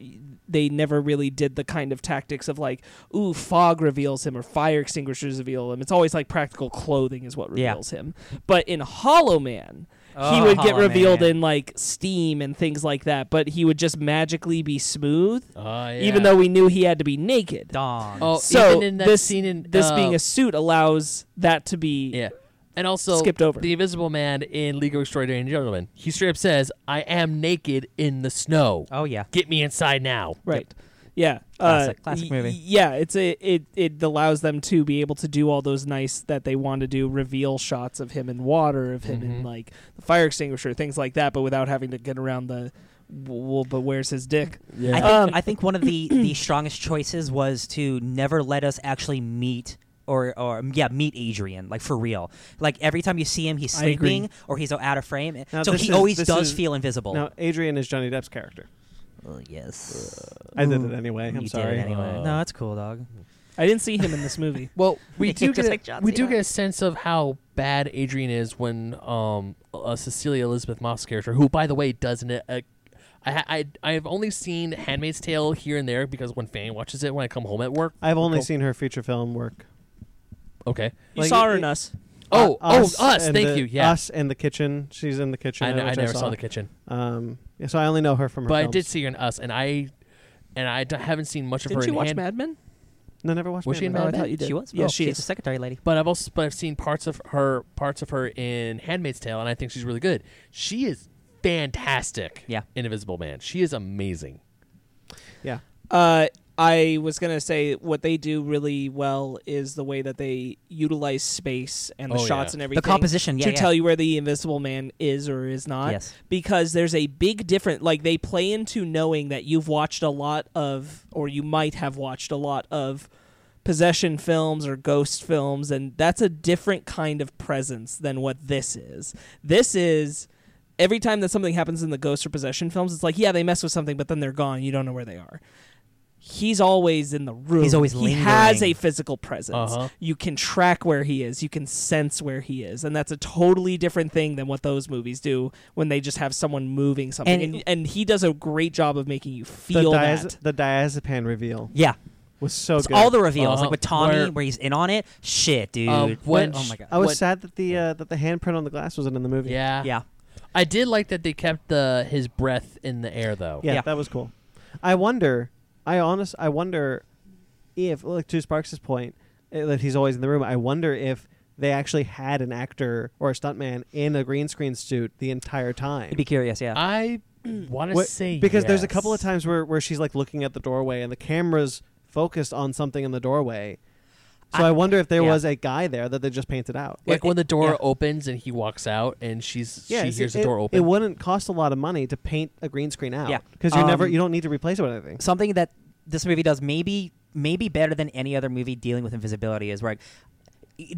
they never really did the kind of tactics of like, ooh, fog reveals him or fire extinguishers reveal him. It's always like practical clothing is what Yeah. reveals him. But in Hollow Man, he Oh, would get Hollow Man, revealed yeah. in like steam and things like that, but he would just magically be smooth, Ah, Uh, even though we knew he had to be naked. Dong. Oh, so even in that this scene in this uh, being a suit allows that to be yeah, and also Skipped over. the Invisible Man in League of Extraordinary Gentlemen. He straight up says, "I am naked in the snow. Oh, yeah. Get me inside now." right. Yeah, Classic- uh, classic movie. Yeah, it's a it it allows them to be able to do all those nice that they want to do reveal shots of him in water, of him in Mhm. like the fire extinguisher, things like that, but without having to get around the well, but where's his dick? Yeah. I think, Um, I think one of the, the strongest choices was to never let us actually meet or, or um, yeah meet Adrian like for real. Like every time you see him, he's I agree. sleeping or he's out of frame, Now, so this he is- always this does is- feel invisible. Now, Adrian is Johnny Depp's character. Oh, yes, I did it anyway. I'm you sorry. Did it anyway. Uh, no, it's cool, dog. I didn't see him in this movie. Well, we do Just get like a, John we do Cena. get a sense of how bad Adrian is when um uh, Cecilia Elizabeth Moss character, who by the way doesn't uh, I ha- I I have only seen Handmaid's Tale here and there because when Fanny watches it when I come home at work. I've only Cool. seen her feature film work. Okay. You Like, saw her it- in Us. Oh, Uh, oh, us. and Thank the- you. Yeah. Us and the kitchen. She's in the kitchen. I, kn- I which never saw. saw. the kitchen, Um, yeah, so I only know her from her but I films. did see her in Us, and I and I d- haven't seen much of Didn't her you in watch hand, Mad Men? No, never watched. Was she in No, Mad I Men? thought you did. She was. Yeah, oh, she she's is. a secretary lady. But I've also but I've seen parts of her parts of her in Handmaid's Tale, and I think she's really good. She is fantastic. Yeah. in Invisible Man. She is amazing. Yeah. Uh, I was gonna say what they do really well is the way that they utilize space and the Oh, shots yeah. and The everything composition, yeah, to yeah. tell you where the Invisible Man is or is not. Yes. because there's a big difference. Like they play into knowing that you've watched a lot of, or you might have watched a lot of possession films or ghost films and that's a different kind of presence than what this is this is every time that something happens in the ghost or possession films it's like yeah they mess with something but then they're gone you don't know where they are he's always in the room He's always he has a lingering. physical presence Uh-huh. you can track where he is you can sense where he is and that's a totally different thing than what those movies do when they just have someone moving something and, And- and, he does a great job of making you The, feel diaz- that the diazepam reveal Yeah, was so it's Oh, good. all the reveals Uh, like with Tommy where- where, he's in on it. Shit, dude. Uh, when oh sh- my god. I was What- sad that the uh, that the handprint on the glass wasn't in the movie. Yeah, yeah. I did like that they kept the his breath in the air though. Yeah, Yeah. that was cool. I wonder. I honest. I wonder if, like, to Sparks' point, eh, that he's always in the room. I wonder if they actually had an actor or a stuntman in a green screen suit the entire time. You'd be curious, yeah. I want to What- say because there's a couple of yes. times where, where she's like looking at the doorway and the camera's focused on something in the doorway. So I, wonder if there yeah. was a guy there that they just painted out. like when the door yeah. opens and he walks out and she's she it's- hears it, the door open. It wouldn't cost a lot of money to paint a green screen out. Yeah. because you never Um, you don't need to replace it with anything. something that this movie does maybe maybe better than any other movie dealing with invisibility is like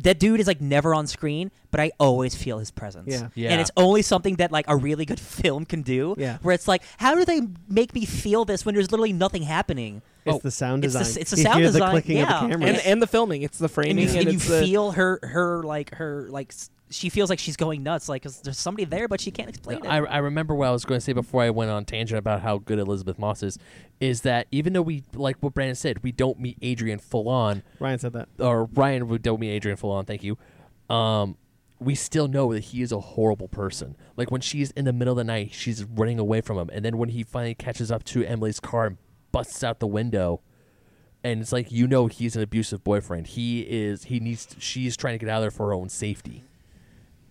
that dude is like never on screen, but I always feel his presence. Yeah. Yeah. And it's only something that like a really good film can do. Yeah. Where it's like, how do they make me feel this when there's literally nothing happening? It's oh, the sound it's the design. s- it's the You sound hear design, the clicking yeah. of the cameras. and, and the filming it's the framing And you, and you it's the- feel her her like her like s- she feels like she's going nuts like 'cause there's somebody there but she can't explain No, it. I, I remember what I was going to say before I went on tangent about how good Elizabeth Moss is, is that even though we, like what Brandon said, we don't meet Adrian full on, Ryan said that. or Ryan, we don't meet Adrian full on, thank you, um, we still know that he is a horrible person. Like when she's in the middle of the night, she's running away from him. And then when he finally catches up to Emily's car and busts out the window, and it's like, you know, he's an abusive boyfriend. He is, he needs, to, she's trying to get out of there for her own safety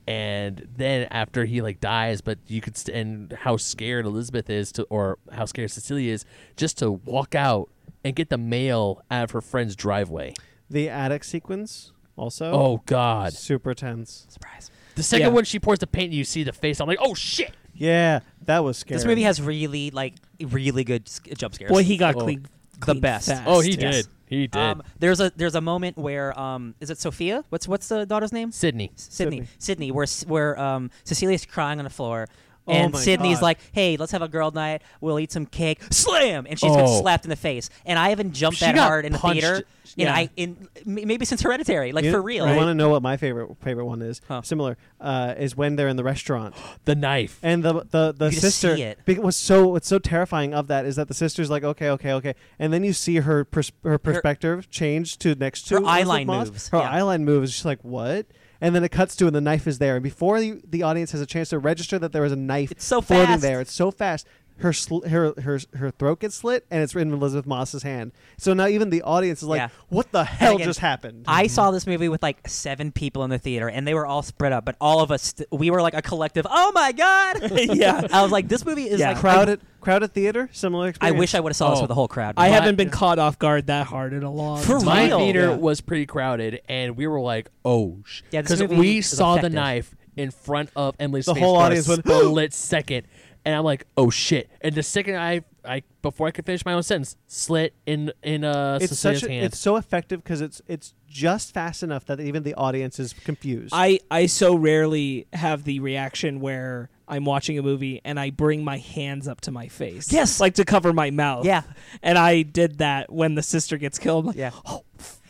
and then after he like dies but you could st- and how scared elizabeth is to or how scared cecilia is just to walk out and get the mail out of her friend's driveway The attic sequence also. oh god super tense. Surprise. the second Yeah. one she pours the paint and you see the face i'm like oh shit Yeah, that was scary. This movie has really like really good s- jump scares. boy he got Oh. clean, The clean best. fast. oh he Yes. did he did Um, there's a there's a moment where um is it Sophia? What's what's the daughter's name? sydney S- Sydney. Sydney. Sydney. Where S- where um Cecilia's crying on the floor. Oh And my Sydney's God. like, "Hey, let's have a girl night. We'll eat some cake." Slam, and she's gets Oh. slapped in the face. And I haven't jumped She that got hard in the punched. theater. And Yeah. I in m- maybe since Hereditary, like You- for real. You want to know what my favorite favorite one is? Huh. Similar uh, is when they're in the restaurant the knife and the the, the You just sister. see it. bec- What's so what's so terrifying of that is that the sister's like okay okay okay, and then you see her pers- her perspective change to next to her eye Elizabeth line Moss. moves, Her yeah. eye line moves. She's like what? And then it cuts to and the knife is there, and before the, the audience has a chance to register that there was a knife It's so floating fast. there, it's so fast. her sl- her her her throat gets slit, and it's in Elizabeth Moss's hand. So now even the audience is like, Yeah. "What the hell again, just happened?" I Mm-hmm. saw this movie with like seven people in the theater, and they were all spread up, but all of us, st- we were like a collective. Oh my god! Yeah. I was like, this movie is Yeah. like crowded crowded theater, similar I, I experience. wish I would have saw this Oh. with the whole crowd. I but- haven't been caught off guard that hard in a long For time. My real? theater Yeah. was pretty crowded, and we were like, "Oh, sh-. Yeah, this movie we is saw effective. the knife in front of Emily's The face whole for audience a went, "Oh." split second, and I'm like, "Oh shit!" And the second I, I before I could finish my own sentence, slit in in uh, It's Cecilia's such a, hand. it's so effective because it's it's just fast enough that even the audience is confused. I, I so rarely have the reaction where I'm watching a movie and I bring my hands up to my face. Yes. Like to cover my mouth. Yeah. And I did that when the sister gets killed. I'm like, Yeah. and, Oh,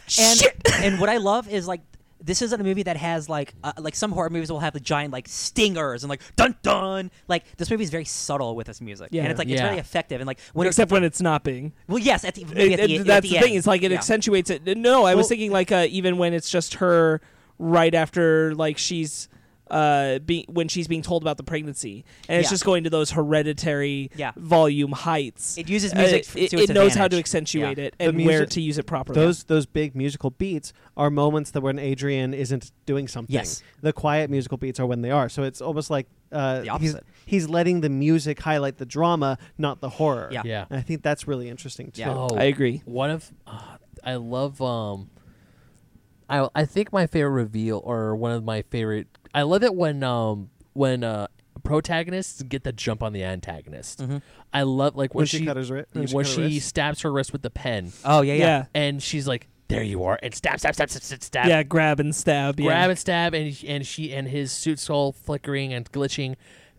shit. and what I love is like this isn't a movie that has like uh, like some horror movies will have the giant like stingers and like dun dun. Like this movie is very subtle with its music, Yeah. and it's like it's Yeah. very effective. And like when it- Except when it's not being. well, yes, at the, maybe It- at it- the, at that's the, end. thing. It's like it Yeah. accentuates it. No, I was Well- thinking like uh, even when it's just her right after like she's uh be- when she's being told about the pregnancy and it's Yeah. just going to those hereditary Yeah. volume heights. It uses Uh, music f- it to it its knows how to advantage. accentuate Yeah. it The and where music- to use it properly. those those big musical beats are moments that when Adrian isn't doing something. Yes. The quiet musical beats are when they are. So it's almost like uh, The he's, opposite. he's letting the music highlight the drama, not the horror. Yeah. Yeah. And I think that's really interesting too. Yeah. Oh, I agree. One of uh, I love um I I think my favorite reveal or one of my favorite I love it when um when uh protagonists get the jump on the antagonist. I love like when, When she cut his wri- when she when cut her she wrist. stabs her wrist with the pen Oh yeah, yeah. Yeah. and she's like there you are and stab stab stab stab stab, stab Yeah, grab and stab. grab yeah. and stab, and and she and his suit's all flickering and glitching,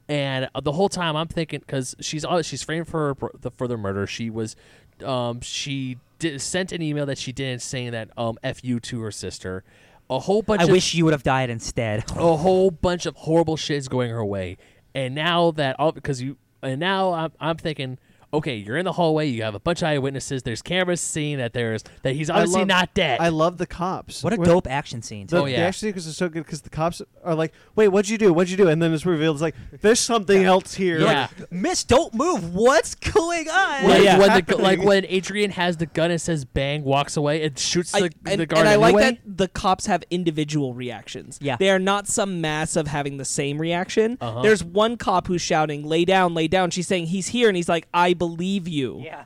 and uh, the whole time I'm thinking because she's all she's framed for her, the further murder. She was, um, she did, sent an email that she didn't saying that um f you to her sister, a whole bunch. I of, wish you would have died instead. a whole bunch of horrible shit is going her way, and now that all because you and now I'm I'm thinking. Okay, you're in the hallway. You have a bunch of eyewitnesses. There's cameras seeing that there's that he's I obviously love- not dead. I love the cops. What a Where- dope action scene. The, too. Oh, yeah. the action sequences are so good because the cops are like, "Wait, what'd you do? What'd you do?" And then it's revealed it's like, "There's something else here." yeah. Miss, don't move. What's going on? Well, Like, yeah. when the, gu- like Happening. when Adrian has the gun and says bang, walks away and shoots the, I, and, the guard and I like anyway. that the cops have individual reactions. Yeah. They are not some mass of having the same reaction. Uh-huh. There's one cop who's shouting, lay down, lay down. She's saying, he's here. And he's like, I believe you. Yeah.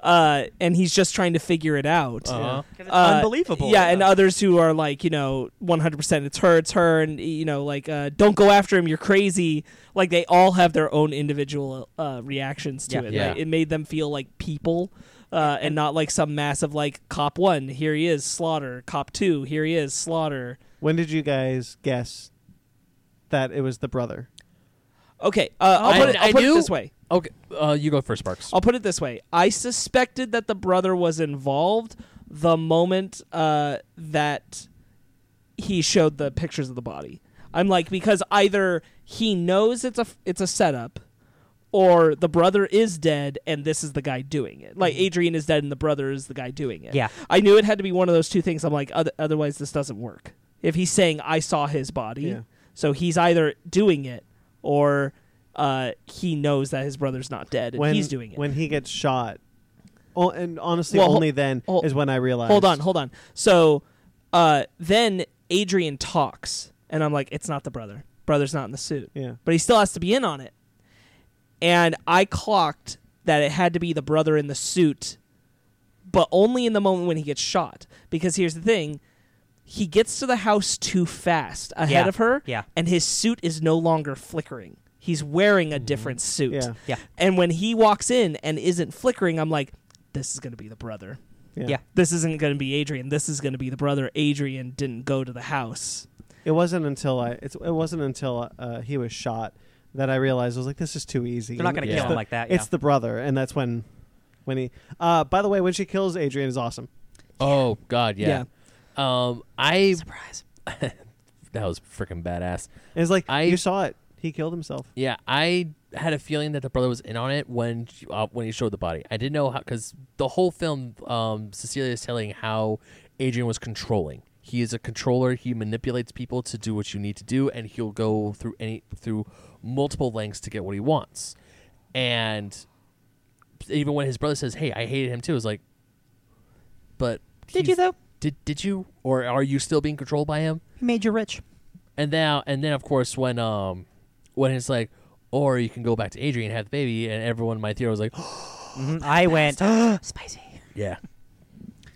Uh, and he's just trying to figure it out. Uh-huh. Because Uh, unbelievable. Yeah, and others who are like, you know, 100% it's her, it's her, and, you know, like, uh, don't go after him, you're crazy. Like, they all have their own individual uh, reactions to Yeah. it. Yeah. Like, it made them feel like people uh, and not like some massive, like, cop one, here he is, slaughter. Cop two, here he is, slaughter. When did you guys guess that it was the brother? Okay, uh, I'll I- put, it, I'll I put it knew- this way. Okay, uh, you go first, Sparks. I'll put it this way. I suspected that the brother was involved the moment uh, that he showed the pictures of the body. I'm like because either he knows it's a it's a setup, or the brother is dead and this is the guy doing it. Like Adrian is dead and the brother is the guy doing it. Yeah. I knew it had to be one of those two things. I'm like oth- otherwise this doesn't work. If he's saying I saw his body, Yeah. so he's either doing it or uh, he knows that his brother's not dead and when he's doing it. when he gets shot. Oh, and honestly, Well, hol- only then hol- is when I realized. hold on, hold on. So uh, then Adrian talks, and I'm like, it's not the brother. Brother's not in the suit, Yeah. but he still has to be in on it. And I clocked that it had to be the brother in the suit, but only in the moment when he gets shot. Because here's the thing. He gets to the house too fast ahead Yeah, of her, yeah. and his suit is no longer flickering. He's wearing a different suit. Mm-hmm. Yeah. Yeah. And when he walks in and isn't flickering, I'm like, this is going to be the brother Yeah. Yeah. this isn't going to be Adrian. This is going to be the brother. Adrian didn't go to the house. It wasn't until I. It's, it wasn't until uh, he was shot that I realized I was like, this is too easy. They're not gonna It's kill him the- like that, It's yeah. the brother, and that's when, when he. Uh, by the way, when she kills Adrian is awesome. Oh God, yeah. Um, I Surprise. that was freaking badass. And it's like I- you saw it. He killed himself. Yeah, I had a feeling that the brother was in on it when uh, when he showed the body. I didn't know how because the whole film, um, Cecilia is telling how Adrian was controlling. He is a controller. He manipulates people to do what you need to do, and he'll go through any through multiple lengths to get what he wants. and even when his brother says, "Hey, I hated him too," it's like, but Did you he's- though? Did did you, or are you still being controlled by him? He made you rich. And then, and then of course when um when it's like, or you can go back to Adrian and have the baby, and everyone in my theater was like, Mhm. I went spicy. yeah.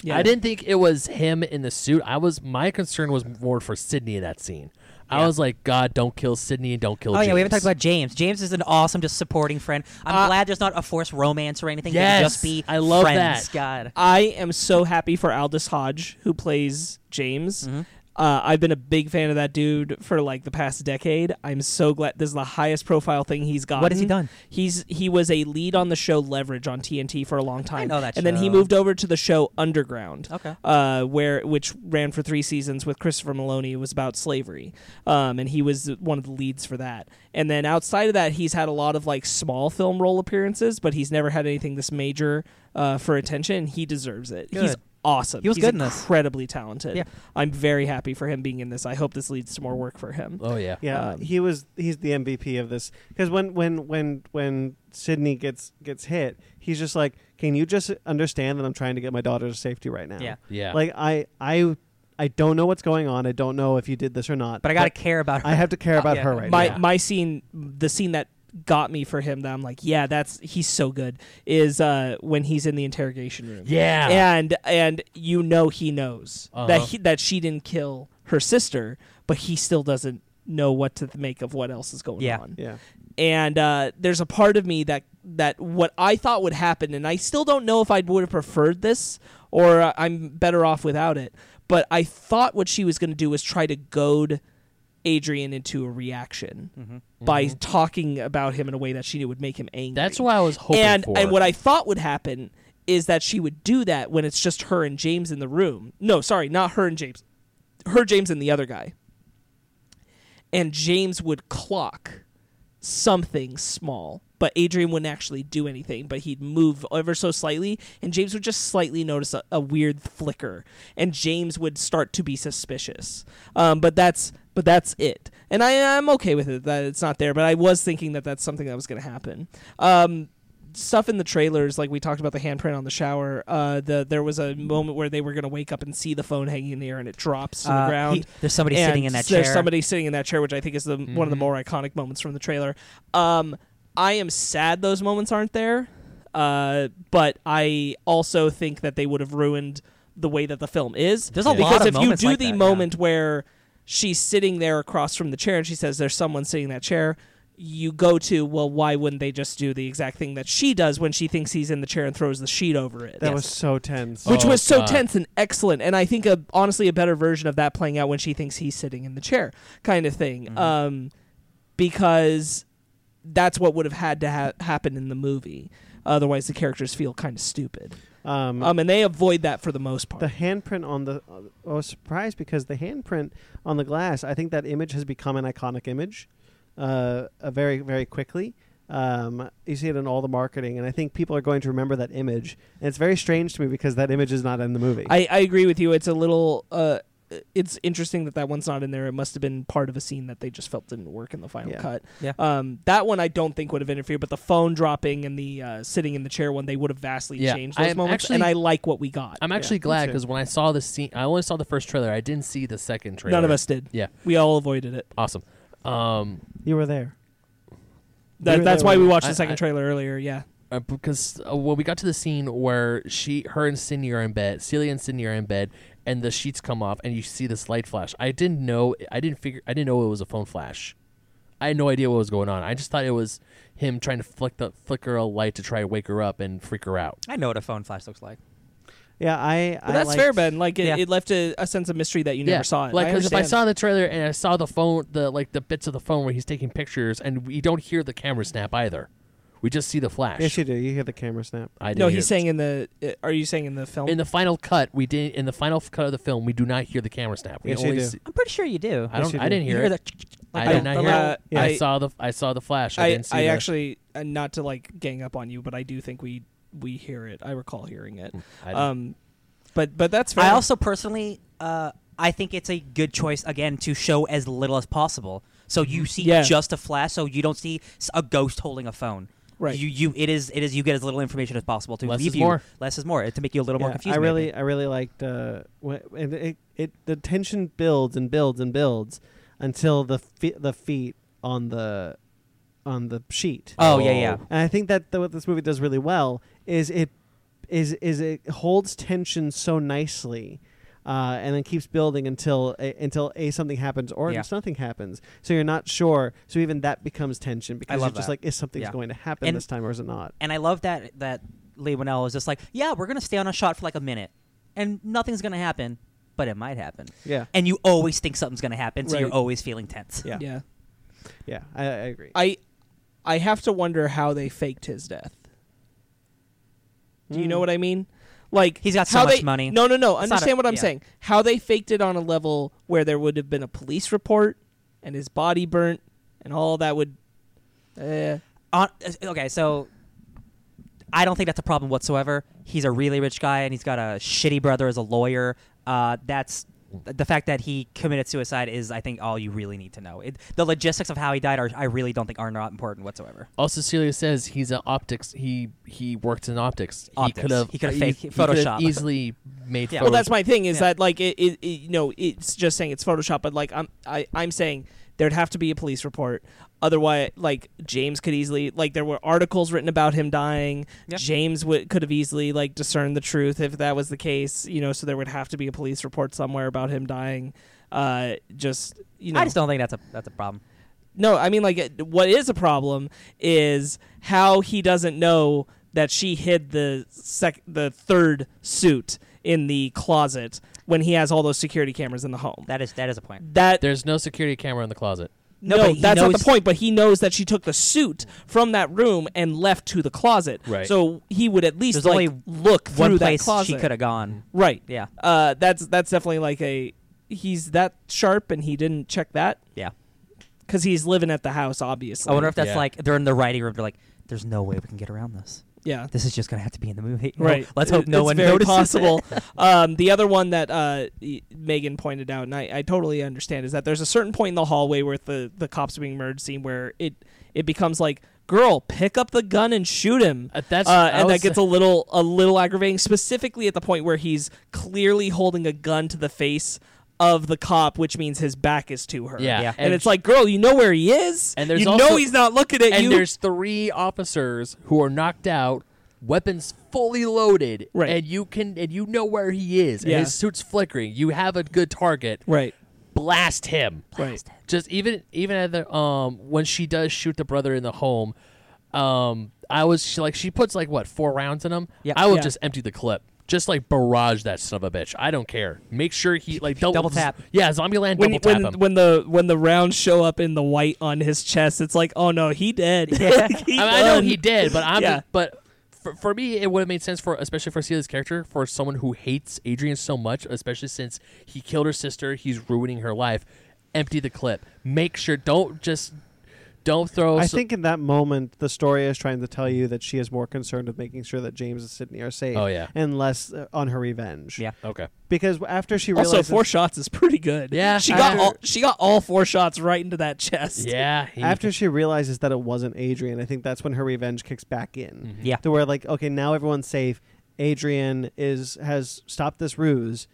Yeah. I didn't think it was him in the suit. I was my concern was more for Sydney in that scene. I Yeah. was like, God, don't kill Sydney and don't kill. Oh yeah, we haven't James." talked about James. James is an awesome, just supporting friend. I'm Uh, glad there's not a forced romance or anything. They can Yes, just be I love friends. that. God. I am so happy for Aldous Hodge, who plays James. Mm-hmm. Uh, I've been a big fan of that dude for like the past decade. I'm so glad this is the highest profile thing he's gotten. has he done? He's he was a lead on the show Leverage on TNT for a long time. know that and then he show. moved over to the show Underground. Okay. Uh, where which ran for three seasons with Christopher Maloney. It was about slavery. Um, and he was one of the leads for that. And then outside of that, he's had a lot of like small film role appearances, but he's never had anything this major uh, for attention. He deserves it. He's Good. awesome. He was He's good in this. incredibly talented. Yeah. I'm very happy for him being in this. I hope this leads to more work for him. Oh yeah. Yeah, Um, he was he's the MVP of this because when when when when Sydney gets gets hit, he's just like, "Can you just understand that I'm trying to get my daughter to safety right now?" Yeah. Yeah. Like I I I don't know what's going on. I don't know if you did this or not. But I gotta care about her. I have to care about Yeah. her right my now. my scene the scene that got me for him that I'm like, yeah, that's he's so good is uh when he's in the interrogation room. yeah. And and you know he knows that Uh-huh. he, that she didn't kill her sister, but he still doesn't know what to make of what else is going Yeah. on Yeah. and uh, there's a part of me that that what I thought would happen, and I still don't know if I would have preferred this or uh, I'm better off without it. But I thought what she was going to do was try to goad Adrian into a reaction Mm-hmm. by talking about him in a way that she knew would make him angry. That's what I was hoping and for. and what I thought would happen is that she would do that when it's just her and James in the room. No, sorry, not her and James, her James and the other guy. And James would clock something small. But Adrian wouldn't actually do anything, but he'd move ever so slightly, and James would just slightly notice a, a weird flicker, and James would start to be suspicious. Um, but that's but that's it, and I am okay with it that it's not there. But I was thinking that that's something that was going to happen. Um, stuff in the trailers, like we talked about the handprint on the shower. Uh, the there was a moment where they were going to wake up and see the phone hanging in the air, and it drops to Uh, the he- ground there's somebody sitting and in that there's chair. somebody sitting in that chair, which I think is the one of the more iconic moments from the trailer. Um, I am sad those moments aren't there, uh, but I also think that they would have ruined the way that the film is. There's a because lot of if you moments do like the that, yeah. moment where she's sitting there across from the chair and she says, "There's someone sitting in that chair." You go to well. Why wouldn't they just do the exact thing that she does when she thinks he's in the chair and throws the sheet over it? That was so tense. which Oh, was so God. tense and excellent and i think a, honestly a better version of that playing out when she thinks he's sitting in the chair kind of thing Mm-hmm. um, because that's what would have had to ha- happen in the movie otherwise the characters feel kind of stupid Mm-hmm. um, um, and they avoid that for the most part the handprint on the I was surprised because the handprint on the glass. I think that image has become an iconic image, uh, uh, very very quickly. Um, you see it in all the marketing, and I think people are going to remember that image. And it's very strange to me because that image is not in the movie. I, I agree with you it's a little uh, it's interesting that that one's not in there it must have been part of a scene that they just felt didn't work in the final Yeah. cut Yeah. um, that one i don't think would have interfered but the phone dropping and the uh, sitting in the chair one they would have vastly Yeah, changed those I'm moments actually- and i like what we got I'm actually me glad too. because when I saw the scene, I only saw the first trailer. I didn't see the second trailer. None of us did. Yeah. We all avoided it. Awesome. Um, you were there. That, were that's there why when- we watched the I- second I- trailer earlier. Yeah. uh, because uh, when we got to the scene where she, her and Sydney are in bed, Celia and Sydney are in bed, and the sheets come off, and you see this light flash. I didn't know. I didn't figure. I didn't know it was a phone flash. I had no idea what was going on. I just thought it was him trying to flick the, flicker a light to try to wake her up and freak her out. I know what a phone flash looks like. Yeah, I. I Well, that's liked- fair, Ben. Like it, Yeah. it left a, a sense of mystery that you never saw it. Like, because if I saw the trailer and I saw the phone, the like the bits of the phone where he's taking pictures, and we don't hear the camera snap either. We just see the flash. Yes, you do. You hear the camera snap. I didn't No, hear he's it. saying in the. uh, Are you saying in the film? in the final cut we didn't. In the final cut of the film, we do not hear the camera snap. We Yes, you only do. See, I'm pretty sure you do. I Yes, don't. you I do. didn't You hear hear it. the I like did the- not the hear little- it. Yeah. I I- saw the. I saw the flash. I, I, didn't see. I the- actually, and not to like gang up on you, but I do think we we hear it. I recall hearing it. I didn't- Um, but but that's fair. I also personally, uh, I think it's a good choice again to show as little as possible, so you see Yeah. just a flash, so you don't see s- a ghost holding a phone. Right. You you it is it is you get as little information as possible to Less leave is you more. less is more to make you a little more Yeah, confused. I maybe. really, I really liked, uh, wh- and it, it the tension builds and builds and builds until the fe- the feet on the on the sheet. Oh yeah yeah. And I think that the, what this movie does really well is it is is it holds tension so nicely. Uh, and then keeps building until a, until a something happens or Yeah. something happens. So you're not sure. So even that becomes tension because love you're just that. like, is something's Yeah. going to happen And- this time or is it not? And I love that that Lee Winnell is just like, yeah, we're gonna stay on a shot for like a minute, and nothing's gonna happen, but it might happen. Yeah, And you always think something's gonna happen, so you're Right. always feeling tense. yeah, yeah. yeah. I, I agree. I I have to wonder how they faked his death. Do you know what I mean? Like Hmm. He's got so how much they- money. No, no, no. It's not Understand a- what I'm yeah. saying? How they faked it on a level where there would have been a police report and his body burnt and all that would. Uh, On, okay, so I don't think that's a problem whatsoever. He's a really rich guy, and he's got a shitty brother as a lawyer. Uh, that's the fact that he committed suicide is, I think, all you really need to know. It, the logistics of how he died are, I really don't think, are not important whatsoever. Also, Celia says he's an optics. He he worked in optics. Optics. He could have He could've fake- Photoshop. easily made. Yeah. well, that's my thing. Is Yeah. that like it, it, it? You know, it's just saying it's Photoshop, but like I'm I, I'm saying there'd have to be a police report. Otherwise, like James could easily like there were articles written about him dying. Yeah. James w- could have easily like discerned the truth if that was the case. You know, so there would have to be a police report somewhere about him dying. Uh, just you know, I just don't think that's a that's a problem. no, I mean, like, it- what is a problem is how he doesn't know that she hid the sec- the third suit in the closet when he has all those security cameras in the home. That is that is a point. That There's no security camera in the closet. no, but he that's not knows- the point. But he knows that she took the suit from that room and left to the closet. Right. So he would at least There's like only look through One that place closet. she could have gone. Right. Yeah, Uh, that's that's definitely like a he's that sharp and he didn't check that yeah. because he's living at the house obviously. I wonder if that's Yeah. like they're in the writing room. They're like, "There's no way we can get around this. yeah. This is just gonna have to be in the movie." No, Right. let's hope It- no it's one very notices. possible. um, the other one that uh, y- Megan pointed out, and I, I totally understand, is that there's a certain point in the hallway where the the cops are being murdered scene where it it becomes like, girl, pick up the gun and shoot him. Uh, that's- uh, I and was- that gets a little a little aggravating, specifically at the point where he's clearly holding a gun to the face of the cop, which means his back is to her. Yeah. Yeah. And, And- it's like, girl, you know where he is. And there's you also- know he's not looking at and you. there's three officers who are knocked out, weapons fully loaded, Right. and you can and you know where he is, Yeah. and his suit's flickering. You have a good target. right. Blast him. Right. Just even even at the um when she does shoot the brother in the home, um I was she, like she puts like what four rounds in him. Yep. I would Yeah. just empty the clip. Just like barrage that son of a bitch. I don't care. Make sure he like double, Double tap. Yeah, Zombieland when, double tap when, him. when the when the rounds show up in the white on his chest, it's like, oh no, he dead. Like, he I, mean, I know done. he did, but I'm Yeah. just- but for, for me, it would have made sense for especially for Celia's character for someone who hates Adrian so much, especially since he killed her sister, he's ruining her life. Empty the clip. Make sure don't just don't throw. I so- think in that moment, the story is trying to tell you that she is more concerned with making sure that James and Sydney are safe. Oh, yeah. and less uh, on her revenge. Yeah. okay. because after she Also, realizes four shots is pretty good. Yeah. she got After- all she got all four shots right into that chest. Yeah. he- after she realizes that it wasn't Adrian, I think that's when her revenge kicks back in. Yeah. to where like okay, now everyone's safe. Adrian is has stopped this ruse.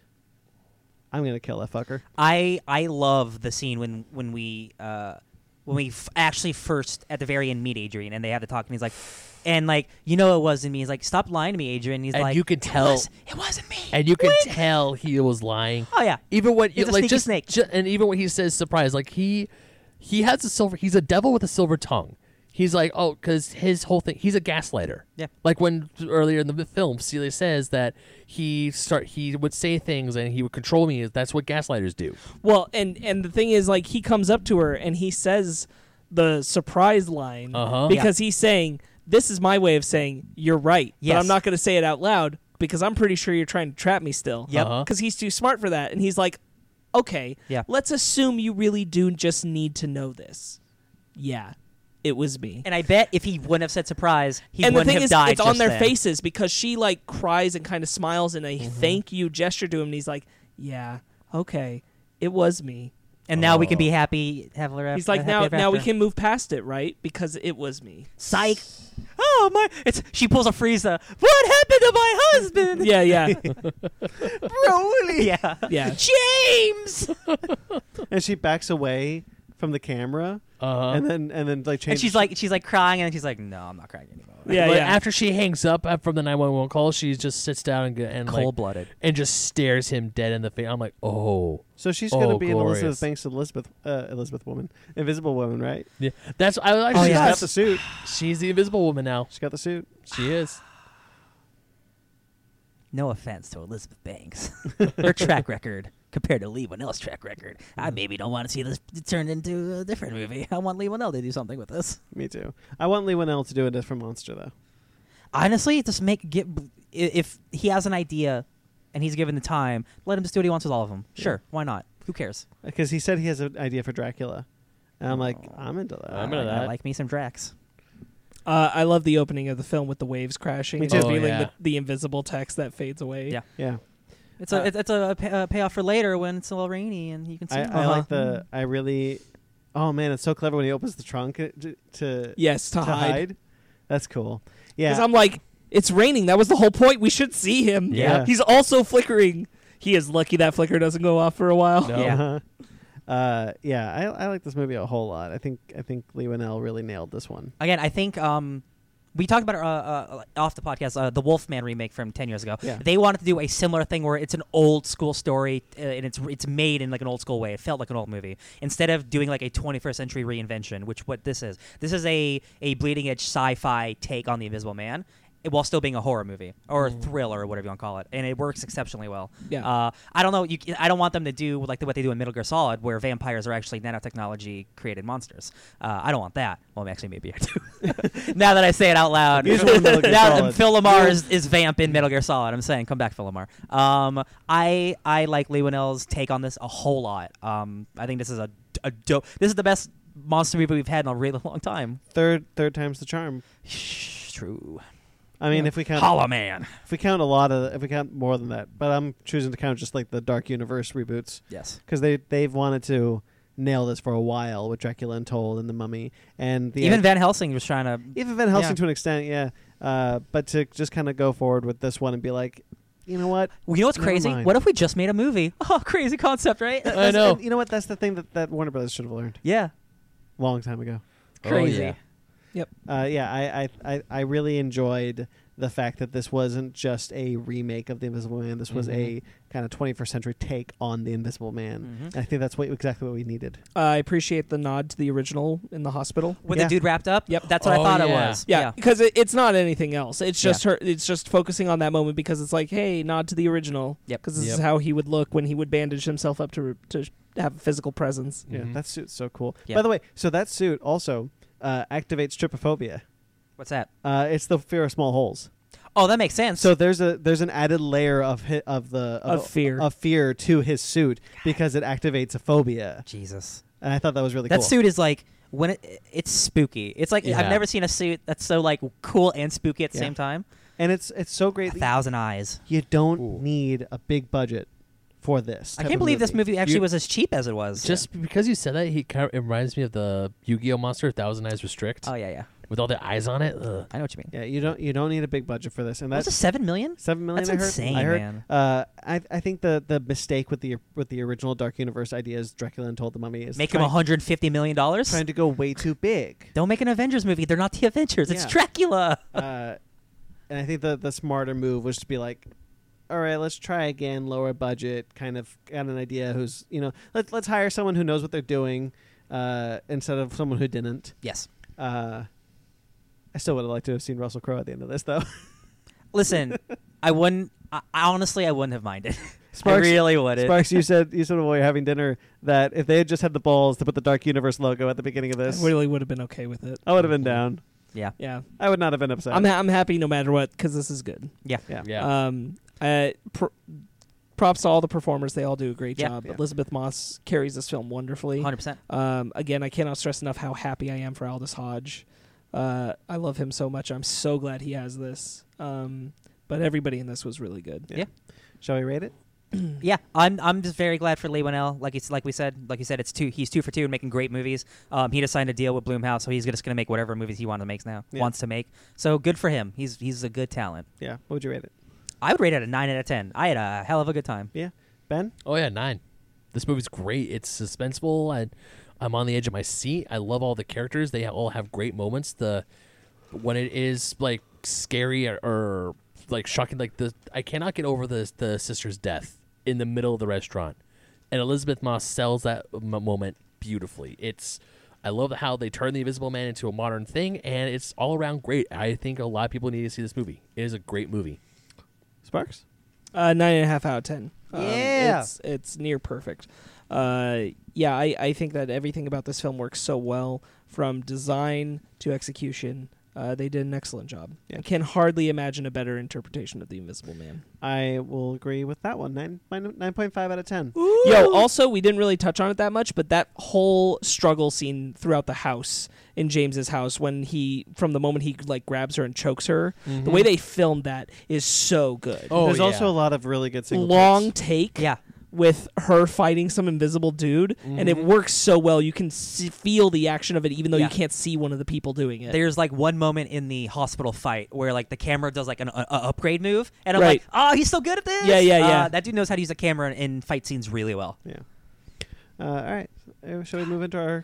I'm gonna kill that fucker. I I love the scene when when we uh, when we f- actually first at the very end meet Adrian and they have the talk and he's like, and like you know it wasn't me. He's like, stop lying to me, Adrian. And he's And like, you can tell- it, was, it wasn't me. and you can What? tell he was lying. oh yeah, Even when He's a like sneaky just, snake. ju- and even when he says surprise, like he he has a silver. He's a devil with a silver tongue. He's like oh, because his whole thing. He's a gaslighter. Yeah. Like when earlier in the film, Celia says that he start he would say things and he would control me. That's what gaslighters do. Well, and and the thing is, like, he comes up to her and he says the surprise line Uh-huh. because he's saying, "This is my way of saying you're right," but Yes. I'm not going to say it out loud because I'm pretty sure you're trying to trap me still. Yep. Uh-huh. because he's too smart for that. And he's like, okay, Yeah. let's assume you really do just need to know this. Yeah, it was me. And I bet if he wouldn't have said surprise, he and the wouldn't thing have is, died. it's on just their then. faces because she like cries and kind of Mm-hmm. smiles in a thank you gesture to him, and he's like, yeah, okay, it was me. And now we can Oh. be happy. Have a He's like, now, now we can move past it, right? Because it was me. Psych. Oh my! It's she pulls a Frieza. What happened to my husband? Yeah, yeah, Broly. yeah. yeah. James. and she backs away from the camera, Uh-huh. and then and then like And changes. she's like, she's like crying, and she's like, no, I'm not crying anymore. Yeah, but yeah. after she hangs up uh, from the 911 call, she just sits down and, g- and like, Cold blooded. and just stares him dead in the face. I'm like, "Oh." so she's Oh, gonna be in Elizabeth glorious. Banks, Elizabeth uh, Elizabeth Woman, Invisible Woman, right? Yeah. That's I was she's actually got that's- the suit. she's the invisible woman now. She's got the suit. She is. No offense to Elizabeth Banks, her track record compared to Lee Winnell's track record. I maybe don't want to see this turned into a different movie. I want Lee Winnell to do something with this. Me too. I want Lee Winnell to do a different monster though. Honestly, just make get i- if he has an idea and he's given the time, let him just do what he wants with all of them. Sure, why not? Who cares? because he said he has an idea for Dracula, and I'm like, I'm into that. I'm into I, I that. like me some Drax. Uh, I love the opening of the film with the waves crashing, Me and too. revealing Oh, yeah. the, the invisible text that fades away. Yeah. yeah, It's a Uh, it's, it's a pay, uh, payoff for later when it's uh-huh. a little rainy and you can see. I, him. I like the. I really. Oh man, it's so clever when he opens the trunk to to, to Yes, to, hide. hide. That's cool. Because Yeah, I'm like, it's raining. That was the whole point. We should see him. Yeah. He's also flickering. He is lucky that flicker doesn't go off for a while. No. Yeah. Uh-huh. Uh, yeah, I, I like this movie a whole lot. I think I think Lee Winnell really nailed this one. Again, I think um, we talked about it, uh, uh, off the podcast uh, the Wolfman remake from ten years ago. Yeah. They wanted to do a similar thing where it's an old school story uh, and it's it's made in like an old school way. It felt like an old movie instead of doing like a 21st century reinvention, which what this is. This is a a bleeding edge sci-fi take on the Invisible Man. eh, While still being a horror movie or a thriller or whatever you want to call it, and it works exceptionally well. Yeah. Uh, I don't know. You, c- I don't want them to do like what they do in Metal Gear Solid, where vampires are actually nanotechnology created monsters. Uh, I don't want that. Well, actually, maybe I do. now that I say it out loud, Usually in Metal Gear now, Solid. Phil Lamar is, is vamp in Metal Gear Solid. I'm saying, come back, Phil Lamar. Um, I I like Lee Winnell's take on this a whole lot. Um, I think this is a, a dope. This is the best monster movie we've had in a really long time. Third third time's the charm. True. I mean, if we count Hollow Man. if we count a lot of if we count more than that, but I'm choosing to count just like the Dark Universe reboots. Yes. because they they've wanted to nail this for a while with Dracula Untold and the Mummy and the Even Van Helsing was trying to. even Van Helsing yeah. to an extent, yeah. Uh, but to just kind of go forward with this one and be like, you know what, You know what's Never crazy? mind. What if we just made a movie? Oh, crazy concept, right? I know. And you know what, that's the thing that that Warner Brothers should have learned Yeah. long time ago. Oh, Crazy. yeah. Uh, yeah, I, I I I really enjoyed the fact that this wasn't just a remake of the Invisible Man. This Mm-hmm. was a kind of 21st century take on the Invisible Man. Mm-hmm. And I think that's what exactly what we needed. Uh, I appreciate the nod to the original in the hospital. When Yeah. the dude wrapped up. Yep. That's what I Oh, thought it yeah. was. Yeah, because it, it's not anything else. It's just her. It's just focusing on that moment because it's like, hey, nod to the original. Yep. Because this Yep. is how he would look when he would bandage himself up to to have a physical presence. Yeah, Mhm. that suit's so cool. Mm-hmm. Yeah. By the way, so that suit also uh, activates trypophobia. What's that? Uh, it's the fear of small holes. Oh, that makes sense. So there's a there's an added layer of hi, of the Of fear. of fear to his suit because it activates a phobia, Jesus. and I thought that was really That cool. suit is like when it, it's spooky. It's like I've Yeah. never seen a suit that's so like cool and spooky at the Yeah. same time. and it's it's so A great. that thousand eyes. you don't Ooh. need a big budget for this. I type can't of believe this movie actually You- was as cheap as it was. Just because you said that, he kind of it reminds me of the Yu-Gi-Oh monster Thousand Eyes Restrict oh yeah, yeah. with all the eyes on it. Ugh. I know what you mean. Yeah, you don't you don't need a big budget for this, and What was it that's seven million? seven million. That's I heard. insane, I heard. man. Uh, I I think the the mistake with the with the original Dark Universe ideas, Dracula and Told the Mummy, is Make him trying, hundred fifty million dollars. trying to go way too big. Don't make an Avengers movie. They're not the Avengers. It's Yeah. Dracula. uh, and I think the the smarter move was to be like, all right, let's try again, lower budget, kind of got an idea who's you know let's let's hire someone who knows what they're doing uh, instead of someone who didn't. Yes. Uh, I still would have liked to have seen Russell Crowe at the end of this though. Listen, I wouldn't. I, I honestly, I wouldn't have minded. Sparks- I really wouldn't. Sparks, you said you said while we were having dinner that if they had just had the balls to put the Dark Universe logo at the beginning of this, I really would have been okay with it. I would have been down. Yeah. Yeah, I would not have been upset. Oh. I'm ha- I'm happy no matter what because this is good. Yeah. yeah. Yeah. Um, uh, pr- props to all the performers; they all do a great Yeah. job. Yeah. Elizabeth Moss carries this film wonderfully. Hundred percent. Um, again, I cannot stress enough how happy I am for Aldous Hodge. Uh, I love him so much. I'm so glad he has this. Um, but everybody in this was really good. Yeah. Shall we rate it? yeah, I'm I'm just very glad for Lee Winnell. Like it's like we said, like you said, it's two. He's two for two and making great movies. Um, he just signed a deal with Bloomhouse, so he's just gonna make whatever movies he wants to make now. Yeah. Wants to make. So good for him. He's he's a good talent. Yeah. What would you rate it? I would rate it a nine out of ten. I had a hell of a good time. Yeah. Ben? Oh yeah, nine. This movie's great. It's suspenseful. I, I'm on the edge of my seat. I love all the characters. They all have great moments. The when it is like scary or, or like shocking, like the I cannot get over the the sister's death in the middle of the restaurant, and Elizabeth Moss sells that m- moment beautifully. It's I love how they turn the Invisible Man into a modern thing, and it's all around great. I think a lot of people need to see this movie. It is a great movie. Sparks? Uh, nine and a half out of ten. Um, Yeah. it's, it's near perfect. Uh, yeah, I, I think that everything about this film works so well from design to execution. Uh, they did an excellent job. Yeah. I can hardly imagine a better interpretation of the Invisible Man. I will agree with that one. Nine, nine, 9.5 out of 10. Yo, also we didn't really touch on it that much, but that whole struggle scene throughout the house in James's house when he from the moment he like grabs her and chokes her, the Mm-hmm. way they filmed that is so good. Oh, There's yeah. also a lot of really good single Long takes. take. Yeah. with her fighting some invisible dude, and it works so well. You can see, feel the action of it, even though Mm-hmm. Yeah. you can't see one of the people doing it. There's like one moment in the hospital fight where like the camera does like an a, a upgrade move, and I'm Right. like, oh, he's so good at this. Yeah, yeah, Uh, yeah. that dude knows how to use a camera in, in fight scenes really well. Yeah. Uh, all right. Uh, Shall we move into our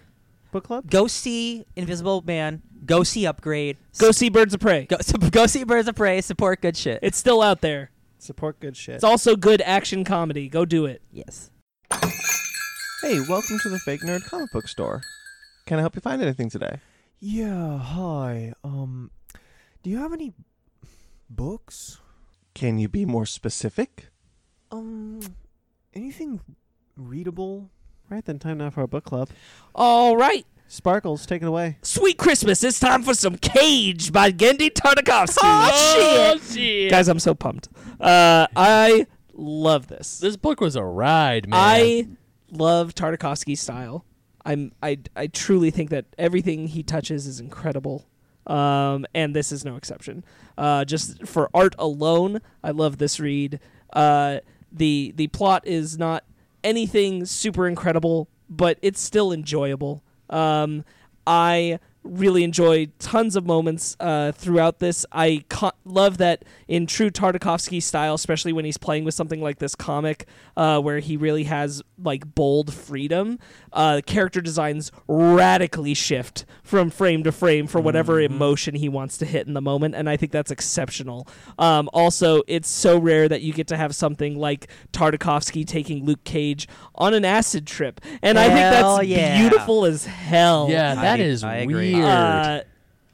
book club? Go see Invisible Man. Go see Upgrade. Go see Birds of Prey. Go, so, go see Birds of Prey. Support good shit. It's still out there. Support good shit. It's also good action comedy. Go do it. yes. Hey, welcome to the Fake Nerd Comic Book Store. Can I help you find anything today? Yeah, hi. Um, do you have any books? Can you be more specific? Um, anything readable? Right then, time now for our book club. All right. Sparkles, take it away. Sweet Christmas. It's time for some Cage by Gendy Tartakovsky. Oh, shit. Guys, I'm so pumped. Uh, I love this. This book was a ride, man. I love Tartakovsky's style. I'm I I truly think that everything he touches is incredible. Um, and this is no exception. Uh, just for art alone, I love this read. Uh, the the plot is not anything super incredible, but it's still enjoyable. Um, I really enjoyed tons of moments uh, throughout this. I co- love that in true Tartakovsky style, especially when he's playing with something like this comic, uh, where he really has like bold freedom. Uh, character designs radically shift from frame to frame for whatever Mm-hmm. emotion he wants to hit in the moment, and I think that's exceptional. Um, also, it's so rare that you get to have something like Tartakovsky taking Luke Cage on an acid trip, and I think Hell that's yeah. beautiful as hell. yeah, that I- is I agree. weird. Uh,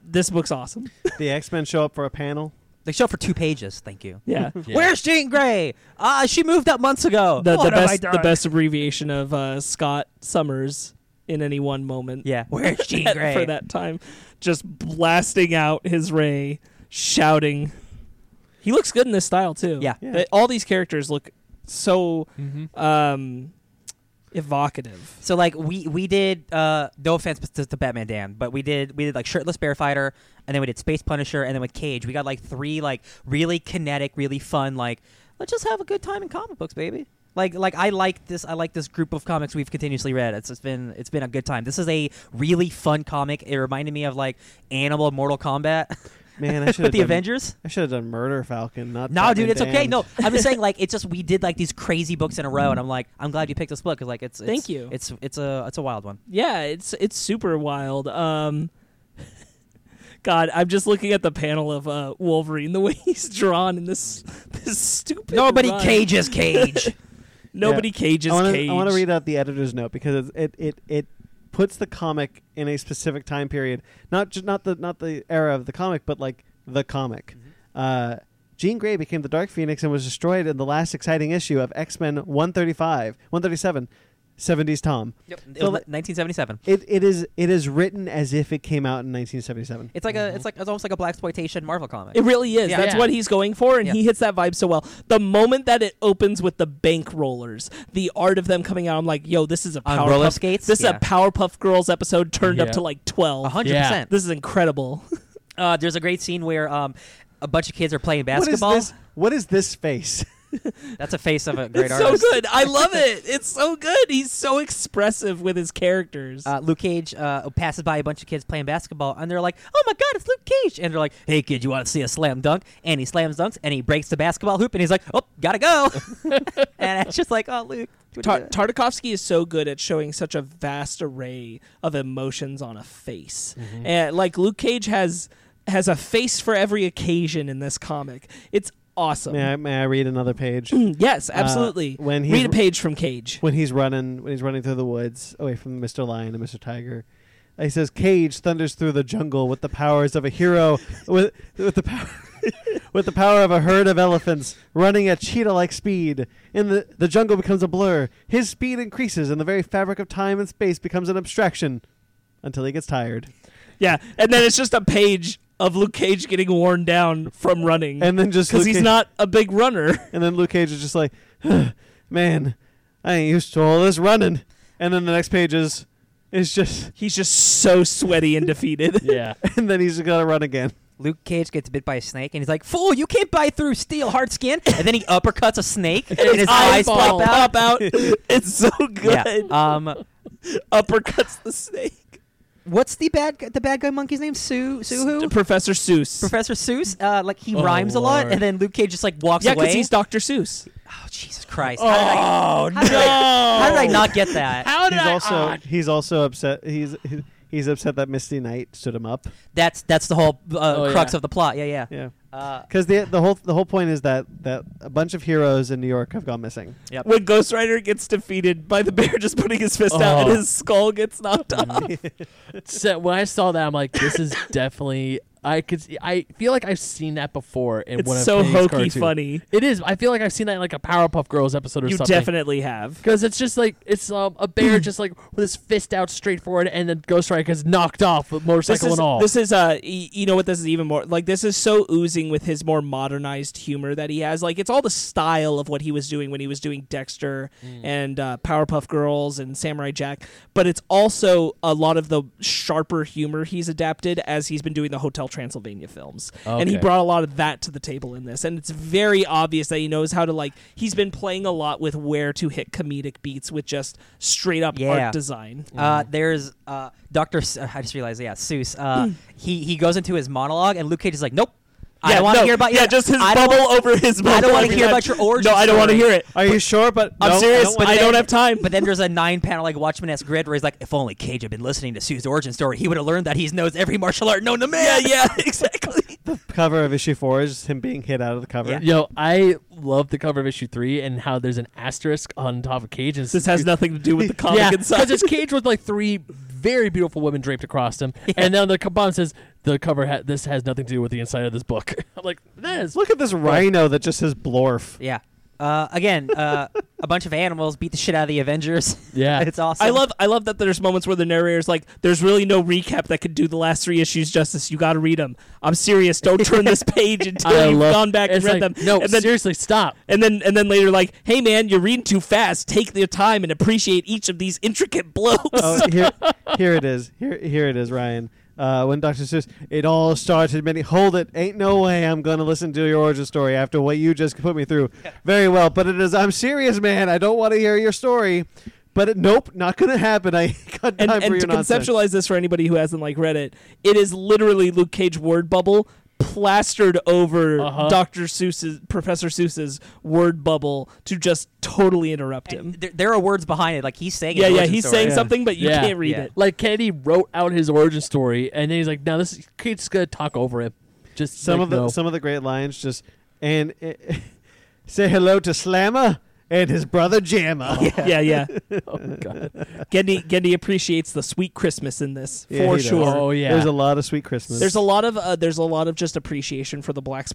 this book's awesome. The X Men show up for a panel. They show up for two pages. Thank you. Yeah. Yeah. Where's Jean Grey? Ah, she moved up months ago. The, the What have I best the done? best abbreviation of uh, Scott Summers in any one moment. Yeah. Where's Jean Grey? for that time. Just blasting out his ray, shouting. He looks good in this style too. Yeah. Mm-hmm. Yeah. They- all these characters look so um, evocative. So like we we did uh no offense to, to Batman Dan, but we did we did like shirtless bear fighter and then we did space punisher and then with cage we got like three like really kinetic really fun like let's just have a good time in comic books baby. Like like I like this I like this group of comics we've continuously read. It's just been it's been a good time. This is a really fun comic. It reminded me of like Animal Mortal Kombat Man, I with should have the done, Avengers. I should have done Murder Falcon. Not No, dude, Batman it's okay. Damned. No, I'm just saying, like, it's just we did like these crazy books in a row, and I'm like, I'm glad you picked this book because, like, it's, it's Thank you. It's it's a it's a wild one. Yeah, it's it's super wild. Um, God, I'm just looking at the panel of uh, Wolverine the way he's drawn in this this stupid. Nobody run. cages Cage. Nobody cages I wanna, Cage. I want to read out the editor's note because it it it puts the comic in a specific time period, not just not the not the era of the comic, but like the comic. Uh, Jean Grey became the Dark Phoenix and was destroyed in the last exciting issue of X Men 135, 137, 70s Tom. yep. So, like- 1977. It, it is it is written as if it came out in 1977. It's like a it's like it's almost like a black exploitation Marvel comic. Mm-hmm. It really is. Yeah. That's Yeah. what he's going for, and Yeah. he hits that vibe so well. The moment that it opens with the bank rollers, the art of them coming out, I'm like, yo, this is a On Powerpuff. roller skates? This Yeah. is a Powerpuff Girls episode turned Yeah. up to like twelve. 100. Yeah. percent This is incredible. uh, There's a great scene where um, a bunch of kids are playing What is basketball. this? What is this face? That's a face of a great it's artist. so good. I love it. It's so good. He's so expressive with his characters. Uh, Luke Cage uh, passes by a bunch of kids playing basketball, and they're like, "Oh my God, it's Luke Cage!" And they're like, "Hey kid, you want to see a slam dunk?" And he slams dunks, and he breaks the basketball hoop, and he's like, "Oh, gotta go!" and it's just like, "Oh, Luke." what Tar- are you doing?" Tartakovsky is so good at showing such a vast array of emotions on a face. And like Luke Cage has has a face for every occasion in this comic. It's awesome. Mm, May I, may I read another page? yes, absolutely. Uh, when he- Read a page from Cage. when he's running when he's running through the woods away from Mr. Lion and Mr. Tiger. uh, He says, "Cage thunders through the jungle with the powers of a hero, with with the power." With the power of a herd of elephants running at cheetah like speed. In the, the jungle becomes a blur. His speed increases, and the very fabric of time and space becomes an abstraction until he gets tired. Yeah, and then it's just a page of Luke Cage getting worn down from running And then just because Luke he's Cage- not a big runner. And then Luke Cage is just like, man, I ain't used to all this running. And then the next page is, is just, He's just so sweaty and defeated. yeah. and then he's got to run again. Luke Cage gets bit by a snake, and he's like, "Fool, you can't bite through steel hard skin!" And then he uppercuts a snake, and his eyes pop pop out. pop out. it's so good. Yeah. Um, Uppercuts the snake. what's the bad gu- the bad guy monkey's name? Sue Sue who? Professor Seuss. Professor Seuss. Uh, like he Oh, rhymes a lot, Lord. and then Luke Cage just like walks yeah, away. because he's Dr. Seuss. oh Jesus Christ! How did I- Oh how did I- how did I not get that? How did he's I? also ah, he's also upset. He's he- he's upset that Misty Knight stood him up. That's that's the whole uh, Oh, crux yeah. of the plot. Yeah, yeah. Yeah, Uh, because the the whole the whole point is that that a bunch of heroes in New York have gone missing. when Ghost Rider gets defeated by the bear just putting his fist out Oh. and his skull gets knocked off. So when I saw that, I'm like, this is definitely. I could. see- I feel like I've seen that before in one It's of so Penny's hokey cartoons. funny. It is. I feel like I've seen that in like a Powerpuff Girls episode or You something. definitely have. Because it's just like it's um, a bear just like with his fist out straight forward, and then Ghost Rider gets knocked off with This motorcycle is, and all. this is uh y- you know what this is even more like this is so oozing with his more modernized humor that he has like it's all the style of what he was doing when he was doing Dexter and uh, Powerpuff Girls and Samurai Jack but it's also a lot of the sharper humor he's adapted as he's been doing the Hotel Transylvania films and he Okay. brought a lot of that to the table in this and it's very obvious that he knows how to like he's been playing a lot with where to hit comedic beats with just straight up Yeah. art design uh, there's uh, Doctor. I just realized. Yeah, Seuss. Uh, he he goes into his monologue, and Luke Cage is like, "Nope, I don't want to no, hear about Mm. yeah, your- just his I don't bubble want- over his. Bubble I don't want to every hear time. about your origin. No, I don't want to story." hear it. Are you sure? But I'm no, I serious. don't I wanna- don't have time. But then there's a nine panel like Watchmen esque grid where he's like, if only Cage had been listening to Sue's origin story, he would have learned that he knows every martial art known to yeah, man. yeah, exactly. cover of issue four is him being hit out of the cover. Yeah. Yo, I love the cover of issue three and how there's an asterisk on top of Cage. And it's- this has nothing to do with the comic yeah, inside. it's Cage with like three very beautiful women draped across him, and then the co- bottom says the cover. Ha- this has nothing to do with the inside of this book. I'm like, that is Look at this rhino that just says blorf. Yeah. Uh, again, uh, a bunch of animals beat the shit out of the Avengers. Yeah. it's awesome. I love, I love that there's moments where the narrator's like, "There's really no recap that could do the last three issues justice. You got to read them. I'm serious. Don't turn this page until I you've love- gone back and it's read like, them." No, and then, seriously, stop. and then, and then later, like, "Hey, man, you're reading too fast. Take the time and appreciate each of these intricate blows." oh, here, here it is. Here, here it is, Ryan. Uh, when Dr. Seuss, it all started many. Hold it. Ain't no way I'm going to listen to your origin story after what you just put me through. Very well, but it is. I'm serious, man. I don't want to hear your story. But it, nope, not going to happen. I ain't got time and, for and your to nonsense. conceptualize this for anybody who hasn't like read it, it is literally Luke Cage word bubble plastered over Uh-huh. Dr. Seuss's Professor Seuss's word bubble to just totally interrupt him. There, there are words behind it. Like he's saying. his yeah, yeah, origin he's story. saying Yeah. something, but you Yeah. can't read Yeah. it. Like Kennedy wrote out his origin story, and then he's like, "No, this is, Cage's gonna talk over it." Just some like, of the no. some of the great lines just and uh, say hello to Slammer and his brother Jammer. Yeah, yeah. oh, God. Gendy Gendy appreciates the sweet Christmas in this Yeah, for he does. sure. Oh yeah. There's a lot of sweet Christmas. There's a lot of uh, there's a lot of just appreciation for the black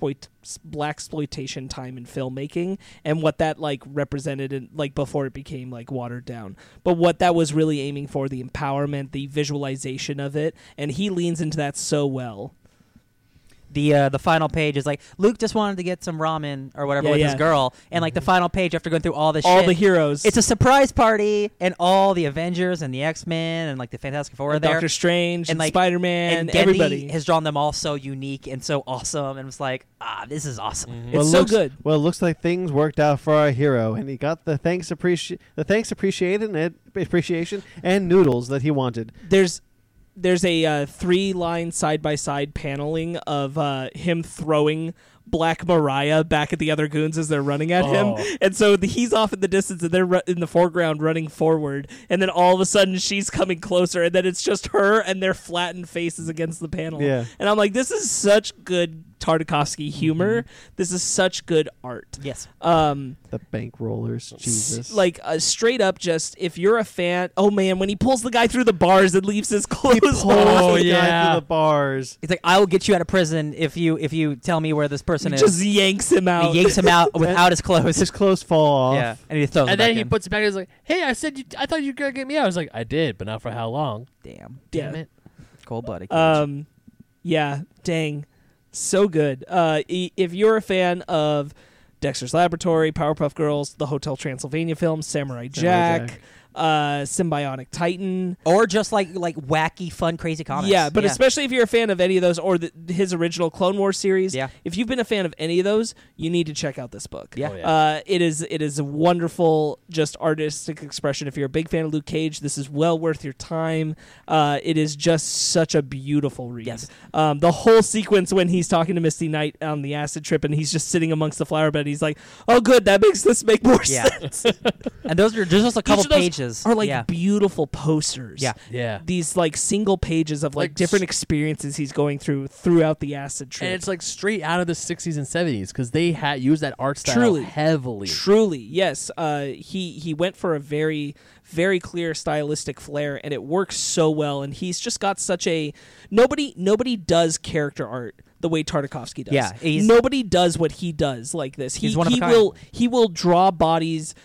black exploitation time in filmmaking and what that like represented in, like before it became like watered down. But what that was really aiming for the empowerment, the visualization of it, and he leans into that so well. the uh, the final page is like Luke just wanted to get some ramen or whatever Yeah, with yeah. Mm-hmm. his girl, and like the final page after going through all this, all shit, the heroes. It's a surprise party, and all the Avengers and the X Men and like the Fantastic Four are and there. Doctor Strange and, and, like, Spider Man and and Genndy everybody. has drawn them all so unique and so awesome, and it's like, ah, this is awesome. Mm-hmm. it's Well, so looks- good. Well, it looks like things worked out for our hero, and he got the thanks appreci- the thanks appreciated and appreciation and noodles that he wanted. There's there's a uh, three line side by side paneling of uh, him throwing Black Mariah back at the other goons as they're running at Oh. him, and so the, he's off in the distance and they're ru- in the foreground running forward, and then all of a sudden she's coming closer, and then it's just her and their flattened faces against the panel. Yeah. and I'm like, this is such good Tartakovsky humor. Mm-hmm. This is such good art. Yes, Um, The bank rollers, s- Jesus! Like uh, straight up, just if you're a fan, oh man, when he pulls the guy through the bars and leaves his clothes on, oh the guy yeah, through the the bars. it's like I will get you out of prison if you if you tell me where this person he is. just yanks him And out. he yanks him out without his clothes. His clothes fall off. yeah, and he throws. him And then back he in. puts it back. and He's like, "Hey, I said you, I thought you were gonna get me out." I was like, "I did, but not for how long." damn Yeah. Damn it! cold blooded. Um, yeah, dang, so good. Uh, i- if you're a fan of Dexter's Laboratory, Powerpuff Girls, the Hotel Transylvania film, Samurai Jack, Jack. Uh, Symbiotic Titan. or just like like wacky, fun, crazy comics. Yeah, but especially if you're a fan of any of those or the, his original Clone Wars series, Yeah. if you've been a fan of any of those, you need to check out this book. Yeah. Oh, yeah. Uh, it is it is a wonderful just artistic expression. If you're a big fan of Luke Cage, this is well worth your time. Uh, it is just such a beautiful read. Yes. Um, the whole sequence when he's talking to Misty Knight on the acid trip and he's just sitting amongst the flower bed, he's like, "Oh, good, that makes this make more Yeah. sense." and those are there's just a couple Each of those pages Are like yeah. beautiful posters. Yeah. Yeah. These like single pages of like, Like different s- experiences he's going through throughout the acid trip. And it's like straight out of the '60s and '70s because they had used that art style Truly. heavily. Truly, yes. Uh, he he went for a very very clear stylistic flair, and it works so well. And he's just got such a nobody nobody does character art the way Tartakovsky does. Yeah, he's- nobody does what he does like this. He He's one of he a kind. will he will draw bodies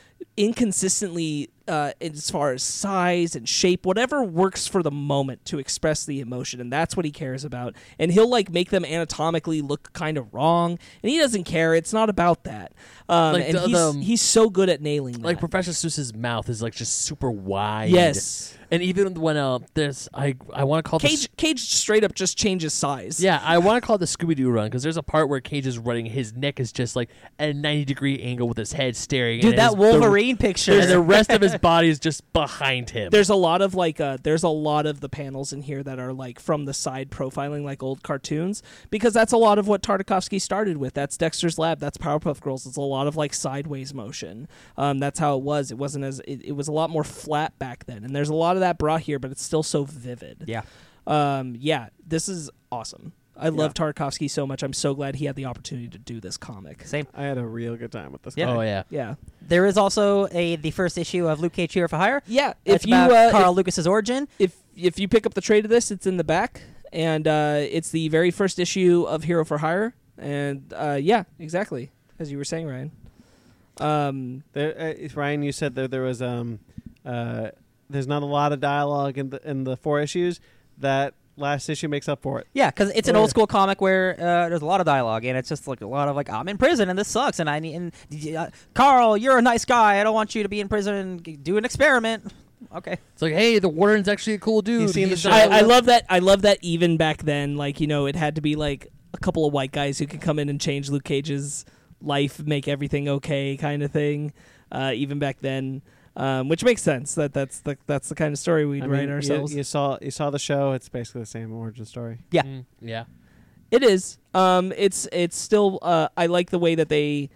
inconsistently uh, as far as size and shape whatever works for the moment to express the emotion and that's what he cares about and he'll like make them anatomically look kind of wrong and he doesn't care it's not about that um, Like and the- he's, the- he's so good at nailing that. Like Professor Seuss's mouth is like just super wide. yes And even when uh, there's I I want to call this. cage cage straight up just changes size Yeah, I want to call it the Scooby Doo run because there's a part where Cage is running. His neck is just like at a 90 degree angle with his head staring. dude and that his- Wolverine The, picture. and the rest of his body is just behind him. there's a lot of like uh there's a lot of the panels in here that are like from the side profiling like old cartoons because that's a lot of what Tartakovsky started with that's Dexter's Lab that's Powerpuff Girls it's a lot of like sideways motion um that's how it was it wasn't as it, it was a lot more flat back then and there's a lot of that brought here but it's still so vivid yeah, um yeah this is awesome I love Tarkovsky so much I'm so glad he had the opportunity to do this comic same. I had a real good time with this. Yeah. Oh yeah. yeah There is also a the first issue of Luke Cage Hero for Hire. yeah That's if you about uh, if- Carl Lucas's origin. if if you pick up the trade of this, it's in the back, and uh, it's the very first issue of Hero for Hire. And uh, yeah, exactly as you were saying, Ryan. Um, There, uh, Ryan, you said that there was um, uh, there's not a lot of dialogue in the in the four issues. That last issue makes up for it. Yeah, because it's an Oh, yeah. old school comic where uh, there's a lot of dialogue and it's just like a lot of like I'm in prison and this sucks and I need and uh, Carl, you're a nice guy. I don't want you to be in prison and g- do an experiment. Okay, It's like, hey, the warden's actually a cool dude. You seen the He's uh, show? not- I, I love that. I love that even back then, like you know, it had to be like a couple of white guys who could come in and change Luke Cage's life, make everything okay, kind of thing. Uh, even back then, um, which makes sense that that's the that's the kind of story we'd I write mean, you- ourselves. You, saw you saw the show. It's basically the same origin story. Yeah. Mm, yeah. It is. Um, it's it's still. Uh, I like the way that they.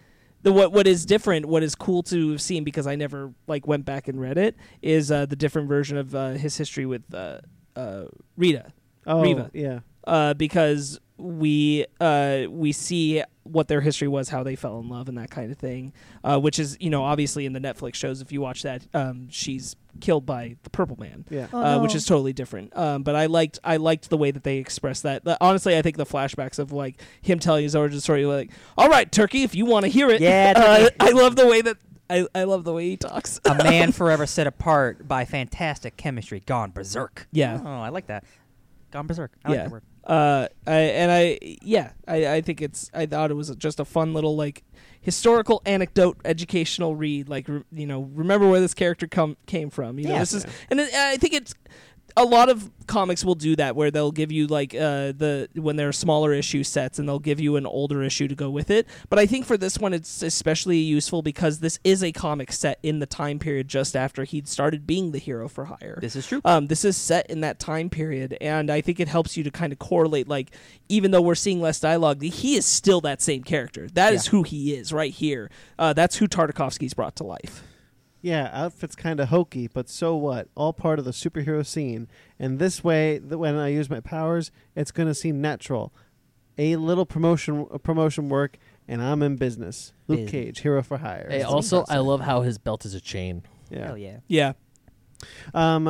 The, what what is different, what is cool to have seen because I never like went back and read it is uh, the different version of uh, his history with uh, uh, Rita Oh, Reva. yeah. uh, because we uh, we see what their history was, how they fell in love, and that kind of thing, uh, which is you know obviously in the Netflix shows if you watch that um, she's killed by the Purple Man, Yeah. Oh, uh, which is totally different. Um, but I liked I liked the way that they expressed that. The- honestly, I think the flashbacks of like him telling his origin story, like, "All right, Turkey, if you want to hear it." Yeah, uh, Turkey. I love the way that I, I love the way he talks. a man forever set apart by fantastic chemistry, gone berserk. Yeah. oh, I like that. Gone berserk. I like Yeah. that word. Uh, I, and I yeah, I, I think it's I thought it was just a fun little like historical anecdote educational read like re, you know remember where this character come came from you know Yeah. this is and it, I think it's a lot of comics will do that where they'll give you like uh, the when there are smaller issue sets and they'll give you an older issue to go with it but i think for this one it's especially useful because this is a comic set in the time period just after he'd started being the hero for hire This is true. um, this is set in that time period, and I think it helps you to kind of correlate. Like, even though we're seeing less dialogue, he is still that same character. That is Yeah. who he is right here. Uh, that's who Tartakovsky's brought to life. Yeah, outfit's kind of hokey, but so what? All part of the superhero scene. And this way, th- when I use my powers, it's going to seem natural. A little promotion uh, promotion work, and I'm in business. Luke Business. Cage, hero for hire. Hey, That's also, what I I'm love how his belt is a chain. saying. Hell yeah. Yeah, Yeah. Um,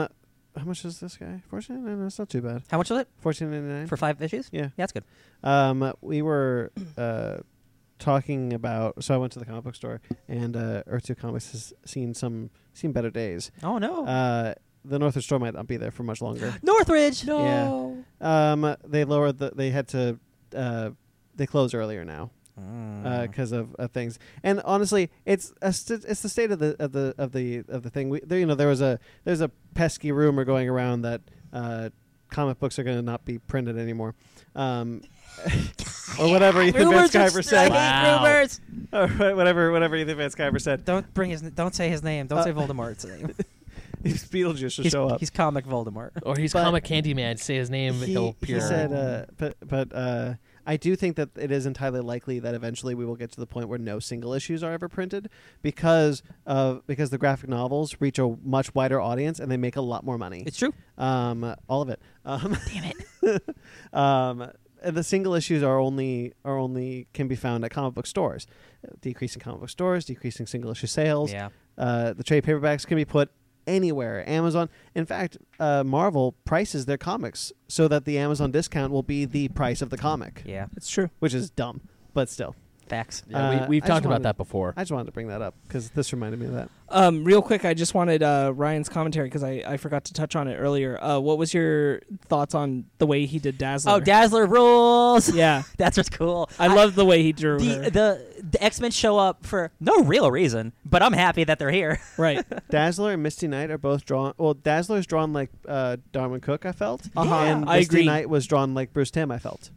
how much is this guy? Fourteen? No, that's not too bad. How much was it Fourteen ninety nine. for five issues? Yeah. Yeah, that's good. Um, we were uh, talking about. So I went to the comic book store, and uh, Earth Two Comics has seen some seen better days. Oh no. Uh, the Northridge store might not be there for much longer. Northridge. No. Um, they lowered the. They had to. Uh, they close earlier now Mm. because of, of things. And honestly, it's a st- it's the state of the of the of the of the thing. We there, you know there was a there's a pesky rumor going around that uh, comic books are going to not be printed anymore. Um, or whatever Ethan Van Rumors are Sciver st- I said, hate Wow. rumors. or whatever whatever Ethan Van Sciver said, Don't bring his. n- Don't say his name. Don't Uh, say Voldemort's name. Beetlejuice will he's, show up. he's comic Voldemort. Or he's But- comic Candyman. Say his name, he, he'll he appear. said, uh, but but uh, I do think that it is entirely likely that eventually we will get to the point where no single issues are ever printed because of because the graphic novels reach a much wider audience and they make a lot more money. It's true. Um, all of it. Um, Damn it. um, and the single issues are only are only can be found at comic book stores, decreasing comic book stores, decreasing single issue sales. Yeah. Uh, the trade paperbacks can be put anywhere. Amazon, in fact, uh, Marvel prices their comics so that the Amazon discount will be the price of the comic, Yeah. it's true. which is dumb, but still. Facts. Yeah, uh, we, we've I just talked about wanted- that before. I just wanted to bring that up because this reminded me of that. Um, real quick, I just wanted uh, Ryan's commentary because I, I forgot to touch on it earlier. Uh, what was your thoughts on the way he did Dazzler? Oh, Dazzler rules. yeah, That's what's cool. I love the way he drew her. the the the X Men show up for no real reason, but I'm happy that they're here. right, Dazzler and Misty Knight are both drawn. Well, Dazzler's drawn like uh, Darwin Cook, I felt, Uh-huh. and I Misty agree. Knight was drawn like Bruce Tim, I felt.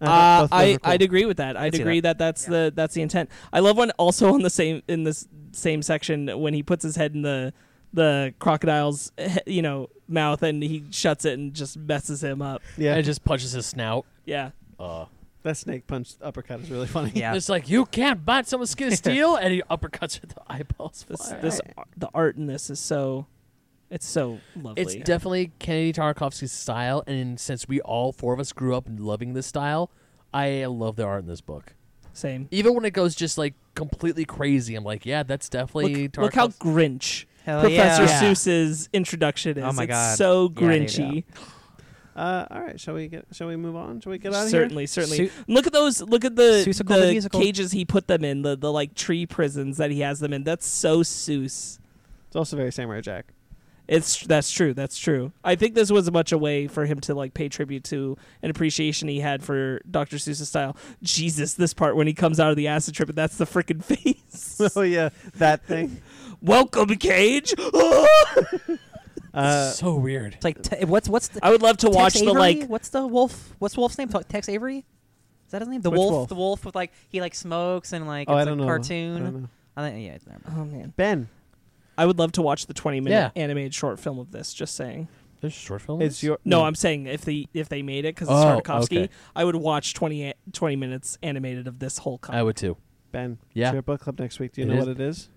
I thought Uh-huh. Uh, both of those I were cool. I'd agree with that. I'd see agree that, that's the that's the intent. I love when also on the same in this same section when he puts his head in the the crocodile's eh, you know mouth and he shuts it and just messes him up. Yeah, And it just punches his snout. Yeah, Uh, that snake punch uppercut is really funny. Yeah. It's like, you can't bite someone's skin of steel. and he uppercuts her in the eyeballs. this fly. this the art in this is so it's so lovely. It's definitely Kennedy Tarkovsky's style, and since we all four of us grew up loving this style, I love the art in this book. Same. Even when it goes just like completely crazy, I'm like, yeah, that's definitely Look, look how Tarkovsky. Grinch Hell Professor Oh, yeah. Seuss's introduction is. Oh my It's God. so Yeah, dude, Grinchy. Uh, all right, shall we get? Shall we move on? Shall we get out of here? certainly, certainly. Su- Look at those. Look at the, Seussical the the musical. cages he put them in. The the like tree prisons that he has them in. That's so Seuss. It's also very Samurai Jack. It's that's true. That's true. I think this was much a way for him to like pay tribute to an appreciation he had for Dr. Seuss's style. Jesus, this part when he comes out of the acid trip and that's the freaking face. oh yeah, that thing. Welcome, Cage. Uh, It's so weird. It's like te- what's what's the, I would love to Tex watch the Avery? like. what's the wolf? What's Wolf's name? Te- Tex Avery? Is that his name? The Which wolf, wolf? The wolf with like he like smokes and like oh, it's I a don't know. cartoon. I don't know. I think yeah. It's never mind. Oh man, Ben, I would love to watch the twenty minute animated short film of this. Just saying. There's short film. it's your. No, I'm saying if they if they made it because it's Oh, Tartakovsky, okay. I would watch 20, a- 20 minutes animated of this whole comic. I would too. Ben. Yeah. It's your book club next week. Do you It know is. what it is?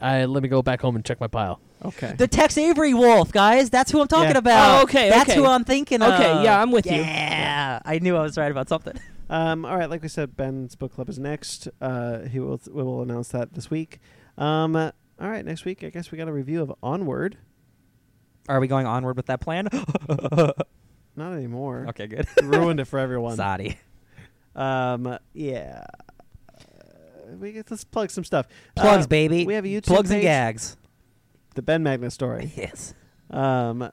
I let me go back home and check my pile. Okay. The Tex Avery wolf, guys. That's who I'm talking Yeah. about. Oh, okay, That's okay. who I'm thinking of. Okay, yeah, I'm with you. Yeah, I knew I was right about something. Um, all right, like we said, Ben's book club is next. Uh, he will. We will announce that this week. Um, all right, next week I guess we got a review of Onward. Are we going onward with that plan? Not anymore. okay, good. Ruined it for everyone. Sorry. Um, yeah. Uh, we get, let's plug some stuff. Plugs, Uh, baby. We have a YouTube Plugs page, and gags. The Ben Magna story. Yes. Um,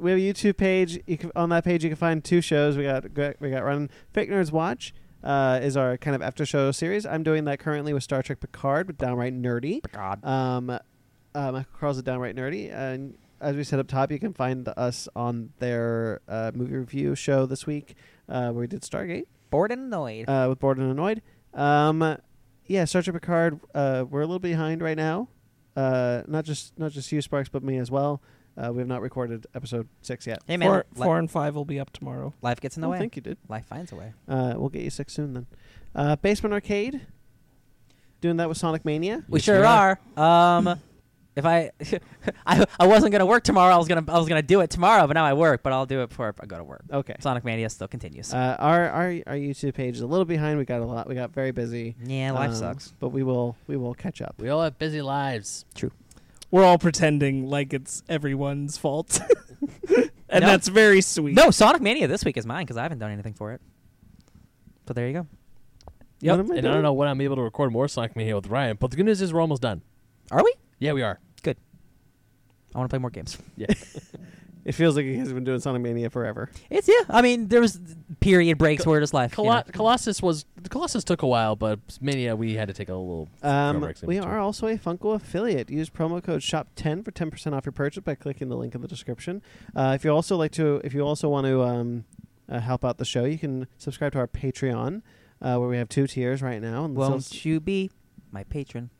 we have a YouTube page. You can, on that page, you can find two shows. We got we got running Fake Nerds Watch. Uh, is our kind of after show series. I'm doing that currently with Star Trek Picard with Downright Nerdy. God. Um, uh, Michael Carl's a Downright Nerdy. And as we said up top, you can find us on their uh, movie review show this week uh, where we did Stargate Bored and annoyed. uh, with Bored and Annoyed. Um, yeah, Star Trek Picard. Uh, we're a little behind right now. Uh, not just not just you, Sparks, but me as well. Uh, we have not recorded episode six yet. hey man, Four, li- four and five will be up tomorrow. life gets I in the don't way. think you did. Life finds a way. Uh, we'll get you six soon then. Uh, Basement Arcade. Doing that with Sonic Mania. We Yes, sure we are. Um, if I, I, I wasn't gonna work tomorrow. I was gonna, I was gonna do it tomorrow, but now I work. But I'll do it before I go to work. Okay. Sonic Mania still continues. Uh, our, our our YouTube page is a little behind. We got a lot. We got very busy. yeah, life Um, sucks. But we will we will catch up. We all have busy lives. We're all pretending like it's everyone's fault, and No. that's very sweet. No, Sonic Mania this week is mine because I haven't done anything for it. But there you go. What am I And I don't doing? know when I'm able to record more Sonic Mania with Ryan, but the good news is we're almost done. Are we? Yeah, we are. I want to play more games. It feels like he has been doing Sonic Mania forever. It's yeah. I mean, there was period breaks Col- where it is life. you Colo- know. Colossus was Colossus took a while, but Mania we had to take a little. Um, breaks in we between. are also a Funko affiliate. Use promo code SHOP10 for 10% off your purchase by clicking the link in the description. Uh, if you also like to, if you also want to um, uh, help out the show, you can subscribe to our Patreon, uh, where we have two tiers right now. And Won't you be my patron?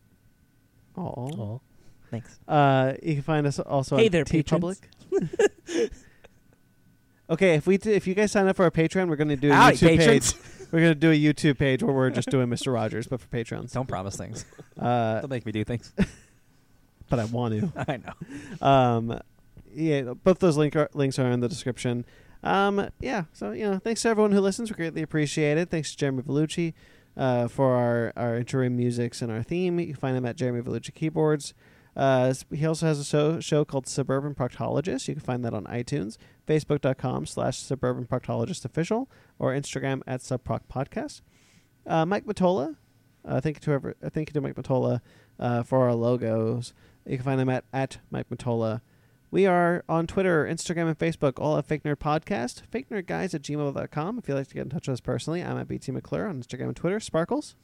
oh. Oh. Thanks. Uh, you can find us also Hey on there, T patrons. Public. okay, if we t- if you guys sign up for our Patreon, we're going to do a Howdy, YouTube patrons. page. We're going to do a YouTube page where we're just doing Mr. Rogers, but for patrons. Don't promise things. Uh, Don't make me do things. but I want to. I know. um, yeah, both those link are, links are in the description. Um, yeah, so you know, thanks to everyone who listens. We greatly appreciate it. Thanks to Jeremy Vellucci uh, for our our interim musics and our theme. You can find him at Jeremy Vellucci Keyboards. Uh, s- he also has a show, show called Suburban Proctologist. You can find that on iTunes, facebook.com slash Suburban Proctologist Official, or Instagram at Subproc Podcast. Uh, Mike Matola, uh, thank you to every, uh, thank you to Mike Matola uh, for our logos. You can find them at, at Mike Matola. We are on Twitter, Instagram, and Facebook, all at Fake Nerd Podcast. Fake Nerd Guys at gmail.com. If you'd like to get in touch with us personally, I'm at BT McClure on Instagram and Twitter. Sparkles.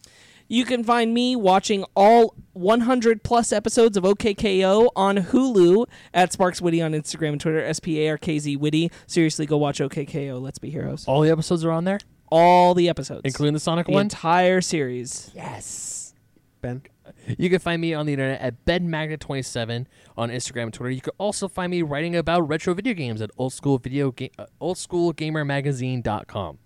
You can find me watching all 100 plus episodes of OKKO on Hulu at Sparks Witty on Instagram and Twitter, S P A R K Z Witty. Seriously, go watch OKKO. Let's be heroes. All the episodes are on there, All the episodes, including the Sonic the one. entire series. Yes. Ben. You can find me on the internet at benmagnet27 on Instagram and Twitter. You can also find me writing about retro video games at oldschoolvideoga- uh, oldschoolgamermagazine.com.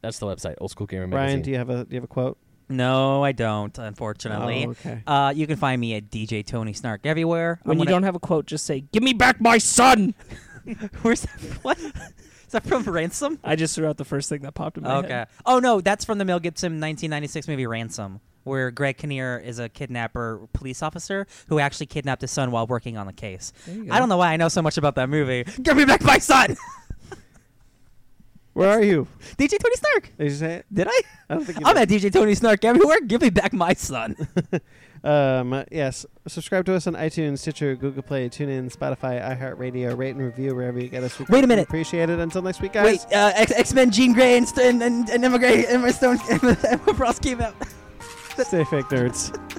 That's the website, Old School Gamer Magazine. Ryan, do you have a do you have a quote? No, I don't. Oh, Unfortunately. okay. Uh, you can find me at DJ Tony Snark everywhere. When you don't have a quote, just say, "Give me back my son." don't, where's that? What is that from? Ransom? I just threw out the first thing that popped in my head. Okay. Oh no, that's from the Mel Gibson 1996 movie Ransom, where Greg Kinnear is a kidnapper police officer who actually kidnapped his son while working on the case. I don't know why I know so much about that movie. Give me back my son, Where are you? DJ Tony Snark. Did you say it? Did I? I don't think you I'm did. at DJ Tony Snark everywhere. Give me back my son. Um, yes. Subscribe to us on iTunes, Stitcher, Google Play, TuneIn, Spotify, iHeartRadio. Rate and review wherever you get us. We Wait a greatly minute. Appreciate it. Until next week, guys. Wait, uh, X- X-Men Jean Grey and, St- and, and, and Emma Grey, Emma Stone, Emma, Emma Frost came out. Stay fake nerds.